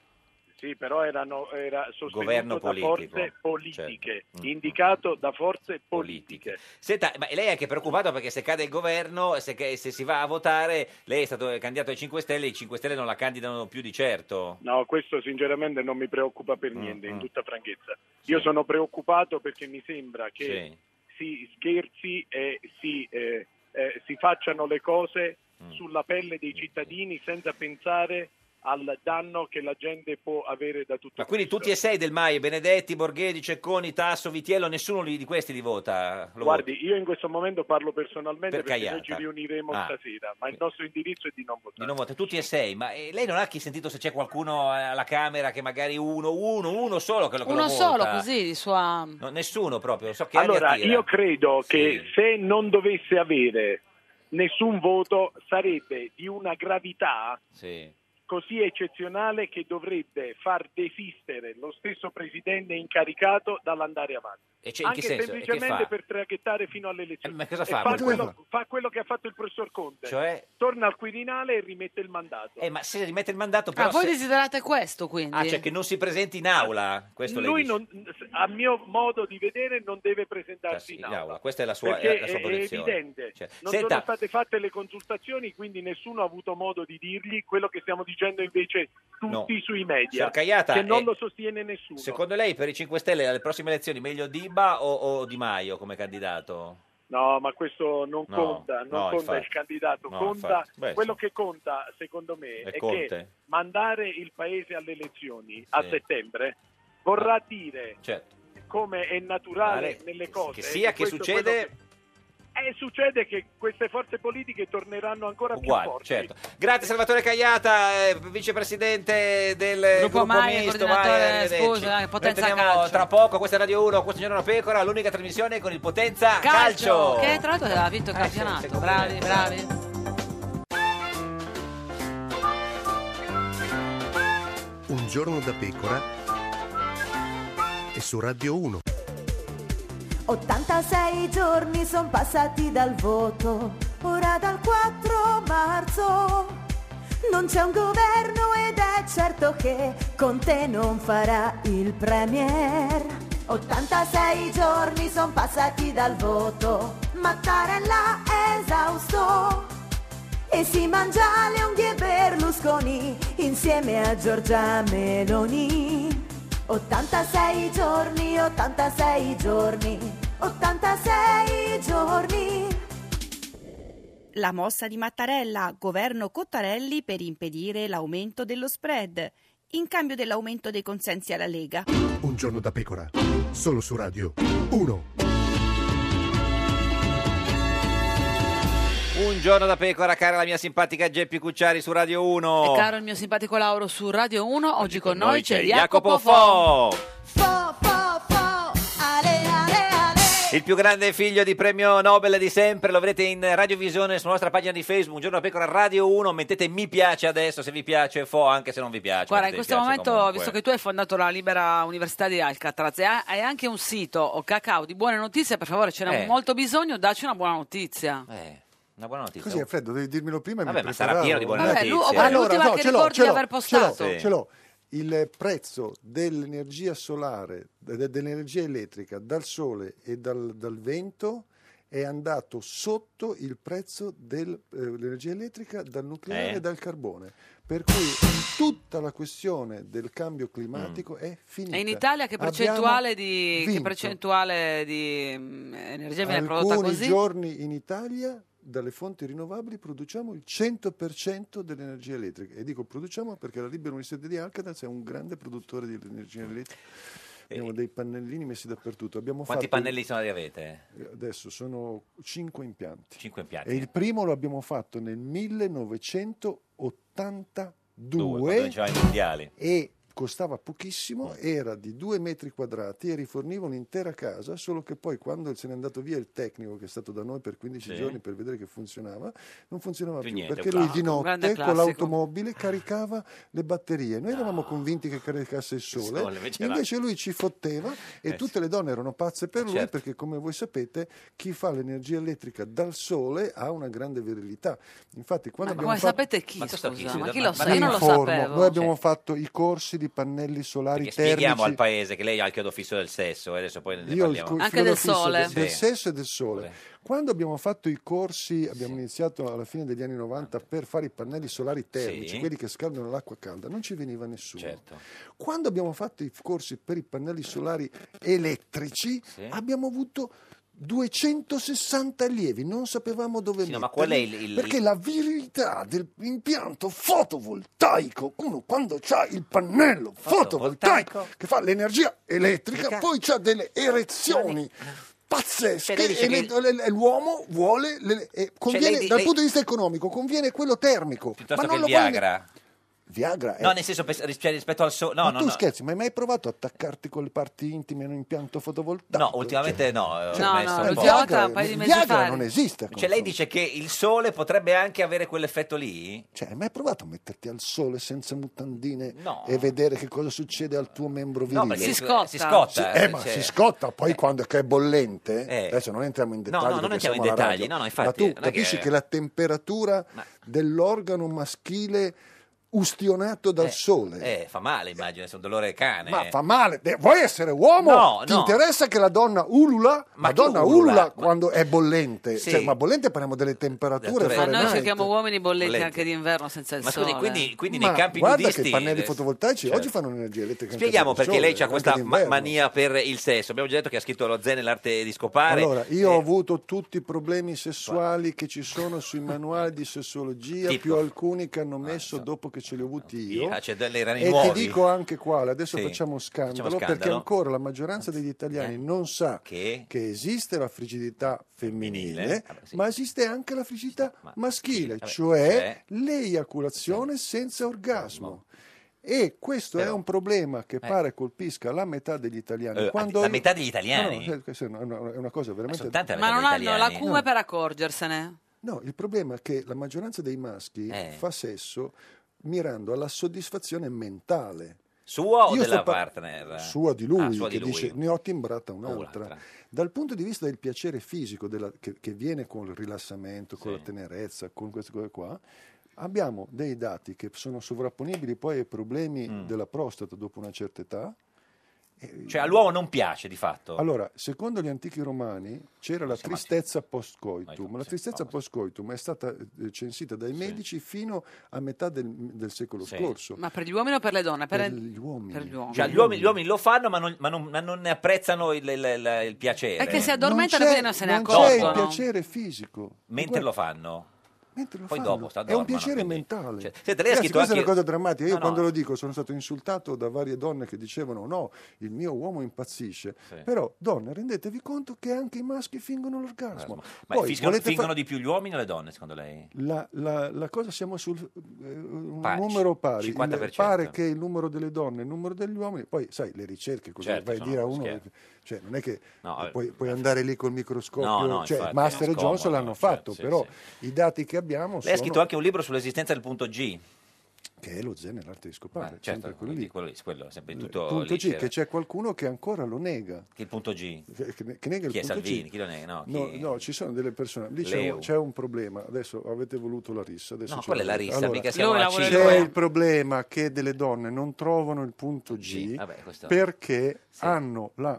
Speaker 13: Sì, però erano, era
Speaker 2: Governo
Speaker 13: sostenuto da
Speaker 2: politico.
Speaker 13: forze politiche,
Speaker 2: Certo. Mm.
Speaker 13: indicato da forze politiche.
Speaker 2: Senta, ma lei è anche preoccupato perché se cade il governo, se, ca- se si va a votare, lei è stato candidato ai 5 Stelle, i 5 Stelle non la candidano più di certo.
Speaker 13: No, questo sinceramente non mi preoccupa per niente,
Speaker 2: mm.
Speaker 13: in tutta franchezza. Io sono preoccupato perché mi sembra che
Speaker 2: Sì.
Speaker 13: si scherzi e si, eh, eh, si facciano le cose
Speaker 2: Mm.
Speaker 13: sulla pelle dei cittadini senza pensare al danno che la gente può avere da tutto
Speaker 2: Ma quindi
Speaker 13: questo.
Speaker 2: tutti e sei del MAI, Benedetti, Borghedi, Cecconi, Tasso, Vitiello, nessuno li- di questi li vota? Lo
Speaker 13: Guardi, io in questo momento parlo personalmente
Speaker 2: Per
Speaker 13: perché noi
Speaker 2: Caiata.
Speaker 13: ci riuniremo
Speaker 2: Ah.
Speaker 13: stasera, ma il nostro indirizzo è di non
Speaker 2: Di
Speaker 13: votare.
Speaker 2: non vota, tutti e sei, ma eh, lei non ha chi sentito se c'è qualcuno alla Camera che magari uno, uno, uno solo che lo, che lo
Speaker 1: Uno
Speaker 2: vota?
Speaker 1: solo, così, di sua...
Speaker 2: No, nessuno proprio, so che
Speaker 13: Allora,
Speaker 2: anni attira.
Speaker 13: io credo
Speaker 2: Sì.
Speaker 13: che se non dovesse avere nessun voto sarebbe di una gravità
Speaker 2: Sì.
Speaker 13: così eccezionale che dovrebbe far desistere lo stesso presidente incaricato dall'andare avanti.
Speaker 2: E c'è- in
Speaker 13: Anche
Speaker 2: che senso? E che
Speaker 13: semplicemente
Speaker 2: fa?
Speaker 13: per traghettare fino alle elezioni.
Speaker 2: Eh, ma cosa
Speaker 13: E
Speaker 2: fa
Speaker 13: fa,
Speaker 2: questo?
Speaker 13: quello, fa quello che ha fatto il professor Conte.
Speaker 2: Cioè?
Speaker 13: Torna al Quirinale e rimette il mandato.
Speaker 2: Eh, ma se rimette il mandato
Speaker 14: Ah,
Speaker 2: però
Speaker 14: voi
Speaker 2: se-
Speaker 14: desiderate questo quindi?
Speaker 2: Ah, cioè che non si presenti in aula, questo lei
Speaker 13: Lui,
Speaker 2: dice.
Speaker 13: non- a mio modo di vedere, non deve presentarsi in
Speaker 2: in
Speaker 13: aula.
Speaker 2: aula, Cioè, questa è la sua,
Speaker 13: perché
Speaker 2: la sua
Speaker 13: è- è
Speaker 2: posizione.
Speaker 13: evidente.
Speaker 2: Cioè,
Speaker 13: Non sono
Speaker 2: senta,
Speaker 13: state fatte le consultazioni, quindi nessuno ha avuto modo di dirgli quello che stiamo dicendo invece tutti
Speaker 2: No.
Speaker 13: sui media,
Speaker 2: Signor Caiata,
Speaker 13: che non
Speaker 2: eh,
Speaker 13: lo sostiene nessuno.
Speaker 2: secondo lei per i 5 Stelle alle prossime elezioni meglio Diba o, o Di Maio come candidato?
Speaker 13: No, ma questo non
Speaker 2: No,
Speaker 13: conta, non
Speaker 2: no,
Speaker 13: conta
Speaker 2: infatti.
Speaker 13: il candidato,
Speaker 2: No,
Speaker 13: conta
Speaker 2: infatti. Beh,
Speaker 13: quello che conta, secondo me,
Speaker 2: È
Speaker 13: è che
Speaker 2: Conte.
Speaker 13: mandare il paese alle elezioni a
Speaker 2: Sì.
Speaker 13: settembre vorrà dire
Speaker 2: Certo.
Speaker 13: come è naturale
Speaker 2: Vale,
Speaker 13: nelle cose
Speaker 2: che
Speaker 13: eh,
Speaker 2: sia, che
Speaker 13: questo è
Speaker 2: succede-
Speaker 13: quello che- Eh, succede che queste forze politiche torneranno ancora più
Speaker 2: Uguale,
Speaker 13: forti.
Speaker 2: certo. Grazie Salvatore Caiata, eh, vicepresidente del
Speaker 13: Gruppo
Speaker 2: gruppo,
Speaker 13: Maia,
Speaker 2: misto.
Speaker 13: coordinatore,
Speaker 2: arrivederci.
Speaker 13: scusa, eh, Potenza
Speaker 2: Noi torniamo
Speaker 14: Calcio.
Speaker 2: Tra poco, questa è Radio 1, questo giorno una pecora, l'unica trasmissione con il Potenza
Speaker 14: Calcio!
Speaker 2: Ah, Calcio. Eh,
Speaker 14: Che tra l'altro aveva vinto il campionato. bravi, bravi.
Speaker 9: Un giorno da pecora e su Radio 1.
Speaker 8: 86 giorni sono passati dal voto, ora dal 4 marzo. Non c'è un governo ed è certo che Conte non farà il premier. 86 giorni sono passati dal voto, Mattarella è esausto. E si mangia le unghie Berlusconi insieme a Giorgia Meloni. 86 giorni, 86 giorni, 86 giorni.
Speaker 10: La mossa di Mattarella, governo Cottarelli per impedire l'aumento dello spread, in cambio dell'aumento dei consensi alla Lega.
Speaker 9: Un giorno da pecora, solo su Radio 1.
Speaker 2: Un giorno da pecora, cara la mia simpatica Geppi Cucciari su Radio 1.
Speaker 14: E caro il mio simpatico Lauro su Radio 1, oggi con noi c'è Jacopo
Speaker 2: Jacopo
Speaker 14: Fo.
Speaker 2: Fo. Il più grande figlio di premio Nobel di sempre, lo vedrete in radiovisione sulla nostra pagina di Facebook, Un giorno da pecora Radio 1, mettete mi piace adesso se vi piace Fo, anche se non vi piace.
Speaker 14: Guarda, in
Speaker 2: mettete
Speaker 14: questo
Speaker 2: mi piace
Speaker 14: momento,
Speaker 2: comunque.
Speaker 14: visto che tu hai fondato la Libera Università di Alcatraz e ha- hai anche un sito, o Cacao, di buone notizie, per favore, ce n'è
Speaker 2: Eh.
Speaker 14: molto bisogno, dacci una buona notizia.
Speaker 2: Una buona notizia.
Speaker 6: Così è freddo, devi dirmelo prima e
Speaker 2: Vabbè,
Speaker 6: mi
Speaker 2: ma sarà
Speaker 6: preparavo. Eh,
Speaker 2: pieno di buone
Speaker 14: Vabbè, notizie. lui- oppure l'ultima che
Speaker 6: ce l'ho,
Speaker 14: ricordi
Speaker 6: ce l'ho,
Speaker 14: di aver postato.
Speaker 6: Ce l'ho,
Speaker 14: Sì.
Speaker 6: ce l'ho. Il prezzo dell'energia solare, de- dell'energia elettrica dal sole e dal, dal vento è andato sotto il prezzo del- eh, dell'energia elettrica dal nucleare
Speaker 2: Eh.
Speaker 6: e dal carbone. Per cui tutta la questione del cambio climatico
Speaker 2: Mm.
Speaker 6: è finita.
Speaker 14: E in Italia che
Speaker 6: Abbiamo
Speaker 14: percentuale di, che
Speaker 6: vinto.
Speaker 14: percentuale di mm, energia viene prodotta
Speaker 6: Alcuni
Speaker 14: così?
Speaker 6: giorni in Italia dalle fonti rinnovabili produciamo il 100% dell'energia elettrica. E dico produciamo perché la Libera Università di Alcatraz è un grande produttore di energia elettrica. Abbiamo dei pannellini messi dappertutto. Abbiamo
Speaker 2: Eh. Quanti
Speaker 6: fatto-
Speaker 2: pannelli sono li avete?
Speaker 6: eh, Adesso sono 5 impianti.
Speaker 2: 5 impianti.
Speaker 6: E il primo lo abbiamo fatto nel 1982
Speaker 2: Due, quando vincevamo i mondiali.
Speaker 6: e costava
Speaker 2: Mm.
Speaker 6: pochissimo, era di 2 metri quadrati e riforniva un'intera casa, solo che poi quando se n'è andato via il tecnico che è stato da noi per 15
Speaker 2: Sì.
Speaker 6: giorni per vedere che funzionava, non funzionava
Speaker 2: Più
Speaker 6: più,
Speaker 2: niente,
Speaker 6: perché
Speaker 2: un
Speaker 6: lui di
Speaker 2: classico, un grande
Speaker 6: notte con
Speaker 2: classico.
Speaker 6: l'automobile caricava le batterie. Noi eravamo convinti che caricasse il sole,
Speaker 2: sole, invece
Speaker 6: invece,
Speaker 2: no.
Speaker 6: lui ci fotteva e
Speaker 2: Eh,
Speaker 6: tutte le donne erano pazze per lui
Speaker 2: Certo.
Speaker 6: perché come voi sapete chi fa l'energia elettrica dal sole ha una grande virilità. Infatti quando
Speaker 14: Ma
Speaker 6: abbiamo
Speaker 14: come
Speaker 6: fatto...
Speaker 14: sapete chi,
Speaker 2: Ma questo chi,
Speaker 14: scusa?
Speaker 2: scusa?
Speaker 14: Ma chi
Speaker 2: Ma-
Speaker 14: lo
Speaker 2: ma
Speaker 14: sa? Io non lo
Speaker 6: Informo.
Speaker 14: sapevo.
Speaker 6: Noi abbiamo fatto i corsi di pannelli solari
Speaker 2: Perché
Speaker 6: termici.
Speaker 2: spieghiamo al paese che lei ha il chiodo fisso del sesso e adesso poi ne
Speaker 6: Io ho il
Speaker 2: parliamo.
Speaker 6: cu- chiodo fisso Del, del sesso e del sole. Quando abbiamo fatto i corsi, abbiamo iniziato alla fine degli anni 90 per fare i pannelli solari termici,
Speaker 2: Ah. Sì.
Speaker 6: quelli che scaldano l'acqua calda, non ci veniva nessuno.
Speaker 2: Certo.
Speaker 6: Quando abbiamo fatto i corsi per i pannelli solari elettrici,
Speaker 2: Sì.
Speaker 6: abbiamo avuto 260 allievi, non sapevamo dove
Speaker 2: Sì, no,
Speaker 6: metterli,
Speaker 2: ma qual è il- il-
Speaker 6: perché la virilità dell'impianto fotovoltaico, uno quando c'ha il pannello fotovoltaico, che fa l'energia elettrica, poi c'ha delle erezioni pazzesche
Speaker 2: Ah, Cioè, lei dice
Speaker 6: e le- le- le- l'uomo vuole le- e conviene,
Speaker 2: lei di-
Speaker 6: dal
Speaker 2: lei-
Speaker 6: punto di vista economico conviene quello termico ma
Speaker 2: Piuttosto
Speaker 6: non
Speaker 2: che il
Speaker 6: lo vuole ne-
Speaker 2: Viagra.
Speaker 6: Viagra è...
Speaker 2: No, nel senso pes- ris- cioè, rispetto al sole. No,
Speaker 6: ma
Speaker 2: no,
Speaker 6: tu
Speaker 2: no.
Speaker 6: scherzi, ma hai mai provato a attaccarti con le parti intime in un impianto fotovoltaico?
Speaker 2: No, ultimamente no. eh, ho
Speaker 6: Cioè,
Speaker 2: messo un
Speaker 6: il
Speaker 2: po'.
Speaker 6: Viagra, il Viagra non esiste.
Speaker 2: Cioè, lei dice che il sole potrebbe anche avere quell'effetto lì?
Speaker 6: Cioè, hai mai provato a metterti al sole senza mutandine
Speaker 2: No.
Speaker 6: e vedere che cosa succede al tuo membro virile?
Speaker 2: perché Si scotta. si scotta,
Speaker 6: Sì,
Speaker 2: eh,
Speaker 6: eh, ma
Speaker 2: cioè-
Speaker 6: si scotta, poi quando è che è bollente,
Speaker 2: Eh.
Speaker 6: adesso non entriamo in
Speaker 2: No,
Speaker 6: dettagli.
Speaker 2: no, non
Speaker 6: perché
Speaker 2: entriamo in
Speaker 6: siamo alla
Speaker 2: dettagli,
Speaker 6: radio,
Speaker 2: no, no, infatti, eh,
Speaker 6: Ma
Speaker 2: non
Speaker 6: tu
Speaker 2: è che-
Speaker 6: capisci che... la temperatura dell'organo maschile ustionato dal sole...
Speaker 2: Eh, fa male, immagino, è un dolore cane.
Speaker 6: Ma fa male, De- vuoi essere uomo?
Speaker 2: No,
Speaker 6: Ti
Speaker 2: no.
Speaker 6: interessa che la donna ulula?
Speaker 2: Ma
Speaker 6: la
Speaker 2: chi
Speaker 6: donna
Speaker 2: ulula?
Speaker 6: ulula, quando è bollente.
Speaker 2: Sì.
Speaker 6: Cioè, ma bollente parliamo delle temperature.
Speaker 14: Ma noi
Speaker 6: Fahrenheit.
Speaker 14: cerchiamo uomini bolletti
Speaker 6: Bollenti.
Speaker 14: anche d'inverno senza il
Speaker 2: Ma scusi,
Speaker 14: sole.
Speaker 2: quindi- quindi
Speaker 6: Ma
Speaker 2: nei campi
Speaker 6: guarda che
Speaker 2: nudisti-
Speaker 6: i pannelli fotovoltaici
Speaker 2: Certo.
Speaker 6: oggi fanno energia elettrica anche
Speaker 2: Spieghiamo
Speaker 6: senza
Speaker 2: perché lei
Speaker 6: sole,
Speaker 2: ha questa
Speaker 6: anche
Speaker 2: ma-
Speaker 6: d'inverno.
Speaker 2: mania per il sesso. Abbiamo già detto che ha scritto lo Zen e l'arte di scopare.
Speaker 6: Allora, io ho avuto tutti i problemi sessuali che ci sono sui manuali di sessuologia,
Speaker 2: Tipo?
Speaker 6: più alcuni che hanno messo dopo che ce li ho avuti io.
Speaker 2: Ah, c'è delle erano i
Speaker 6: E
Speaker 2: nuovi.
Speaker 6: ti dico anche quale, adesso
Speaker 2: Sì.
Speaker 6: facciamo, scandalo,
Speaker 2: Facciamo scandalo. eh.
Speaker 6: perché ancora la maggioranza degli italiani non sa
Speaker 2: Che?
Speaker 6: che, esiste la frigidità femminile,
Speaker 2: Femminile, vabbè,
Speaker 6: ma esiste anche la frigidità maschile,
Speaker 2: vabbè,
Speaker 6: cioè l'eiaculazione senza orgasmo. E questo è
Speaker 2: Però-
Speaker 6: un problema che pare colpisca la metà degli italiani.
Speaker 2: Eh,
Speaker 6: Quando
Speaker 2: la
Speaker 6: io-
Speaker 2: metà degli italiani?
Speaker 6: No, no, questa è una- una- è una cosa veramente...
Speaker 14: Ma non hanno la
Speaker 6: No,
Speaker 14: cume per accorgersene.
Speaker 6: No, il problema è che la maggioranza dei maschi
Speaker 2: Eh.
Speaker 6: fa sesso mirando alla soddisfazione mentale.
Speaker 2: Sua o
Speaker 6: Io sto
Speaker 2: della
Speaker 6: par-
Speaker 2: partner?
Speaker 6: Sua di lui,
Speaker 2: Ah, sua
Speaker 6: che
Speaker 2: di lui.
Speaker 6: dice ne ho timbrata
Speaker 2: Un'altra.
Speaker 6: un'altra. Dal punto di vista del piacere fisico della- che, che viene con il rilassamento, con
Speaker 2: Sì.
Speaker 6: la tenerezza, con queste cose qua, abbiamo dei dati che sono sovrapponibili poi ai problemi della prostata dopo una certa età.
Speaker 2: Mm. Cioè, all'uomo non piace di fatto.
Speaker 6: Allora, secondo gli antichi romani c'era la tristezza post-coitum. La tristezza post-coitum è stata eh, censita dai medici fino a metà del, del secolo scorso.
Speaker 14: Eh, Ma per gli uomini o per le donne? Per,
Speaker 6: Per gli uomini.
Speaker 14: Per gli uomini.
Speaker 2: Cioè, gli uomini, gli uomini lo fanno, ma non, ma non- ma non ne apprezzano il, il- il- il piacere.
Speaker 14: È che si
Speaker 6: Non
Speaker 14: addormentano
Speaker 6: c'è-
Speaker 14: quindi non se ne
Speaker 6: non c'è il
Speaker 14: accorgono.
Speaker 6: piacere fisico.
Speaker 2: Mentre lo fanno.
Speaker 6: Mentre lo
Speaker 2: Poi
Speaker 6: fanno.
Speaker 2: dopo sta
Speaker 6: è un
Speaker 2: dormono,
Speaker 6: piacere
Speaker 2: quindi.
Speaker 6: mentale.
Speaker 2: Cioè, senta, lei ha
Speaker 6: Ragazzi,
Speaker 2: scritto
Speaker 6: questa è
Speaker 2: anche-
Speaker 6: una cosa drammatica. Io
Speaker 2: No, no.
Speaker 6: quando lo dico sono stato insultato da varie donne che dicevano no, il mio uomo impazzisce.
Speaker 2: Sì.
Speaker 6: Però, donne, rendetevi conto che anche i maschi fingono l'orgasmo.
Speaker 2: Eh, Ma
Speaker 6: Poi,
Speaker 2: fischiano-
Speaker 6: volete fa-
Speaker 2: fingono di più gli uomini o le donne, secondo lei?
Speaker 6: La, la- la cosa siamo sul eh, un
Speaker 2: Pari,
Speaker 6: numero pari, Il-
Speaker 2: 50%.
Speaker 6: pare che il numero delle donne, il numero degli uomini, poi sai le ricerche, cosa
Speaker 2: Certo,
Speaker 6: vai a
Speaker 2: sono
Speaker 6: dire a
Speaker 2: uno
Speaker 6: uno?
Speaker 2: scherzo.
Speaker 6: Cioè, non è che
Speaker 2: No, vabbè,
Speaker 6: puoi, puoi andare lì col microscopio,
Speaker 2: No, no,
Speaker 6: cioè,
Speaker 2: infatti,
Speaker 6: Master
Speaker 2: è
Speaker 6: e Johnson
Speaker 2: scomodo,
Speaker 6: l'hanno
Speaker 2: certo,
Speaker 6: fatto,
Speaker 2: sì,
Speaker 6: però i dati che abbiamo
Speaker 2: Lei ha
Speaker 6: sono
Speaker 2: scritto anche un libro sull'esistenza del punto G.
Speaker 6: che è lo zen e l'arte di scopare,
Speaker 2: Eh, certo,
Speaker 6: sempre quello lì.
Speaker 2: quindi quello, lì, quello, sempre tutto
Speaker 6: Punto
Speaker 2: lì
Speaker 6: G,
Speaker 2: c'era.
Speaker 6: che c'è qualcuno che ancora lo nega.
Speaker 2: Che il punto G.
Speaker 6: Che- che- che nega il
Speaker 2: Chi è
Speaker 6: punto
Speaker 2: Salvini?
Speaker 6: G.
Speaker 2: Chi lo nega? No, chi-
Speaker 6: No, no, ci sono delle persone. Lì c'è
Speaker 2: Leu.
Speaker 6: un, c'è un problema. Adesso avete voluto la rissa. Adesso
Speaker 2: No,
Speaker 6: ce
Speaker 2: quella è la
Speaker 6: l'avete.
Speaker 2: rissa, mica siamo
Speaker 6: allora,
Speaker 2: alla
Speaker 6: c'è
Speaker 2: Cinque.
Speaker 6: il problema che delle donne non trovano il punto G,
Speaker 2: G, vabbè, questo-
Speaker 6: perché hanno la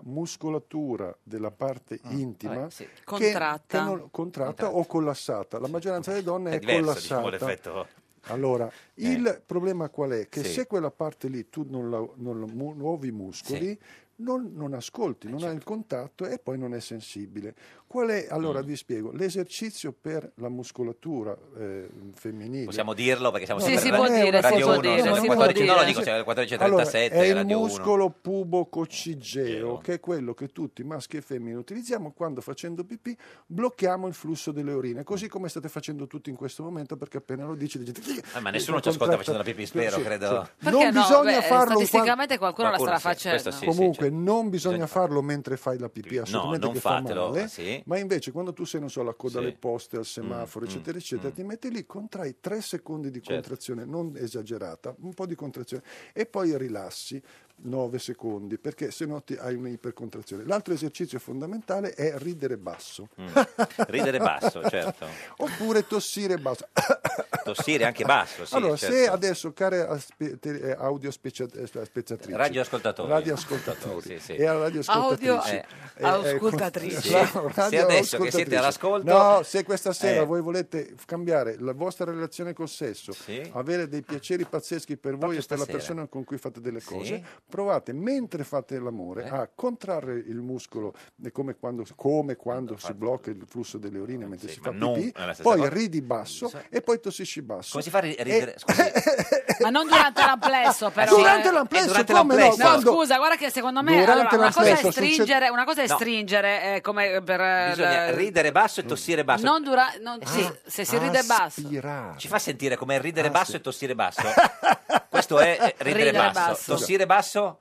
Speaker 6: muscolatura della parte intima
Speaker 2: Mm, vabbè, sì.
Speaker 6: che-
Speaker 14: Contratta.
Speaker 6: che non- contratta o collassata. La maggioranza delle donne è,
Speaker 2: È diverso, diciamo,
Speaker 6: collassata.
Speaker 2: l'effetto.
Speaker 6: Allora, il problema qual è? Che
Speaker 2: Eh. Sì.
Speaker 6: se quella parte lì tu non, la, non la mu- muovi i muscoli, non, non
Speaker 2: Eh,
Speaker 6: ascolti, non
Speaker 2: certo.
Speaker 6: hai il contatto e poi non è sensibile. Qual è, allora
Speaker 2: Mm.
Speaker 6: vi spiego, l'esercizio per la muscolatura eh, femminile.
Speaker 2: Possiamo dirlo perché siamo
Speaker 6: No,
Speaker 2: sempre
Speaker 6: si
Speaker 2: alla-
Speaker 6: può dire, si
Speaker 2: Radio
Speaker 6: può
Speaker 2: 1,
Speaker 6: dire,
Speaker 2: siamo
Speaker 6: si
Speaker 2: alle
Speaker 6: può
Speaker 2: 14, no,
Speaker 6: dire.
Speaker 2: lo dico, siamo alle 14.37,
Speaker 6: Allora, è il
Speaker 2: Radio 1.
Speaker 6: muscolo pubococcigeo, che è quello che tutti, maschi e femmine, utilizziamo quando facendo pipì blocchiamo il flusso delle urine, così come state facendo tutti in questo momento, perché appena lo dici... dici-
Speaker 2: Ah, ma nessuno ci ascolta facendo la pipì, spero,
Speaker 6: Sì,
Speaker 2: credo.
Speaker 6: sì.
Speaker 14: Perché
Speaker 6: Non
Speaker 14: no?
Speaker 6: bisogna
Speaker 14: Beh,
Speaker 6: farlo
Speaker 14: Statisticamente qualcuno, la
Speaker 1: Eh,
Speaker 14: starà
Speaker 2: Qualcuno sì,
Speaker 14: facendo.
Speaker 2: questo sì. certo.
Speaker 6: Comunque, non bisogna farlo mentre fai la pipì,
Speaker 2: No,
Speaker 6: assolutamente
Speaker 2: non
Speaker 6: che
Speaker 2: fatelo,
Speaker 6: fa male.
Speaker 2: sì.
Speaker 6: Ma invece, quando tu sei, non so, alla coda
Speaker 2: Sì.
Speaker 6: alle poste, al semaforo,
Speaker 2: Mm,
Speaker 6: eccetera,
Speaker 2: mm,
Speaker 6: eccetera, ti metti lì, contrai 3 secondi di
Speaker 2: Certo.
Speaker 6: contrazione, non esagerata, un po' di contrazione, e poi rilassi 9 secondi, perché se no ti hai un'ipercontrazione. L'altro esercizio fondamentale è ridere basso.
Speaker 2: Mm. Ridere basso, certo.
Speaker 6: Oppure tossire basso.
Speaker 2: Tossire anche basso, sì,
Speaker 6: allora, se
Speaker 2: certo.
Speaker 6: adesso, care aspe- te- eh, audio specia- eh, spe- spezzatrici,
Speaker 2: Radioascoltatori.
Speaker 6: radioascoltatori
Speaker 2: Sì, sì.
Speaker 6: e alla radioascoltatrici,
Speaker 2: Audio- eh, auscultatrici.
Speaker 6: eh, eh, con-
Speaker 2: Sì. Se adesso che siete all'ascolto-
Speaker 6: no, se questa sera
Speaker 2: Eh.
Speaker 6: voi volete f- cambiare la vostra relazione col sesso, avere dei piaceri pazzeschi per voi e per la
Speaker 2: stasera.
Speaker 6: persona con cui fate delle
Speaker 2: Sì. Eh.
Speaker 6: cose, provate mentre fate l'amore a contrarre il muscolo è come quando, come quando si blocca il flusso delle urine mentre si fa
Speaker 2: ma non
Speaker 6: pipì,
Speaker 2: è la stessa
Speaker 6: poi
Speaker 2: cosa.
Speaker 6: ridi basso e poi tossisci basso.
Speaker 2: Come si fa a ri-
Speaker 6: E-
Speaker 2: ridere?
Speaker 14: Ma non durante l'amplesso, però.
Speaker 6: Durante
Speaker 14: eh.
Speaker 6: l'amplesso, Eh, durante come no? l'amplesso.
Speaker 14: No,
Speaker 6: Quando-
Speaker 14: scusa, guarda che secondo me
Speaker 6: Durante
Speaker 14: allora, una cosa è
Speaker 2: l'amplesso
Speaker 14: stringere,
Speaker 2: succede-
Speaker 14: una cosa è
Speaker 2: No.
Speaker 14: stringere eh, come per eh,
Speaker 2: Bisogna
Speaker 14: la-
Speaker 2: ridere basso e tossire basso.
Speaker 14: non dura, non-
Speaker 6: Ah,
Speaker 14: sì, se si ride basso.
Speaker 2: Ci fa sentire come
Speaker 6: Ah,
Speaker 2: ridere basso e tossire basso. Questo è eh, ridere,
Speaker 14: Ridere
Speaker 2: basso.
Speaker 14: basso.
Speaker 2: Tossire basso.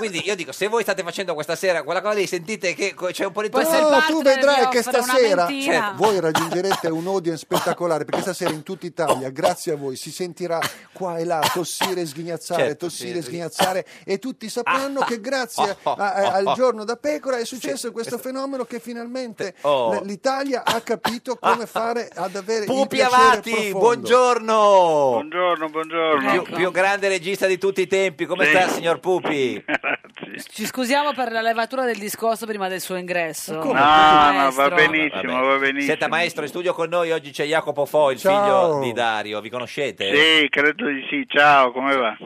Speaker 2: Quindi io dico, se voi state facendo questa sera quella cosa lì, sentite che co- c'è un po' di
Speaker 6: No,
Speaker 2: tosse-
Speaker 6: tu vedrai che stasera
Speaker 2: Certo.
Speaker 6: Cioè, voi raggiungerete un audience spettacolare perché stasera in tutta Italia, grazie a voi, si sentirà qua e là tossire e sghignazzare,
Speaker 15: Certo,
Speaker 6: tossire e
Speaker 15: sì.
Speaker 6: sghignazzare e tutti sapranno che grazie
Speaker 15: Oh, oh,
Speaker 6: a- a-
Speaker 15: oh, oh.
Speaker 6: al giorno da pecora è successo questo fenomeno che finalmente
Speaker 2: Oh.
Speaker 6: l- l'Italia ha capito come fare ad avere il
Speaker 2: Pupi
Speaker 6: piacere
Speaker 2: Avati,
Speaker 6: profondo.
Speaker 2: buongiorno.
Speaker 11: Buongiorno, buongiorno.
Speaker 2: Più, più grande regista di tutti i tempi, come
Speaker 11: Sì.
Speaker 2: sta signor Pupi?
Speaker 14: Ci scusiamo per la levatura del discorso prima del suo ingresso.
Speaker 2: Come?
Speaker 11: No, no,
Speaker 14: Maestro.
Speaker 11: va benissimo,
Speaker 2: Vabbè.
Speaker 11: va benissimo.
Speaker 2: Senta maestro, in studio con noi oggi c'è Jacopo Fo, il
Speaker 11: Ciao.
Speaker 2: figlio di Dario, vi conoscete?
Speaker 11: Sì, credo di sì. Ciao, come va?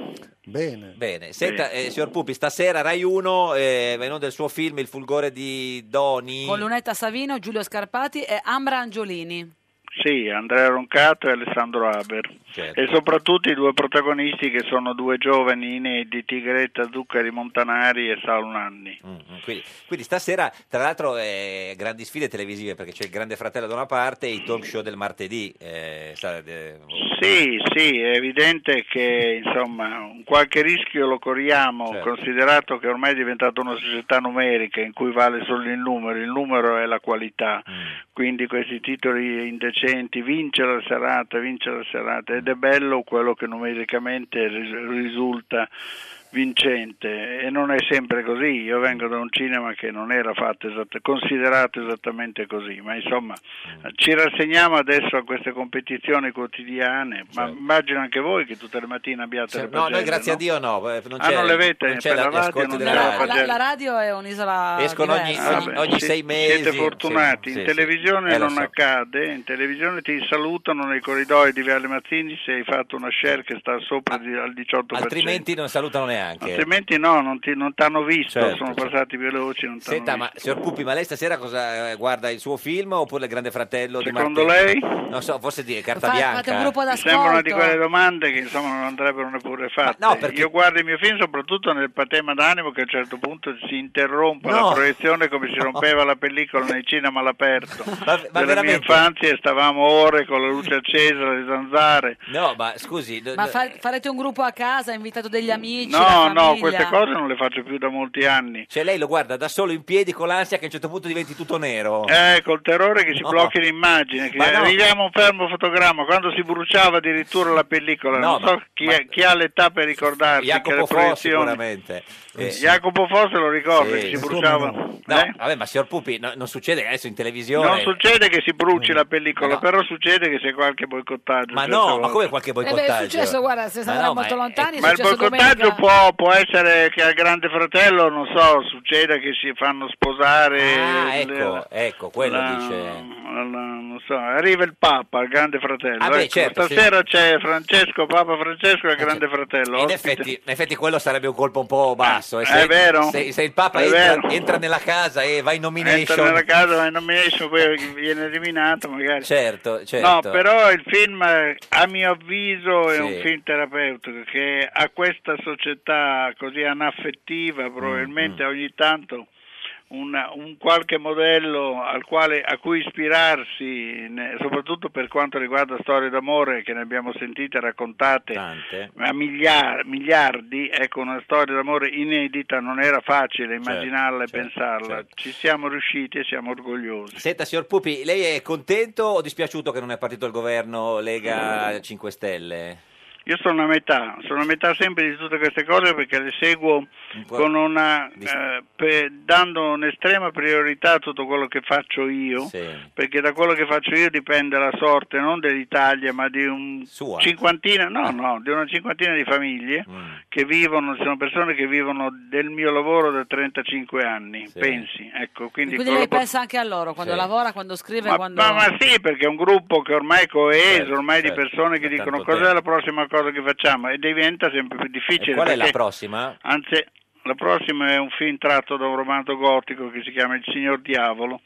Speaker 6: Bene.
Speaker 2: Bene, senta eh, signor Pupi, stasera Rai 1 eh, va in onda il suo film Il fulgore di Doni.
Speaker 14: Con Lunetta Savino, Giulio Scarpati e Ambra Angiolini.
Speaker 11: Sì, Andrea Roncato e Alessandro Haber.
Speaker 2: Certo.
Speaker 11: E soprattutto i due protagonisti che sono due giovani inediti, Tigretta Zuccheri Montanari e Salunanni.
Speaker 2: Mm, Quindi, quindi stasera, tra l'altro, eh, grandi sfide televisive perché c'è il Grande Fratello da una parte e i talk show del martedì. eh, sa- eh,
Speaker 11: Sì, sì, è evidente che insomma un qualche rischio lo corriamo,
Speaker 2: Certo.
Speaker 11: considerato che ormai è diventata una società numerica in cui vale solo il numero, il numero è la qualità, quindi questi titoli indecenti, vince la serata, vince la serata ed è bello quello che numericamente ris- risulta vincente e non è sempre così, io vengo da un cinema che non era fatto esatt- considerato esattamente così, ma insomma
Speaker 2: Mm.
Speaker 11: ci rassegniamo adesso a queste competizioni quotidiane, ma immagino anche voi che tutte le mattine abbiate le
Speaker 2: Certo. cioè, no, noi
Speaker 11: pagelle,
Speaker 2: grazie
Speaker 11: no?
Speaker 2: a Dio no. eh, Non
Speaker 11: Ah,
Speaker 2: c'è,
Speaker 11: non le avete
Speaker 2: non c'è
Speaker 11: per
Speaker 2: la,
Speaker 11: la
Speaker 2: gli
Speaker 11: radio,
Speaker 2: ascolti
Speaker 11: non
Speaker 2: della
Speaker 11: c'è la
Speaker 2: radio.
Speaker 14: La, la radio è un'isola
Speaker 1: Ah,
Speaker 2: Escono ogni-
Speaker 14: diversa.
Speaker 2: ogni- ogni
Speaker 11: si-
Speaker 2: sei mesi,
Speaker 11: Siete fortunati,
Speaker 2: sì,
Speaker 11: in
Speaker 2: sì,
Speaker 11: televisione
Speaker 2: eh, lo
Speaker 11: non
Speaker 2: so.
Speaker 11: accade, in televisione ti salutano nei corridoi di Viale Mazzini se hai fatto una share che sta sopra di- al 18%.
Speaker 2: Ah, Altrimenti non salutano neanche.
Speaker 11: Altrimenti no, non ti non t'hanno visto,
Speaker 2: Certo,
Speaker 11: sono
Speaker 2: certo.
Speaker 11: passati veloci, non t'hanno
Speaker 2: Senta, ma
Speaker 11: visto.
Speaker 2: signor Pupi, ma lei stasera cosa eh, guarda il suo film oppure il Grande Fratello
Speaker 11: Secondo
Speaker 2: di martedì?
Speaker 11: lei?
Speaker 2: Non so, forse di carta
Speaker 11: Fa-
Speaker 2: bianca.
Speaker 14: fate un gruppo
Speaker 11: Mi sembra una di quelle domande che insomma non andrebbero neppure fatte.
Speaker 2: Ma no, perché-
Speaker 11: Io guardo i miei film soprattutto nel patema d'animo che a un certo punto si interrompe
Speaker 2: No.
Speaker 11: la proiezione come si rompeva la pellicola nei cinema all'aperto.
Speaker 2: ma
Speaker 11: Nella mia
Speaker 2: veramente?
Speaker 11: infanzia e stavamo ore con la luce accesa, le zanzare.
Speaker 2: No, ma scusi. d-
Speaker 14: Ma
Speaker 2: d-
Speaker 14: fa- farete un gruppo a casa, invitato degli amici?
Speaker 11: Eh, No,
Speaker 14: la
Speaker 11: no,
Speaker 14: famiglia?
Speaker 11: queste cose non le faccio più da molti anni.
Speaker 2: Cioè lei lo guarda da solo in piedi con l'ansia che a un certo punto diventi tutto nero.
Speaker 11: Eh, col terrore che si
Speaker 2: No.
Speaker 11: blocchi l'immagine, che
Speaker 2: Ma no.
Speaker 11: arriviamo un fermo fotogramma, quando si bruciava addirittura la pellicola,
Speaker 2: No,
Speaker 11: non so
Speaker 2: ma-
Speaker 11: chi, chi ha l'età per ricordarsi che
Speaker 2: Jacopo
Speaker 11: le
Speaker 2: Fo
Speaker 11: proiezioni...
Speaker 2: sicuramente.
Speaker 11: Eh,
Speaker 2: Eh,
Speaker 11: Jacopo Fosse lo ricorda,
Speaker 2: Sì.
Speaker 11: che si
Speaker 2: Come
Speaker 11: bruciava.
Speaker 2: No,
Speaker 11: Eh?
Speaker 2: vabbè, ma signor Pupi, no- non succede adesso in televisione.
Speaker 11: Non succede che si bruci la
Speaker 2: Mm. Ma
Speaker 11: pellicola,
Speaker 2: no.
Speaker 11: però succede che c'è qualche boicottaggio.
Speaker 2: Ma
Speaker 11: certe
Speaker 2: no, ma
Speaker 11: volte.
Speaker 2: come qualche
Speaker 14: Eh beh, è
Speaker 2: boicottaggio?
Speaker 14: successo, guarda, se
Speaker 2: Ma
Speaker 14: sarà
Speaker 2: no, ma
Speaker 14: molto
Speaker 2: è-
Speaker 14: lontani, è
Speaker 11: Ma il
Speaker 14: successo
Speaker 11: boicottaggio
Speaker 14: domenica.
Speaker 11: può, può essere che al Grande Fratello, non so, succeda che si fanno sposare.
Speaker 2: Ah,
Speaker 11: le-
Speaker 2: ecco, ecco, quello
Speaker 11: la-
Speaker 2: dice.
Speaker 11: la- non so, arriva il Papa al Grande Fratello.
Speaker 2: Ah, beh,
Speaker 11: ecco,
Speaker 2: certo, sì. Eh,
Speaker 11: stasera c'è Francesco, Papa Francesco al Grande Fratello.
Speaker 2: In
Speaker 11: ospite.
Speaker 2: effetti, in effetti quello sarebbe un colpo un po' basso. E
Speaker 11: Eh,
Speaker 2: se,
Speaker 11: è vero.
Speaker 2: Se, se il Papa
Speaker 11: È
Speaker 2: entra,
Speaker 11: vero.
Speaker 2: entra nella casa e va in
Speaker 11: Entra
Speaker 2: nomination...
Speaker 11: nella casa, ma in nomination, poi viene eliminato magari.
Speaker 2: Certo, certo.
Speaker 11: No, però il film, eh, a mio avviso, è
Speaker 2: Sì.
Speaker 11: un film terapeutico che a questa società così anaffettiva probabilmente
Speaker 2: Mm,
Speaker 11: ogni tanto un, un qualche modello al quale, a cui ispirarsi, ne- soprattutto per quanto riguarda storie d'amore che ne abbiamo sentite raccontate a miliar- miliardi, ecco una storia d'amore inedita, non era facile immaginarla
Speaker 2: Certo,
Speaker 11: e pensarla, ci siamo riusciti e siamo orgogliosi.
Speaker 2: Senta, signor Pupi, lei è contento o dispiaciuto che non è partito il governo
Speaker 11: Mm.
Speaker 2: Lega 5 Stelle?
Speaker 11: Io sono a metà, sono a metà sempre di tutte queste cose perché le seguo
Speaker 2: po'
Speaker 11: con una,
Speaker 2: di-
Speaker 11: eh, pe- dando un'estrema priorità a tutto quello che faccio io,
Speaker 2: eh,
Speaker 11: perché da quello che faccio io dipende la sorte non dell'Italia ma di un cinquantina,
Speaker 2: Eh.
Speaker 11: no, no, di una cinquantina di famiglie
Speaker 2: Mm.
Speaker 11: che vivono, sono persone che vivono del mio lavoro da 35 anni, pensi, ecco, quindi,
Speaker 14: Quindi
Speaker 11: con
Speaker 14: lei
Speaker 11: la pot-
Speaker 14: pensa anche a loro, quando
Speaker 11: Sì.
Speaker 14: lavora, quando scrive,
Speaker 11: ma,
Speaker 14: quando...
Speaker 11: ma- ma sì, perché è un gruppo che ormai è coeso, ormai
Speaker 2: certo,
Speaker 11: di persone che
Speaker 2: da
Speaker 11: dicono
Speaker 2: tanto
Speaker 11: cos'è
Speaker 2: tempo."
Speaker 11: la prossima cosa che facciamo e diventa sempre più difficile.
Speaker 2: Qual è la
Speaker 11: perché-
Speaker 2: prossima?
Speaker 11: Anzi, la prossima è un film tratto da un romanzo gotico che si chiama Il Signor Diavolo.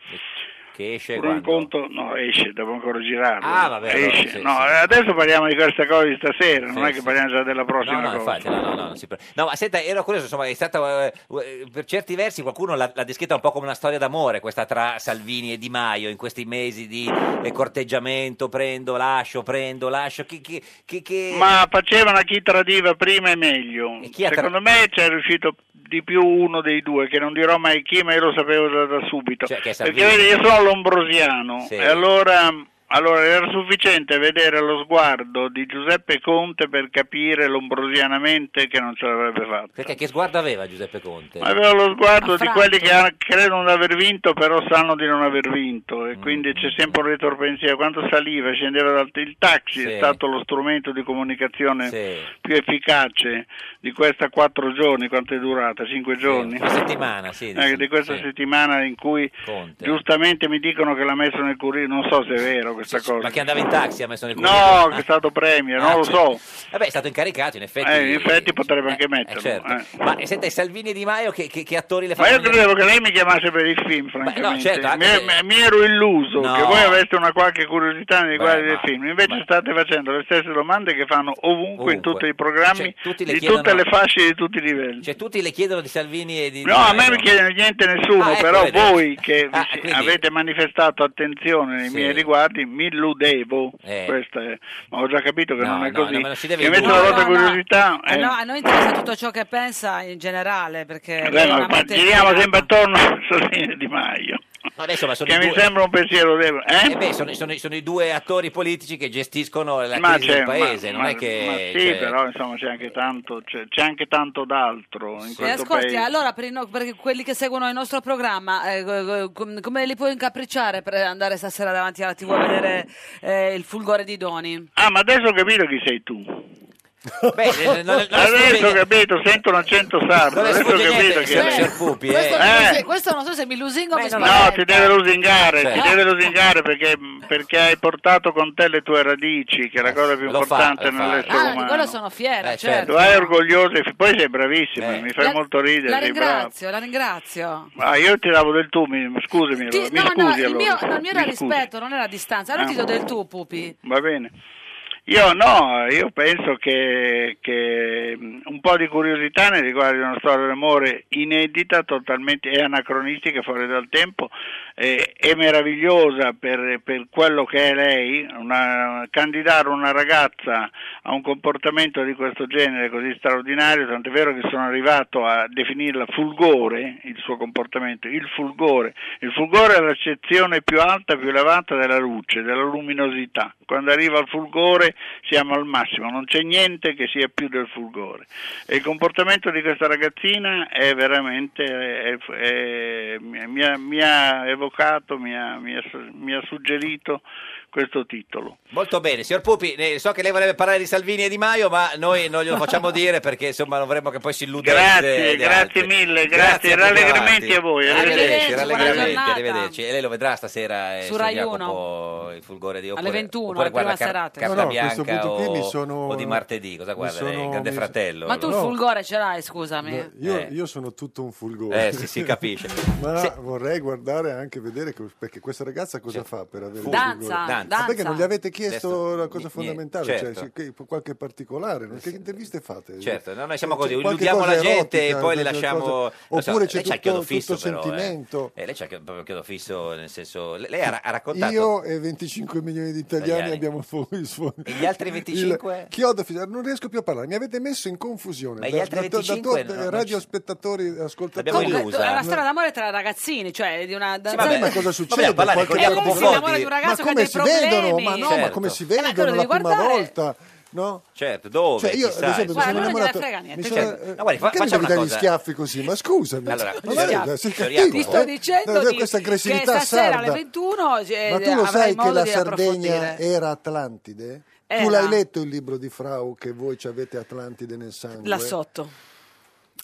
Speaker 2: Che esce
Speaker 11: Un
Speaker 2: quando?
Speaker 11: racconto- no, esce, devo ancora girarlo.
Speaker 2: Ah, vabbè, allora,
Speaker 11: Esce.
Speaker 2: sì,
Speaker 11: No,
Speaker 2: sì.
Speaker 11: adesso parliamo di questa cosa di stasera, non
Speaker 2: Sì,
Speaker 11: è che
Speaker 2: sì.
Speaker 11: parliamo già della
Speaker 2: No,
Speaker 11: prossima
Speaker 2: no,
Speaker 11: cosa.
Speaker 2: infatti, no, no, no, non si pre- no, ma senta, ero curioso, insomma, è stata, eh, eh, per certi versi qualcuno l'ha, l'ha descritta un po' come una storia d'amore, questa tra Salvini e Di Maio, in questi mesi di eh, corteggiamento, prendo, lascio, prendo, lascio, chi, chi- chi- chi-
Speaker 11: Ma facevano a chi tradiva prima e meglio.
Speaker 2: chi ha tra-
Speaker 11: Secondo me c'è riuscito di più uno dei due, che non dirò mai chi, ma io lo sapevo da, da subito.
Speaker 2: Cioè, che è
Speaker 11: Perché
Speaker 2: Salvini.
Speaker 11: vedi, io sono lombrosiano
Speaker 2: Sì.
Speaker 11: e allora, allora era sufficiente vedere lo sguardo di Giuseppe Conte per capire lombrosianamente che non ce l'avrebbe fatta.
Speaker 2: Perché che sguardo aveva Giuseppe Conte?
Speaker 11: Ma aveva lo sguardo di
Speaker 2: Affranto.
Speaker 11: quelli che ha- credono di aver vinto, però sanno di non aver vinto,
Speaker 2: Mm.
Speaker 11: e quindi c'è sempre un retropensiero. Quando saliva, e scendeva dal il taxi,
Speaker 2: Sì.
Speaker 11: è stato lo strumento di comunicazione più efficace di questa quattro giorni, quanto è durata? Cinque giorni?
Speaker 2: Una settimana, sì.
Speaker 11: Eh, di questa
Speaker 2: sì.
Speaker 11: settimana in cui
Speaker 2: Conte.
Speaker 11: giustamente mi dicono che l'ha messo nel curriculum, non so se è vero questa cosa.
Speaker 2: Ma che andava in taxi, ha messo nel
Speaker 11: No,
Speaker 2: curriculum? eh?
Speaker 11: che è stato premier, non
Speaker 2: Ah,
Speaker 11: lo
Speaker 2: cioè-
Speaker 11: so.
Speaker 2: Vabbè, è stato incaricato, in effetti.
Speaker 11: Eh, in effetti potrebbe anche
Speaker 2: eh,
Speaker 11: metterlo.
Speaker 2: certo.
Speaker 11: eh.
Speaker 2: Ma eh, senta, e Salvini e Di Maio che, che- che attori le
Speaker 11: Ma
Speaker 2: fanno?
Speaker 11: io credevo che lei mi chiamasse per il film, francamente.
Speaker 2: certo, anche
Speaker 11: mi,
Speaker 2: se-
Speaker 11: mi ero illuso
Speaker 2: No.
Speaker 11: che voi aveste una qualche curiosità nei riguardi
Speaker 2: Beh,
Speaker 11: del
Speaker 2: ma-
Speaker 11: film. Invece
Speaker 2: ma-
Speaker 11: state facendo le stesse domande che fanno ovunque, in
Speaker 2: Ovunque.
Speaker 11: tutti i
Speaker 2: Cioè,
Speaker 11: programmi,
Speaker 2: tutti le
Speaker 11: di
Speaker 2: chiedono-
Speaker 11: tutte le fasce di tutti i livelli.
Speaker 2: Cioè, tutti le chiedono di Salvini e di Di
Speaker 11: No, a me
Speaker 2: Maio.
Speaker 11: mi chiedono niente nessuno,
Speaker 2: Ah, ecco,
Speaker 11: però
Speaker 2: vedi.
Speaker 11: voi che vi-
Speaker 2: Ah, quindi-
Speaker 11: avete manifestato attenzione nei
Speaker 2: Sì.
Speaker 11: miei riguardi, mi illudevo.
Speaker 2: Eh.
Speaker 11: Questo è- Ma ho già capito che
Speaker 2: No,
Speaker 11: non è
Speaker 2: no,
Speaker 11: così.
Speaker 2: no, ma non si deve
Speaker 11: Che invece la
Speaker 2: illudere.
Speaker 11: vostra
Speaker 2: No, no, no.
Speaker 11: curiosità...
Speaker 14: Eh,
Speaker 11: eh,
Speaker 14: no, a noi interessa tutto ciò che pensa in generale, perché...
Speaker 11: Vabbè,
Speaker 14: lei è
Speaker 11: Eh, ma-
Speaker 14: una
Speaker 11: ma
Speaker 14: mente-
Speaker 11: giriamo sempre attorno a Salvini e Di Maio.
Speaker 2: Adesso, ma sono
Speaker 11: che
Speaker 2: i
Speaker 11: mi
Speaker 2: due-
Speaker 11: sembra un pensiero debole. Eh?
Speaker 2: Eh beh, sono, sono- sono i due attori politici che gestiscono la
Speaker 11: Ma
Speaker 2: crisi del
Speaker 11: c'è-
Speaker 2: paese,
Speaker 11: ma-
Speaker 2: non
Speaker 11: ma-
Speaker 2: è che...
Speaker 11: ma sì,
Speaker 2: cioè,
Speaker 11: però insomma c'è anche tanto, c'è, c'è anche tanto d'altro in
Speaker 14: E
Speaker 11: questo
Speaker 14: Eh, ascolti,
Speaker 11: paese.
Speaker 14: allora per, i no- per quelli che seguono il nostro programma, eh, co- co- come li puoi incapricciare per andare stasera davanti alla TV a vedere eh, il fulgore di doni?
Speaker 11: Ah, ma adesso ho capito chi sei tu.
Speaker 2: Beh, eh, non- non-
Speaker 11: adesso ho capito, sento un accento sardo, adesso ho capito chi è lei.
Speaker 14: Questo,
Speaker 11: Eh,
Speaker 14: mi- questo non so se mi lusingo o mi
Speaker 11: No, ti
Speaker 14: spavento.
Speaker 11: deve lusingare,
Speaker 14: Cioè.
Speaker 11: ti
Speaker 2: Certo.
Speaker 11: deve lusingare perché, perché hai portato con te le tue radici, che è la cosa più
Speaker 2: Eh, Lo fa,
Speaker 11: importante
Speaker 2: lo fa.
Speaker 11: nell'essere
Speaker 14: Ah, di
Speaker 11: umano.
Speaker 14: quello sono fiera,
Speaker 11: Eh,
Speaker 14: certo.
Speaker 11: Tu sei orgoglioso, e f- poi sei bravissimo,
Speaker 2: Eh.
Speaker 11: mi fai
Speaker 14: La-
Speaker 11: molto ridere,
Speaker 14: La
Speaker 11: sei bravo.
Speaker 14: ringrazio, la ringrazio.
Speaker 11: Ah, io ti davo del tu, mi, scusami,
Speaker 14: Ti-
Speaker 11: allora, mi
Speaker 14: no, no,
Speaker 11: scusi
Speaker 14: il
Speaker 11: allora.
Speaker 14: mio, no, il mio era
Speaker 11: mi scusi.
Speaker 14: rispetto, non era distanza. Allora
Speaker 11: Ah.
Speaker 14: ti do del tu, Pupi.
Speaker 11: Va bene. Io no, io penso che, che, mh, un po' di curiosità nei riguardi di una storia d'amore inedita, totalmente e anacronistica, fuori dal tempo e, e meravigliosa per, per quello che è lei, una- candidare una ragazza a un comportamento di questo genere così straordinario, tant'è vero che sono arrivato a definirla fulgore, il suo comportamento, il fulgore. Il fulgore è l'accezione più alta, più elevata della luce, della luminosità. Quando arriva al fulgore siamo al massimo, non c'è niente che sia più del fulgore. E il comportamento di questa ragazzina è veramente, è- è- mi, mi ha, mi ha evocato, mi ha- mi ha su- mi ha suggerito questo titolo.
Speaker 2: Molto bene, signor Pupi, eh, so che lei voleva parlare di Salvini e Di Maio, ma noi non glielo facciamo dire perché insomma non vorremmo che poi si illudesse.
Speaker 11: Grazie,
Speaker 2: gli
Speaker 11: grazie
Speaker 2: altri.
Speaker 11: mille,
Speaker 2: Grazie,
Speaker 11: grazie, rallegramenti a voi. eh.
Speaker 2: Arrivederci,
Speaker 11: arrivederci.
Speaker 2: rallegramenti, arrivederci. E lei lo vedrà stasera eh,
Speaker 14: Su Rai
Speaker 2: su Jacopo, il fulgore di oppure-
Speaker 14: 21,
Speaker 2: oppure
Speaker 14: alla
Speaker 2: guarda
Speaker 14: prima serata.
Speaker 2: Carta
Speaker 6: No, no, a questo
Speaker 2: Bianca
Speaker 6: punto qui
Speaker 2: o,
Speaker 6: mi sono-
Speaker 2: o di martedì, cosa
Speaker 6: mi
Speaker 2: guarda lei?
Speaker 6: sono-
Speaker 2: Grande
Speaker 6: mi-
Speaker 2: Fratello.
Speaker 14: Ma tu il
Speaker 2: allora.
Speaker 14: fulgore ce l'hai, scusami.
Speaker 6: Io,
Speaker 2: Eh.
Speaker 6: io sono tutto un fulgore.
Speaker 2: Eh, sì, si capisce.
Speaker 6: Ma
Speaker 2: Se-
Speaker 6: vorrei guardare anche vedere co- perché questa ragazza cosa fa per avere il
Speaker 14: Danza,
Speaker 6: fulgore.
Speaker 14: danza.
Speaker 6: Ma perché non gli avete chiesto
Speaker 2: Adesso-
Speaker 6: la cosa
Speaker 2: ni-
Speaker 6: fondamentale,
Speaker 2: niente,
Speaker 6: cioè
Speaker 2: certo.
Speaker 6: se- che- qualche particolare, no? che interviste fate?
Speaker 2: Certo, no, noi siamo
Speaker 6: Cioè,
Speaker 2: così,
Speaker 6: qualche
Speaker 2: illudiamo
Speaker 6: cosa
Speaker 2: la gente
Speaker 6: erotica,
Speaker 2: e poi le
Speaker 6: qualche
Speaker 2: lasciamo...
Speaker 6: cosa-
Speaker 2: non so,
Speaker 6: Oppure c'è
Speaker 2: lei c'ha il
Speaker 6: tutto,
Speaker 2: chiodo fisso
Speaker 6: tutto
Speaker 2: però, eh.
Speaker 6: sentimento.
Speaker 2: Eh, lei c'ha il chiodo- proprio il chiodo fisso, nel senso... Lei ha, ha raccontato...
Speaker 6: Io eh, e 25 milioni di italiani
Speaker 2: Italiani.
Speaker 6: abbiamo fu- il suo-
Speaker 2: gli altri
Speaker 6: il
Speaker 2: 25?
Speaker 6: chiodo fisso. non riesco più a parlare, mi avete messo in confusione.
Speaker 2: Ma gli
Speaker 6: da,
Speaker 2: altri
Speaker 6: da- da- da-
Speaker 2: 25
Speaker 6: da-
Speaker 2: non- non
Speaker 6: radiospettatori, ascoltatori.
Speaker 2: L'abbiamo
Speaker 14: Comunque,
Speaker 2: illusa.
Speaker 14: è una storia d'amore tra ragazzini, cioè di una...
Speaker 6: Sì,
Speaker 14: da-
Speaker 6: vabbè,
Speaker 14: sai-
Speaker 6: ma cosa succede?
Speaker 2: vogliamo parlare
Speaker 6: Qualche-
Speaker 2: con Jacopo
Speaker 14: Eh, lui si innamora Forti? di un ragazzo
Speaker 6: ma
Speaker 14: che ha
Speaker 6: come
Speaker 14: dei
Speaker 6: si vedono?
Speaker 14: problemi.
Speaker 6: Ma no, ma
Speaker 2: Certo.
Speaker 6: come si
Speaker 14: allora
Speaker 6: vedono
Speaker 14: devi
Speaker 6: la prima
Speaker 14: guardare.
Speaker 6: volta? No?
Speaker 2: Certo, dove?
Speaker 6: Cioè, io, ad
Speaker 2: Chissà,
Speaker 6: esempio, mi sono
Speaker 14: Guarda, non
Speaker 6: innamorato.
Speaker 14: gliene frega niente,
Speaker 6: mi sono,
Speaker 2: certo.
Speaker 6: eh,
Speaker 2: No, guardi, fa-
Speaker 6: perché mi
Speaker 2: facciamo
Speaker 6: devi
Speaker 2: una
Speaker 6: dare gli
Speaker 2: cosa.
Speaker 6: schiaffi così? Ma scusami,
Speaker 2: Allora,
Speaker 6: ma
Speaker 2: signor
Speaker 6: guarda,
Speaker 2: Iacopo,
Speaker 6: sei
Speaker 2: signor
Speaker 6: cattivo,
Speaker 14: Ti
Speaker 2: Iacopo.
Speaker 14: sto
Speaker 6: eh.
Speaker 14: dicendo
Speaker 6: Guarda,
Speaker 14: di-
Speaker 6: questa
Speaker 14: che
Speaker 6: aggressività
Speaker 14: stasera alle
Speaker 6: sarda.
Speaker 14: 21 eh,
Speaker 6: Ma tu lo
Speaker 14: avrai
Speaker 6: sai
Speaker 14: modo
Speaker 6: che la
Speaker 14: di
Speaker 6: Sardegna
Speaker 14: approfondire.
Speaker 6: era Atlantide?
Speaker 14: Era.
Speaker 6: Tu l'hai letto il libro di Frau che voi ci avete Atlantide nel sangue?
Speaker 14: Là sotto.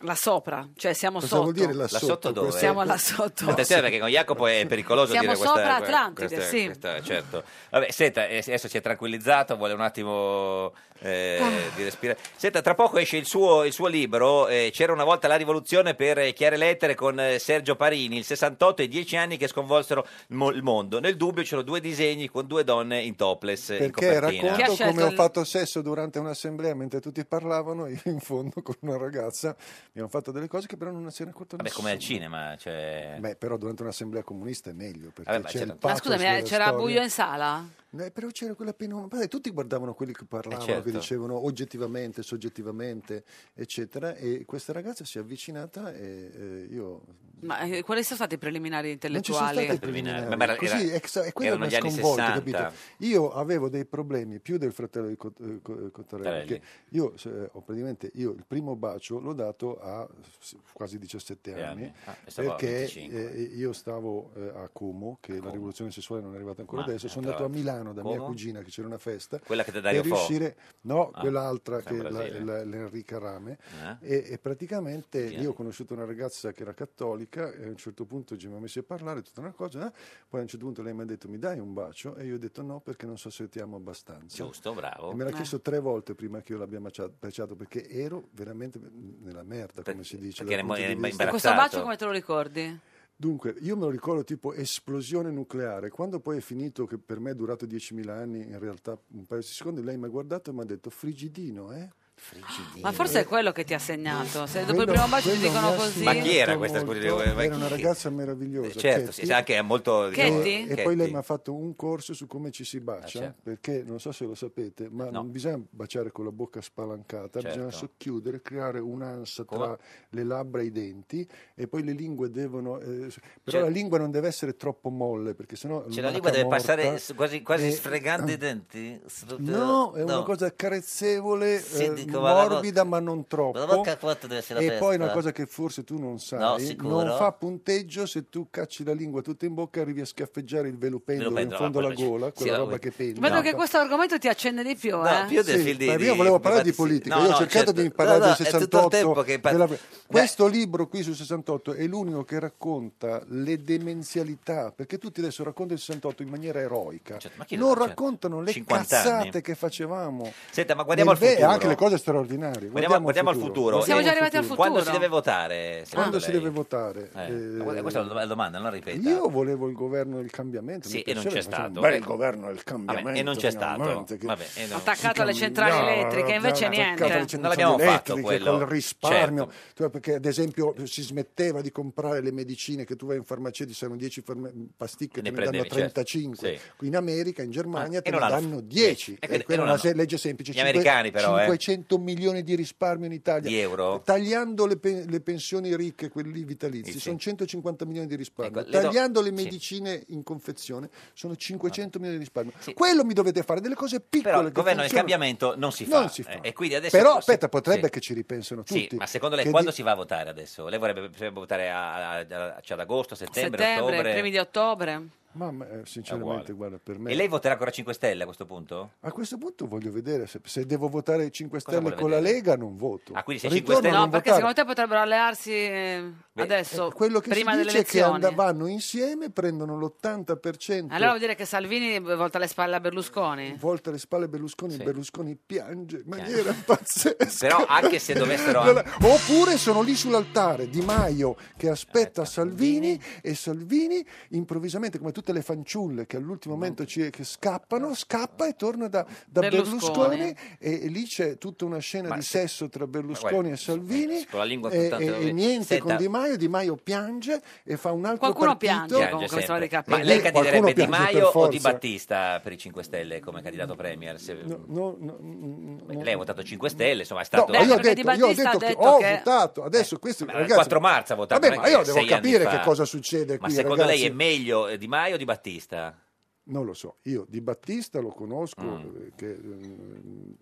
Speaker 14: Là sopra, cioè siamo
Speaker 6: Cosa
Speaker 14: sotto.
Speaker 6: vuol dire là
Speaker 2: Là sotto sotto? dove?
Speaker 14: Siamo là sotto.
Speaker 2: Attenzione perché con Jacopo è pericoloso
Speaker 14: Siamo
Speaker 2: dire questa
Speaker 14: sopra
Speaker 2: que-
Speaker 14: Atlantide,
Speaker 2: questa-
Speaker 14: sì.
Speaker 2: questa- certo. Vabbè, senta, eh, adesso si è tranquillizzato, vuole un attimo eh,
Speaker 14: Ah.
Speaker 2: di respirare. Senta, tra poco esce il suo, il suo libro, eh, C'era una volta la rivoluzione per eh, chiare lettere con eh, Sergio Parini, il 68 e i 10 anni che sconvolsero il mo- il mondo. Nel dubbio c'erano due disegni con due donne in topless eh, in
Speaker 6: Perché
Speaker 2: copertina.
Speaker 6: racconto come ho fatto sesso durante un'assemblea mentre tutti parlavano, io in fondo con una ragazza abbiamo fatto delle cose che però non si era raccontato
Speaker 2: Vabbè,
Speaker 6: nessuno.
Speaker 2: come al cinema, cioè...
Speaker 6: Beh, però durante un'assemblea comunista è meglio perché
Speaker 2: Vabbè, ma
Speaker 6: c'è
Speaker 2: c'era-
Speaker 6: il
Speaker 14: Ma
Speaker 6: pathos
Speaker 14: scusami, eh,
Speaker 6: della
Speaker 14: c'era
Speaker 6: storia.
Speaker 14: buio in sala?
Speaker 6: Eh, però c'era quella pena. Beh, tutti guardavano quelli che parlavano,
Speaker 2: Eh, certo.
Speaker 6: che dicevano oggettivamente, soggettivamente, eccetera. E questa ragazza si è avvicinata e eh, io.
Speaker 14: Ma eh, quali sono stati i preliminari
Speaker 6: Non ci sono
Speaker 14: intellettuali?
Speaker 6: stati i preliminari.
Speaker 2: Ma era-
Speaker 6: Così, eh,
Speaker 2: era-
Speaker 6: è, sa- è quello
Speaker 2: erano
Speaker 6: che
Speaker 2: gli anni
Speaker 6: mi ha sconvolto,
Speaker 2: 60.
Speaker 6: capito? Io avevo dei problemi più del fratello di Cot- eh, Co- eh, Cottarelli.
Speaker 2: Cottarelli.
Speaker 6: Perché io, se- ho praticamente, io il primo bacio l'ho dato a s- quasi 17
Speaker 2: Tre
Speaker 6: anni,
Speaker 2: anni. Ah, pensavo a
Speaker 6: perché
Speaker 2: 25.
Speaker 6: eh, io stavo eh, a Como, che la rivoluzione sessuale non è arrivata ancora
Speaker 2: Ma,
Speaker 6: adesso,
Speaker 2: eh,
Speaker 6: sono
Speaker 2: tra
Speaker 6: andato a
Speaker 2: l'altro.
Speaker 6: Milano da mia
Speaker 2: Como?
Speaker 6: cugina che c'era una festa
Speaker 2: Quella che te dà
Speaker 6: per
Speaker 2: Dario Fo.
Speaker 6: riuscire no
Speaker 2: Ah,
Speaker 6: quell'altra
Speaker 2: sempre
Speaker 6: che è
Speaker 2: in
Speaker 6: la-
Speaker 2: Brasile.
Speaker 6: la- l'Enrica Rame
Speaker 2: Eh?
Speaker 6: e, e praticamente
Speaker 2: Sì,
Speaker 6: io ho
Speaker 2: eh.
Speaker 6: conosciuto una ragazza che era cattolica e a un certo punto ci abbiamo messi a parlare tutta una cosa eh, poi a un certo punto lei mi ha detto mi dai un bacio e io ho detto no perché non so se ti amo abbastanza
Speaker 2: Giusto, bravo.
Speaker 6: e me l'ha
Speaker 2: Eh.
Speaker 6: chiesto tre volte prima che io l'abbia bacia- baciato perché ero veramente nella merda come si dice
Speaker 2: perché
Speaker 6: dal
Speaker 2: era
Speaker 6: punto di
Speaker 2: imba-
Speaker 6: vista-
Speaker 14: E questo bacio come te lo ricordi?
Speaker 6: Dunque, io me lo ricordo tipo esplosione nucleare. Quando poi è finito, che per me è durato 10.000 anni, in realtà un paio di secondi, lei mi ha guardato e mi ha detto frigidino, eh? Frigidino.
Speaker 14: Ma forse è quello che ti ha segnato. Se dopo il
Speaker 6: Quello-
Speaker 14: primo bacio ti
Speaker 6: quello
Speaker 14: dicono
Speaker 6: mi ha
Speaker 14: così.
Speaker 2: Ma chi era questa
Speaker 6: molto.
Speaker 2: scusa?
Speaker 6: Era una
Speaker 2: Chi-
Speaker 6: ragazza meravigliosa.
Speaker 2: Certo,
Speaker 6: Katie.
Speaker 2: sì, sa che è molto... diciamo,
Speaker 6: E, e poi
Speaker 2: Katie.
Speaker 6: lei mi ha fatto un corso su come ci si bacia,
Speaker 2: Ah, certo.
Speaker 6: perché non so se lo sapete, ma non bisogna baciare con la bocca spalancata,
Speaker 2: Certo.
Speaker 6: bisogna socchiudere, creare un'ansa tra
Speaker 2: Come?
Speaker 6: le labbra e i denti e poi le lingue devono... eh, s- però
Speaker 2: Cioè-
Speaker 6: la lingua non deve essere troppo molle, perché sennò...
Speaker 2: Cioè,
Speaker 6: l'umaca
Speaker 2: la lingua deve
Speaker 6: morta
Speaker 2: passare s- quasi, quasi
Speaker 6: e- ah.
Speaker 2: sfregando i denti?
Speaker 6: No, è una
Speaker 2: No.
Speaker 6: cosa carezzevole,
Speaker 2: Sì,
Speaker 6: eh,
Speaker 2: dico, ma la bocca-
Speaker 6: morbida ma non troppo.
Speaker 2: ma la bocca quanto deve essere
Speaker 6: e
Speaker 2: aperta?
Speaker 6: poi una cosa che forse tu non sai,
Speaker 2: No, sicuro.
Speaker 6: non fa punteggio se tu cacci la lingua tutta in bocca e arrivi a schiaffeggiare il velo pendolo in
Speaker 2: pendolo,
Speaker 6: fondo
Speaker 2: ah,
Speaker 6: alla
Speaker 2: quello sì.
Speaker 6: gola,
Speaker 2: Sì,
Speaker 6: quella
Speaker 2: la-
Speaker 6: roba che pendola.
Speaker 14: Vedo che questo argomento ti accende di più. eh.
Speaker 2: più del
Speaker 6: Sì,
Speaker 2: film di-
Speaker 6: ma
Speaker 2: di-
Speaker 6: io volevo
Speaker 2: di
Speaker 6: parlare di
Speaker 2: Battisti.
Speaker 6: politica,
Speaker 2: No,
Speaker 6: io ho
Speaker 2: no,
Speaker 6: cercato
Speaker 2: certo.
Speaker 6: di imparare
Speaker 2: No,
Speaker 6: del
Speaker 2: no, è tutto il
Speaker 6: 68.
Speaker 2: tempo che par-
Speaker 6: della- Questo libro qui sul 68 è l'unico che racconta le demenzialità, perché tutti adesso raccontano il 68 in maniera eroica,
Speaker 2: chi lo-
Speaker 6: non
Speaker 2: cioè,
Speaker 6: raccontano le
Speaker 2: 50 anni.
Speaker 6: cazzate che facevamo.
Speaker 2: Senta, ma guardiamo al
Speaker 6: Nel ve-
Speaker 2: futuro.
Speaker 6: anche le cose straordinarie.
Speaker 2: Guardiamo, guardiamo al futuro.
Speaker 14: Siamo
Speaker 2: Eh,
Speaker 14: già arrivati al
Speaker 2: Quando si
Speaker 14: futuro.
Speaker 2: deve votare? secondo
Speaker 6: Quando si
Speaker 2: lei?
Speaker 6: deve votare?
Speaker 2: Eh, ma Questa è la dom- la domanda, non ripeta.
Speaker 6: Io volevo il governo del cambiamento.
Speaker 2: Sì,
Speaker 6: mi
Speaker 2: e non
Speaker 6: piaceva,
Speaker 2: c'è
Speaker 6: faceva
Speaker 2: stato. Eh,
Speaker 6: Un bel governo del cambiamento.
Speaker 2: Vabbè, e non c'è stato.
Speaker 6: finalmente, che
Speaker 2: Vabbè, e no.
Speaker 14: Attaccato alle centrali
Speaker 6: cambiava,
Speaker 14: elettriche, invece
Speaker 6: attaccava
Speaker 14: niente.
Speaker 6: alle centrali
Speaker 2: Non l'abbiamo fatto
Speaker 6: elettriche,
Speaker 2: quello, Certo.
Speaker 6: Col risparmio. Cioè, Perché ad esempio si smetteva di comprare le medicine che tu vai in farmacia, ti servono 10 farma- pasticche, te ne
Speaker 2: Ne
Speaker 6: danno
Speaker 2: prendevi, certo.
Speaker 6: 35.
Speaker 2: Sì.
Speaker 6: Qui in America, in Germania,
Speaker 2: Ah,
Speaker 6: te
Speaker 2: e
Speaker 6: ne
Speaker 2: non l'hanno-
Speaker 6: danno 10.
Speaker 2: e eh, quindi-
Speaker 6: E quella
Speaker 2: e
Speaker 6: è
Speaker 2: non
Speaker 6: una
Speaker 2: l'hanno-
Speaker 6: se- legge semplice.
Speaker 2: Gli
Speaker 6: Cinque-
Speaker 2: americani però, eh.
Speaker 6: 500 milioni di risparmio in Italia.
Speaker 2: 10 euro.
Speaker 6: Tagliando le, pe- le pensioni ricche, quelli vitalizi,
Speaker 2: Sì, sì.
Speaker 6: sono 150 milioni di risparmio.
Speaker 2: Ecco, le do-
Speaker 6: Tagliando le
Speaker 2: sì.
Speaker 6: medicine in confezione sono 500 milioni di risparmio. Quello mi dovete fare, delle cose piccole.
Speaker 2: Però il
Speaker 6: che
Speaker 2: governo del
Speaker 6: funzionano.
Speaker 2: cambiamento non si fa.
Speaker 6: Non si fa.
Speaker 2: Eh, E quindi adesso
Speaker 6: Però
Speaker 2: se-
Speaker 6: aspetta, potrebbe
Speaker 2: sì.
Speaker 6: che ci ripensano tutti.
Speaker 2: Sì, ma secondo lei
Speaker 6: Che
Speaker 2: quando
Speaker 6: di-
Speaker 2: si va a votare adesso? Lei vorrebbe, potrebbe votare a- a- a- cioè ad agosto, settembre,
Speaker 14: Settembre,
Speaker 2: ottobre?
Speaker 14: primi di ottobre.
Speaker 6: Ma eh, sinceramente, guarda, per me...
Speaker 2: E lei voterà ancora 5 Stelle a questo punto?
Speaker 6: A questo punto voglio vedere se, se devo votare 5
Speaker 2: Cosa
Speaker 6: Stelle
Speaker 2: vuole
Speaker 6: con la Lega non voto.
Speaker 2: Ah, quindi se
Speaker 6: Ritorno
Speaker 2: 5 Stelle-
Speaker 6: a
Speaker 14: No,
Speaker 6: non
Speaker 14: perché
Speaker 6: votare.
Speaker 14: secondo te potrebbero allearsi eh, adesso,
Speaker 6: Quello che
Speaker 14: prima
Speaker 6: si
Speaker 14: delle
Speaker 6: dice è che
Speaker 14: elezioni.
Speaker 6: and- vanno insieme, prendono l'80%.
Speaker 14: Allora vuol dire che Salvini volta le spalle a Berlusconi?
Speaker 6: Volta le spalle a Berlusconi, Berlusconi piange in maniera pazzesca.
Speaker 2: Però eh. anche se dovessero-
Speaker 6: Oppure sono lì sull'altare Di Maio che
Speaker 2: Eh,
Speaker 6: aspetta Salvini e Salvini improvvisamente, come tutte le fanciulle che all'ultimo
Speaker 2: Mm.
Speaker 6: momento ci, che scappano, scappa e torna da, da Berlusconi.
Speaker 2: Berlusconi.
Speaker 6: e, e lì c'è tutta una scena di sesso tra Berlusconi
Speaker 2: guarda,
Speaker 6: e Salvini
Speaker 2: con la lingua
Speaker 6: e,
Speaker 2: tutta-
Speaker 6: e- e niente
Speaker 2: Senta.
Speaker 6: con Di Maio, Di Maio piange e fa un altro
Speaker 14: Qualcuno
Speaker 6: partito.
Speaker 14: piange comunque, mi sembra di capire.
Speaker 2: Ma lei
Speaker 6: Qualcuno
Speaker 2: candiderebbe Di
Speaker 6: piange per
Speaker 2: Maio o Di
Speaker 6: forza.
Speaker 2: Battista per i 5 Stelle come candidato premier? Se-
Speaker 6: No, no, no,
Speaker 2: Beh, Lei ha votato 5 Stelle, insomma è
Speaker 6: No,
Speaker 2: stato...
Speaker 6: ma io ho
Speaker 14: perché Di
Speaker 6: detto, io ho
Speaker 14: Battista
Speaker 6: detto
Speaker 14: ha
Speaker 6: che
Speaker 14: detto
Speaker 6: ho
Speaker 14: che-
Speaker 6: votato. Adesso questo,
Speaker 2: Eh, Ma il
Speaker 6: ragazzi,
Speaker 2: 4 marzo ha votato.
Speaker 6: Vabbè,
Speaker 2: non
Speaker 6: ma
Speaker 2: è
Speaker 6: io
Speaker 2: che
Speaker 6: devo
Speaker 2: sei anni
Speaker 6: capire
Speaker 2: fa.
Speaker 6: che cosa succede
Speaker 2: Ma
Speaker 6: qui,
Speaker 2: secondo
Speaker 6: ragazzi.
Speaker 2: lei è meglio eh, Di Maio o Di Battista?
Speaker 6: Non lo so, io di Battista lo conosco,
Speaker 2: Mm.
Speaker 6: eh, che, eh,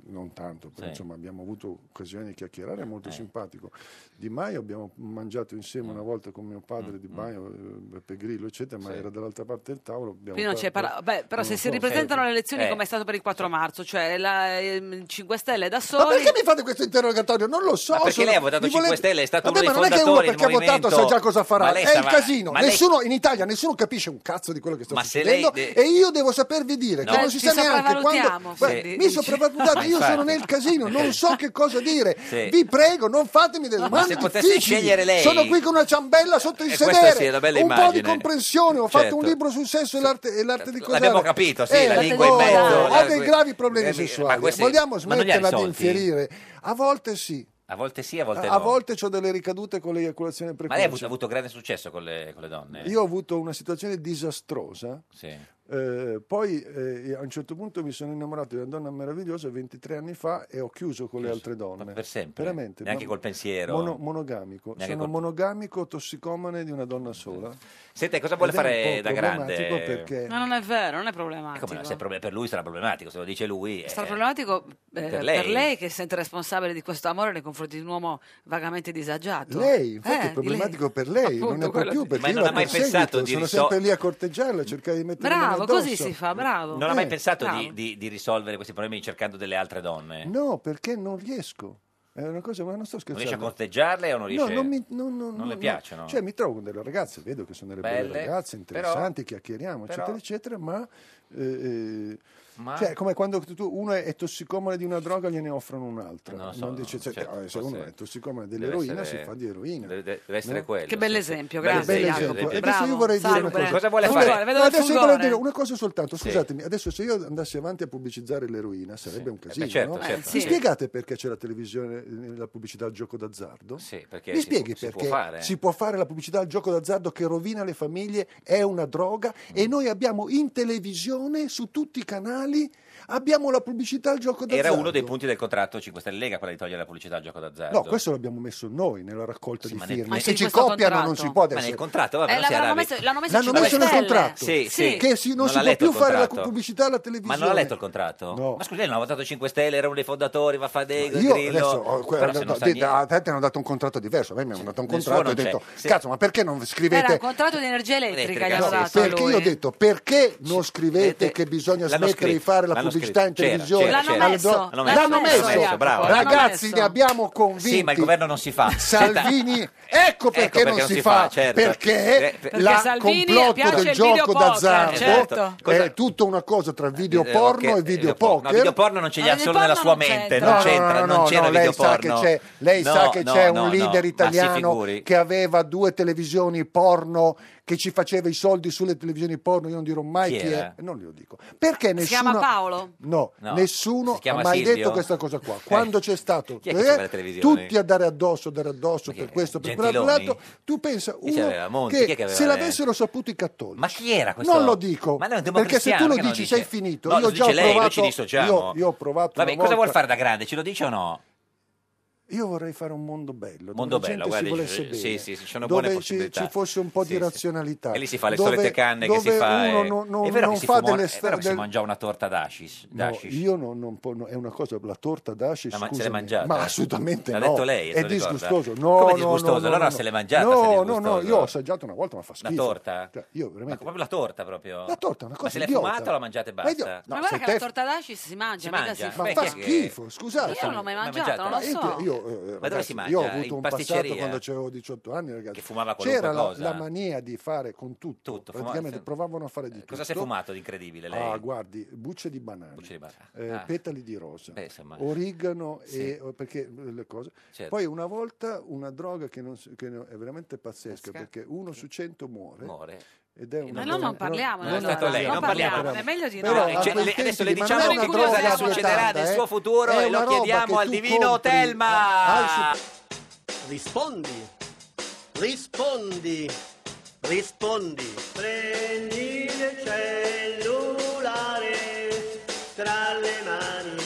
Speaker 6: non tanto, però
Speaker 15: Sì.
Speaker 6: insomma abbiamo avuto occasione di chiacchierare, è molto
Speaker 2: Eh.
Speaker 6: simpatico. Di Maio abbiamo mangiato insieme
Speaker 2: Mm.
Speaker 6: una volta con mio padre, Di Maio, eh, Beppe Grillo, eccetera, ma
Speaker 14: Sì.
Speaker 6: era dall'altra parte del tavolo. abbiamo
Speaker 14: Qui non c'è
Speaker 6: fatto-
Speaker 14: parla- beh, però
Speaker 6: non
Speaker 14: se
Speaker 6: lo
Speaker 14: si
Speaker 6: so.
Speaker 14: ripresentano le elezioni
Speaker 6: Eh.
Speaker 14: come è stato per il 4 marzo, cioè la, ehm, 5 Stelle da
Speaker 6: Ma
Speaker 14: soli...
Speaker 6: perché mi fate questo interrogatorio? Non lo so.
Speaker 2: Ma perché
Speaker 6: sono-
Speaker 2: lei ha votato
Speaker 6: mi
Speaker 2: 5 Stelle, è stato
Speaker 6: Vabbè,
Speaker 2: uno dei
Speaker 6: ma non è che uno
Speaker 2: fondatori
Speaker 6: perché ha
Speaker 2: del
Speaker 6: votato sa
Speaker 2: movimento.
Speaker 6: già cosa farà.
Speaker 2: Ma lei
Speaker 6: È
Speaker 2: stava-
Speaker 6: il casino.
Speaker 2: ma lei-
Speaker 6: Nessuno in Italia, nessuno capisce un cazzo di quello che sta
Speaker 2: Ma se
Speaker 6: succedendo
Speaker 2: lei-
Speaker 6: e io devo saper vi dire
Speaker 2: No.
Speaker 6: che non si
Speaker 2: Ci
Speaker 6: sa neanche
Speaker 2: sopravvalutiamo,
Speaker 6: quando
Speaker 2: quindi,
Speaker 6: Beh, mi
Speaker 2: dici.
Speaker 6: sopravvalutate,
Speaker 2: Ma
Speaker 6: io
Speaker 2: Eh, infatti.
Speaker 6: sono nel casino, non so che cosa dire.
Speaker 2: Sì.
Speaker 6: Vi prego, non fatemi delle
Speaker 2: Ma
Speaker 6: domande
Speaker 2: se potesse
Speaker 6: difficili.
Speaker 2: scegliere lei-
Speaker 6: Sono qui con una ciambella sotto il
Speaker 2: Eh, questa
Speaker 6: sedere.
Speaker 2: sì, è una bella
Speaker 6: un po' di
Speaker 2: immagine.
Speaker 6: comprensione, ho fatto
Speaker 2: Certo.
Speaker 6: un libro sul sesso e l'arte, e l'arte di cosare.
Speaker 2: L'abbiamo capito, sì,
Speaker 6: Eh,
Speaker 2: la lingua in
Speaker 6: oh,
Speaker 2: mezzo.
Speaker 6: Ho
Speaker 2: la-
Speaker 6: dei gravi problemi
Speaker 2: Eh,
Speaker 6: sessuali.
Speaker 2: ma questi-
Speaker 6: Vogliamo
Speaker 2: ma non li ha
Speaker 6: smetterla di
Speaker 2: risolti?
Speaker 6: infierire? A volte sì.
Speaker 2: A volte sì, a volte no.
Speaker 6: A volte ho delle ricadute con l'eiaculazione
Speaker 2: Ma lei ha
Speaker 6: precoce.
Speaker 2: avuto, ha avuto grande successo con le, con le donne?
Speaker 6: Io ho avuto una situazione disastrosa.
Speaker 2: Sì.
Speaker 6: eh, poi eh, a un certo punto mi sono innamorato di una donna meravigliosa 23 anni fa e ho chiuso con le altre donne.
Speaker 2: Per sempre?
Speaker 6: Veramente.
Speaker 2: Eh, Neanche
Speaker 6: ma-
Speaker 2: col pensiero?
Speaker 6: mono- monogamico.
Speaker 2: Neanche Eh.
Speaker 6: sono
Speaker 2: col-
Speaker 6: monogamico tossicomane di una donna sola.
Speaker 2: Senta, cosa vuole
Speaker 6: Ed è un
Speaker 2: fare
Speaker 6: po'
Speaker 2: da grande?
Speaker 6: problematico perché
Speaker 14: Ma non è vero, non è
Speaker 2: Eh,
Speaker 14: problematico.
Speaker 2: come no, se è proble- per lui sarà problematico, se lo dice lui. eh.
Speaker 14: Sarà problematico eh, per,
Speaker 2: Per
Speaker 14: lei.
Speaker 2: lei.
Speaker 14: che si sente responsabile di questo amore nei confronti di un uomo vagamente disagiato.
Speaker 6: Lei, infatti,
Speaker 14: Eh,
Speaker 6: è
Speaker 14: di lei.
Speaker 6: problematico per lei,
Speaker 14: Appunto,
Speaker 6: non ne può
Speaker 14: quello
Speaker 6: più
Speaker 14: sì.
Speaker 6: perché
Speaker 2: Ma
Speaker 6: io
Speaker 2: non
Speaker 6: la
Speaker 2: ha mai
Speaker 6: perseguito,
Speaker 2: pensato di
Speaker 6: sono
Speaker 2: riso-
Speaker 6: sempre lì a corteggiarla, a cercare di mettere
Speaker 14: Bravo, così si fa, bravo.
Speaker 2: Non ha mai
Speaker 14: Eh,
Speaker 2: pensato
Speaker 14: bravo.
Speaker 2: di, di- di risolvere questi problemi cercando delle altre donne?
Speaker 6: No, perché non riesco. È una cosa, ma non sto
Speaker 2: Non riesce a
Speaker 6: scherzando.
Speaker 2: corteggiarle o non riesce
Speaker 6: No, non, mi, no, no,
Speaker 2: non
Speaker 6: no,
Speaker 2: le
Speaker 6: no.
Speaker 2: piacciono?
Speaker 6: Cioè, mi trovo con delle ragazze, vedo che sono delle belle,
Speaker 2: Belle,
Speaker 6: ragazze, interessanti,
Speaker 2: però-
Speaker 6: chiacchieriamo,
Speaker 2: però-
Speaker 6: eccetera, eccetera, ma... eh, eh,
Speaker 2: Ma-
Speaker 6: Cioè, è come quando tu, tu- uno è tossicomane di una droga, gliene offrono un'altra.
Speaker 2: Non
Speaker 6: Non,
Speaker 2: lo so,
Speaker 6: dice, cioè,
Speaker 2: certo,
Speaker 6: eh, se
Speaker 2: forse
Speaker 6: uno è tossicomane
Speaker 2: Deve
Speaker 6: dell'eroina,
Speaker 2: essere-
Speaker 6: si fa di eroina.
Speaker 2: Eh. Deve, deve- deve essere
Speaker 6: No?
Speaker 2: quello.
Speaker 14: Che bell'esempio,
Speaker 2: Bello
Speaker 14: grazie,
Speaker 6: Bello
Speaker 14: Jacopo.
Speaker 6: esempio.
Speaker 14: Eh,
Speaker 6: E adesso io
Speaker 14: bravo,
Speaker 6: vorrei dire una
Speaker 14: salubre.
Speaker 6: cosa.
Speaker 2: Cosa vuole
Speaker 6: Scusate,
Speaker 2: fare?
Speaker 14: Vedo il
Speaker 6: adesso io
Speaker 14: fulgore.
Speaker 6: volevo dire una cosa soltanto,
Speaker 2: Sì.
Speaker 6: scusatemi, adesso se io andassi avanti a pubblicizzare l'eroina sarebbe un casino,
Speaker 2: certo,
Speaker 6: no?
Speaker 2: certo. Eh, sì.
Speaker 6: Mi spiegate perché c'è la televisione, eh, la pubblicità al gioco d'azzardo?
Speaker 2: Sì, perché
Speaker 6: Mi
Speaker 2: si
Speaker 6: spieghi
Speaker 2: può- si può
Speaker 6: perché
Speaker 2: fare.
Speaker 6: si può fare la pubblicità al gioco d'azzardo che rovina le famiglie, è una droga
Speaker 2: Mm.
Speaker 6: e noi abbiamo in televisione, su tutti i canali, abbiamo la pubblicità al gioco d'azzardo.
Speaker 2: Era uno dei punti del contratto 5 Stelle Lega, quella di togliere la pubblicità al gioco d'azzardo.
Speaker 6: No, questo l'abbiamo messo noi nella raccolta di
Speaker 2: Certo. ma nel-
Speaker 6: firme.
Speaker 2: ma
Speaker 6: Se
Speaker 2: c'è
Speaker 6: ci
Speaker 2: questo
Speaker 6: copiano non
Speaker 2: contratto.
Speaker 6: si può
Speaker 2: Ma
Speaker 6: adesso.
Speaker 2: nel contratto, vabbè, Eh, non si l'avranno era- messo- l'hanno messo
Speaker 6: L'hanno
Speaker 2: 5
Speaker 6: messo nel
Speaker 2: Stelle.
Speaker 6: contratto.
Speaker 2: Sì, sì.
Speaker 6: Che si- non
Speaker 2: Non
Speaker 6: si
Speaker 2: l'ha
Speaker 6: può
Speaker 2: letto
Speaker 6: più
Speaker 2: il
Speaker 6: fare la
Speaker 2: contratto.
Speaker 6: pubblicità alla
Speaker 2: Ma
Speaker 6: televisione.
Speaker 2: non ha letto il contratto?
Speaker 6: No.
Speaker 2: Ma scusi, lei non ha votato 5 Stelle, era uno dei fondatori, Vaffadegra,
Speaker 6: Io
Speaker 2: Grillo.
Speaker 6: adesso ho- que-
Speaker 2: Però se
Speaker 6: ho-
Speaker 2: non sa
Speaker 6: di-
Speaker 2: niente-
Speaker 6: a te ti hanno dato un contratto diverso, a me mi hanno dato un
Speaker 2: Nel suo
Speaker 6: contratto e ho
Speaker 2: non c'è.
Speaker 6: detto
Speaker 2: Sì.
Speaker 6: cazzo ma perché non
Speaker 14: Era un
Speaker 6: scrivete
Speaker 14: contratto di energia elettrica, gli
Speaker 6: No,
Speaker 14: hanno dato a
Speaker 6: perché
Speaker 14: lui.
Speaker 6: io ho detto perché non scrivete che bisogna
Speaker 2: L'hanno
Speaker 6: smettere di
Speaker 2: scritto,
Speaker 6: fare la
Speaker 2: l'hanno
Speaker 6: pubblicità in
Speaker 2: scritto. C'era,
Speaker 6: televisione
Speaker 2: c'era, c'era.
Speaker 6: alle
Speaker 2: L'hanno
Speaker 6: donne?
Speaker 2: messo, l'hanno messo,
Speaker 6: messo.
Speaker 2: Jacopo, bravo.
Speaker 6: ragazzi
Speaker 2: L'hanno
Speaker 6: ne abbiamo convinti
Speaker 2: Sì, ma il governo non si fa. Senta-
Speaker 6: Salvini ecco perché, non, si, fa,
Speaker 2: certo.
Speaker 6: perché,
Speaker 2: Eh, per-
Speaker 6: la
Speaker 2: Perché Salvini
Speaker 6: complotto
Speaker 2: piace
Speaker 6: del
Speaker 2: il
Speaker 6: gioco
Speaker 2: videopoker,
Speaker 6: d'azzardo
Speaker 2: certo. Cosa-
Speaker 6: è tutta una cosa tra video
Speaker 2: Eh,
Speaker 6: porno
Speaker 2: ok,
Speaker 6: e video
Speaker 2: porno.
Speaker 6: poker
Speaker 2: No, video porno non ce li ha solo nella sua mente, non c'entra,
Speaker 6: no, no,
Speaker 2: non c'era
Speaker 6: no, lei
Speaker 2: video
Speaker 6: sa che
Speaker 2: porno.
Speaker 6: c'è, lei
Speaker 2: No,
Speaker 6: sa che
Speaker 2: no,
Speaker 6: c'è
Speaker 2: no,
Speaker 6: un
Speaker 2: no,
Speaker 6: leader
Speaker 2: ma si
Speaker 6: italiano
Speaker 2: figuri.
Speaker 6: che aveva due televisioni porno che ci faceva i soldi sulle televisioni porno io non dirò mai
Speaker 2: Chi
Speaker 6: chi, è
Speaker 2: era?
Speaker 6: non glielo dico perché
Speaker 14: Si
Speaker 6: nessuno
Speaker 14: chiama Paolo?
Speaker 6: No,
Speaker 2: No,
Speaker 6: nessuno
Speaker 2: si
Speaker 6: ha
Speaker 2: chiama
Speaker 6: mai
Speaker 2: Silvio? Eh.
Speaker 6: detto questa cosa qua. Quando c'è stato eh,
Speaker 2: Chi è che c'era la televisione?
Speaker 6: tutti a dare addosso, dare addosso per questo, per quell'altro
Speaker 2: Gentiloni?
Speaker 6: lato, tu pensa
Speaker 2: Chi c'aveva?
Speaker 6: uno
Speaker 2: Monti?
Speaker 6: che,
Speaker 2: Chi è che aveva
Speaker 6: se
Speaker 2: le-
Speaker 6: l'avessero saputo i cattolici.
Speaker 2: Ma chi era questo?
Speaker 6: Non lo dico,
Speaker 2: Ma non è un
Speaker 6: perché se tu
Speaker 2: democristiano,
Speaker 6: lo
Speaker 2: che non
Speaker 6: dici
Speaker 2: dice?
Speaker 6: sei finito.
Speaker 2: No,
Speaker 6: io
Speaker 2: lo
Speaker 6: ho già
Speaker 2: dice lei, noi
Speaker 6: provato,
Speaker 2: ci dissociamo.
Speaker 6: io, io ho provato
Speaker 2: Vabbè,
Speaker 6: una
Speaker 2: cosa vuol
Speaker 6: volta-
Speaker 2: fare da grande? Ce lo dice o no?
Speaker 6: Io vorrei fare un mondo bello,
Speaker 2: Mondo
Speaker 6: dove la gente
Speaker 2: bello, guarda,
Speaker 6: si volesse
Speaker 2: ci-
Speaker 6: bene,
Speaker 2: sì, sì, ci sono
Speaker 6: dove
Speaker 2: buone
Speaker 6: ci-
Speaker 2: possibilità.
Speaker 6: ci fosse un po' di
Speaker 2: Sì, sì.
Speaker 6: razionalità.
Speaker 2: E lì si fa le
Speaker 6: Certo. dove-
Speaker 2: solite canne che si
Speaker 6: dove
Speaker 2: fa.
Speaker 6: uno
Speaker 2: eh.
Speaker 6: non, non-
Speaker 2: è vero
Speaker 6: non
Speaker 2: che si,
Speaker 6: fa
Speaker 2: fuma-
Speaker 6: delle
Speaker 2: è vero che si
Speaker 6: del-
Speaker 2: mangia una torta d'ashish.
Speaker 6: No,
Speaker 2: d'ashish.
Speaker 6: io non, non po- no, è una cosa, la torta d'ashi,
Speaker 2: Ah, Ma se l'è
Speaker 6: scusami,
Speaker 2: mangiata?
Speaker 6: ma assolutamente
Speaker 2: L'ha
Speaker 6: no.
Speaker 2: detto lei, se
Speaker 6: è
Speaker 2: lo ricorda?
Speaker 6: disgustoso. No,
Speaker 2: Come
Speaker 6: no,
Speaker 2: disgustoso?
Speaker 6: no, no,
Speaker 2: Allora
Speaker 6: no.
Speaker 2: se l'è mangiata, se è
Speaker 6: No, no, no,
Speaker 2: disgustoso.
Speaker 6: io ho assaggiato una volta, ma fa
Speaker 2: La
Speaker 6: schifo.
Speaker 2: torta?
Speaker 6: Cioè, io
Speaker 2: Ma
Speaker 6: veramente
Speaker 2: proprio la torta proprio.
Speaker 6: La torta è una cosa
Speaker 2: Ma se l'è
Speaker 6: idiota.
Speaker 2: fumata o la mangiata e
Speaker 6: Ma
Speaker 2: basta?
Speaker 6: idiota-
Speaker 14: Ma
Speaker 6: No,
Speaker 14: guarda
Speaker 6: se
Speaker 14: che la
Speaker 6: te-
Speaker 14: torta d'aci si mangia,
Speaker 2: Si
Speaker 14: mica
Speaker 2: mangia?
Speaker 6: Ma
Speaker 2: Ma
Speaker 14: si fa.
Speaker 2: Beh,
Speaker 6: fa
Speaker 2: chi è che-
Speaker 6: schifo, scusate.
Speaker 14: Io non l'ho mai
Speaker 2: Mai
Speaker 14: mangiata,
Speaker 2: mangiata?
Speaker 14: non lo
Speaker 6: Ma
Speaker 14: so.
Speaker 6: Io, io, eh,
Speaker 2: Ma dove si
Speaker 6: ragazzi, io ho
Speaker 2: mangia?
Speaker 6: avuto
Speaker 2: In
Speaker 6: un passato
Speaker 2: pasticceria?
Speaker 6: quando avevo 18 anni, ragazzi.
Speaker 2: Che fumava qualunque
Speaker 6: C'era la,
Speaker 2: cosa?
Speaker 6: la mania di fare con tutto.
Speaker 2: Tutto, fumava-
Speaker 6: Praticamente
Speaker 2: se-
Speaker 6: provavano a fare di tutto.
Speaker 2: Eh, Cosa si è fumato di incredibile lei?
Speaker 6: Ah, guardi, bucce di banana,
Speaker 2: Bucce di banana.
Speaker 6: eh,
Speaker 2: Ah.
Speaker 6: petali di rosa,
Speaker 2: Beh, insomma.
Speaker 6: origano
Speaker 2: Sì.
Speaker 6: e o- perché eh, le cose.
Speaker 2: Certo.
Speaker 6: Poi una volta una droga che, non si- che no- è veramente pazzesca
Speaker 14: Pazzesca.
Speaker 6: perché uno su cento muore.
Speaker 2: Muore.
Speaker 6: Ed è una
Speaker 14: no, non parliamone,
Speaker 2: Non è allora. stato lei, Non non parliamo. parliamo.
Speaker 14: È meglio di no.
Speaker 6: Però ah,
Speaker 14: Eh,
Speaker 6: a
Speaker 14: cioè,
Speaker 6: quei
Speaker 2: le- adesso le
Speaker 6: tempi lì, ma
Speaker 2: diciamo
Speaker 6: non è
Speaker 2: che
Speaker 6: una
Speaker 2: cosa
Speaker 6: droga
Speaker 2: adesso succederà nel
Speaker 6: vietata,
Speaker 2: suo
Speaker 6: eh.
Speaker 2: futuro
Speaker 6: È
Speaker 2: e lo
Speaker 6: una roba
Speaker 2: chiediamo
Speaker 6: che
Speaker 2: al
Speaker 6: tu
Speaker 2: divino
Speaker 6: compri eh?
Speaker 2: Telma.
Speaker 6: al super-
Speaker 16: Rispondi, rispondi, rispondi. Prendi il cellulare tra le mani.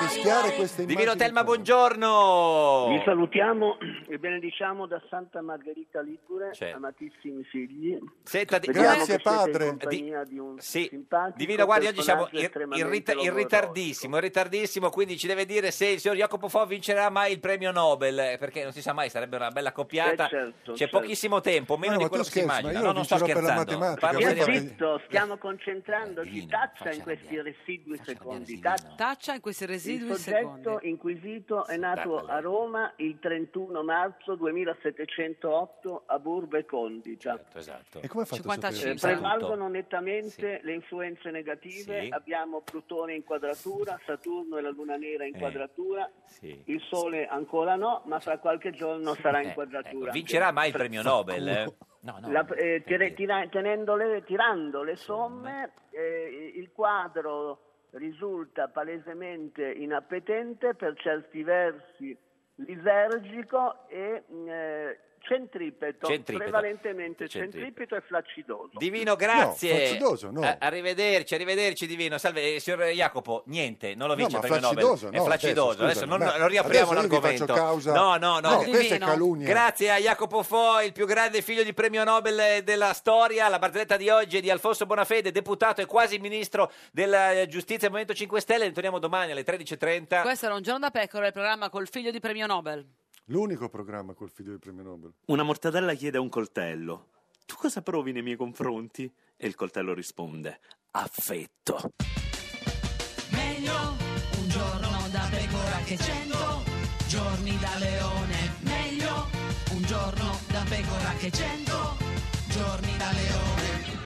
Speaker 6: Fischiare queste immagini.
Speaker 2: Divino Telma, buongiorno.
Speaker 15: Vi salutiamo e benediciamo da Santa Margherita Ligure,
Speaker 2: C'è.
Speaker 15: amatissimi figli.
Speaker 2: Certo. Senta, di-
Speaker 15: Vediamo
Speaker 2: Grazie,
Speaker 15: che siete in
Speaker 2: padre.
Speaker 15: compagnia di un
Speaker 2: Sì.
Speaker 15: simpatico
Speaker 2: Divino, guardi, oggi siamo
Speaker 15: personaggio
Speaker 2: in, in
Speaker 15: estremamente
Speaker 2: rit- in
Speaker 15: lavoroso.
Speaker 2: ritardissimo, in ritardissimo, quindi ci deve dire se il signor Jacopo Fo vincerà mai il premio Nobel, eh, perché non si sa mai, sarebbe una bella coppiata.
Speaker 15: Eh, certo,
Speaker 2: C'è
Speaker 15: certo.
Speaker 2: pochissimo tempo, meno
Speaker 6: No,
Speaker 2: di
Speaker 6: ma
Speaker 2: quello
Speaker 6: tu
Speaker 2: che si
Speaker 6: scherzi, ma
Speaker 2: immagina.
Speaker 6: io
Speaker 2: No, non sto
Speaker 6: vincerò per la
Speaker 2: scherzando.
Speaker 6: matematica,
Speaker 2: Parlo
Speaker 6: ma-
Speaker 15: Abbiamo
Speaker 2: seriamente.
Speaker 15: detto, stiamo concentrandoci, taccia in questi residui secondi. Taccia,
Speaker 14: in questi residui
Speaker 15: Il soggetto
Speaker 14: secondi.
Speaker 15: inquisito è nato a Roma il 31 marzo 2708 a Burbe Condita.
Speaker 2: esatto.
Speaker 6: E come ha fatto a
Speaker 15: 55.
Speaker 6: sapere?
Speaker 15: Prevalgono nettamente le influenze negative.
Speaker 6: Sì.
Speaker 15: Abbiamo Plutone in quadratura, Saturno e la Luna Nera in
Speaker 2: Eh.
Speaker 15: quadratura.
Speaker 2: Sì.
Speaker 15: Il Sole ancora no, ma fra qualche giorno sarà in
Speaker 2: Eh,
Speaker 15: quadratura.
Speaker 2: ecco, vincerà mai il premio Nobel? eh? No, no.
Speaker 15: La- eh, tira- tira- tenendole- tirando le somme, eh, il quadro risulta palesemente inappetente, per certi versi lisergico e mh, eh, centripeto,
Speaker 2: Centripeto.
Speaker 15: prevalentemente
Speaker 2: Centripeto.
Speaker 15: centripeto. e flaccidoso.
Speaker 2: Divino,
Speaker 6: No,
Speaker 2: grazie.
Speaker 6: fazzidoso, no.
Speaker 2: A- arrivederci, arrivederci Divino. Salve, eh, signor Jacopo, niente, non lo
Speaker 6: No,
Speaker 2: vince
Speaker 6: ma
Speaker 2: il premio
Speaker 6: flaccidoso,
Speaker 2: Nobel.
Speaker 6: no,
Speaker 2: è flaccidoso.
Speaker 6: adesso,
Speaker 2: Adesso,
Speaker 6: scusami,
Speaker 2: non,
Speaker 6: ma
Speaker 2: non riapriamo
Speaker 6: adesso io vi
Speaker 2: l'argomento.
Speaker 6: faccio causa.
Speaker 2: No, no, no.
Speaker 6: No, questa è calunnia.
Speaker 2: Grazie a Jacopo Fo, il più grande figlio di premio Nobel eh, della storia. La barzelletta di oggi è di Alfonso Bonafede, deputato e quasi ministro della eh, giustizia del Movimento 5 Stelle. Ritorniamo domani alle 13.30.
Speaker 14: Questo era un giorno da pecora, il programma col figlio di premio Nobel.
Speaker 6: L'unico programma col figlio del premio Nobel.
Speaker 17: Una mortadella chiede a un coltello: Tu cosa provi nei miei confronti? E il coltello risponde: Affetto.
Speaker 18: Meglio un giorno da pecora che cento giorni da leone. Meglio un giorno da pecora che cento giorni da leone.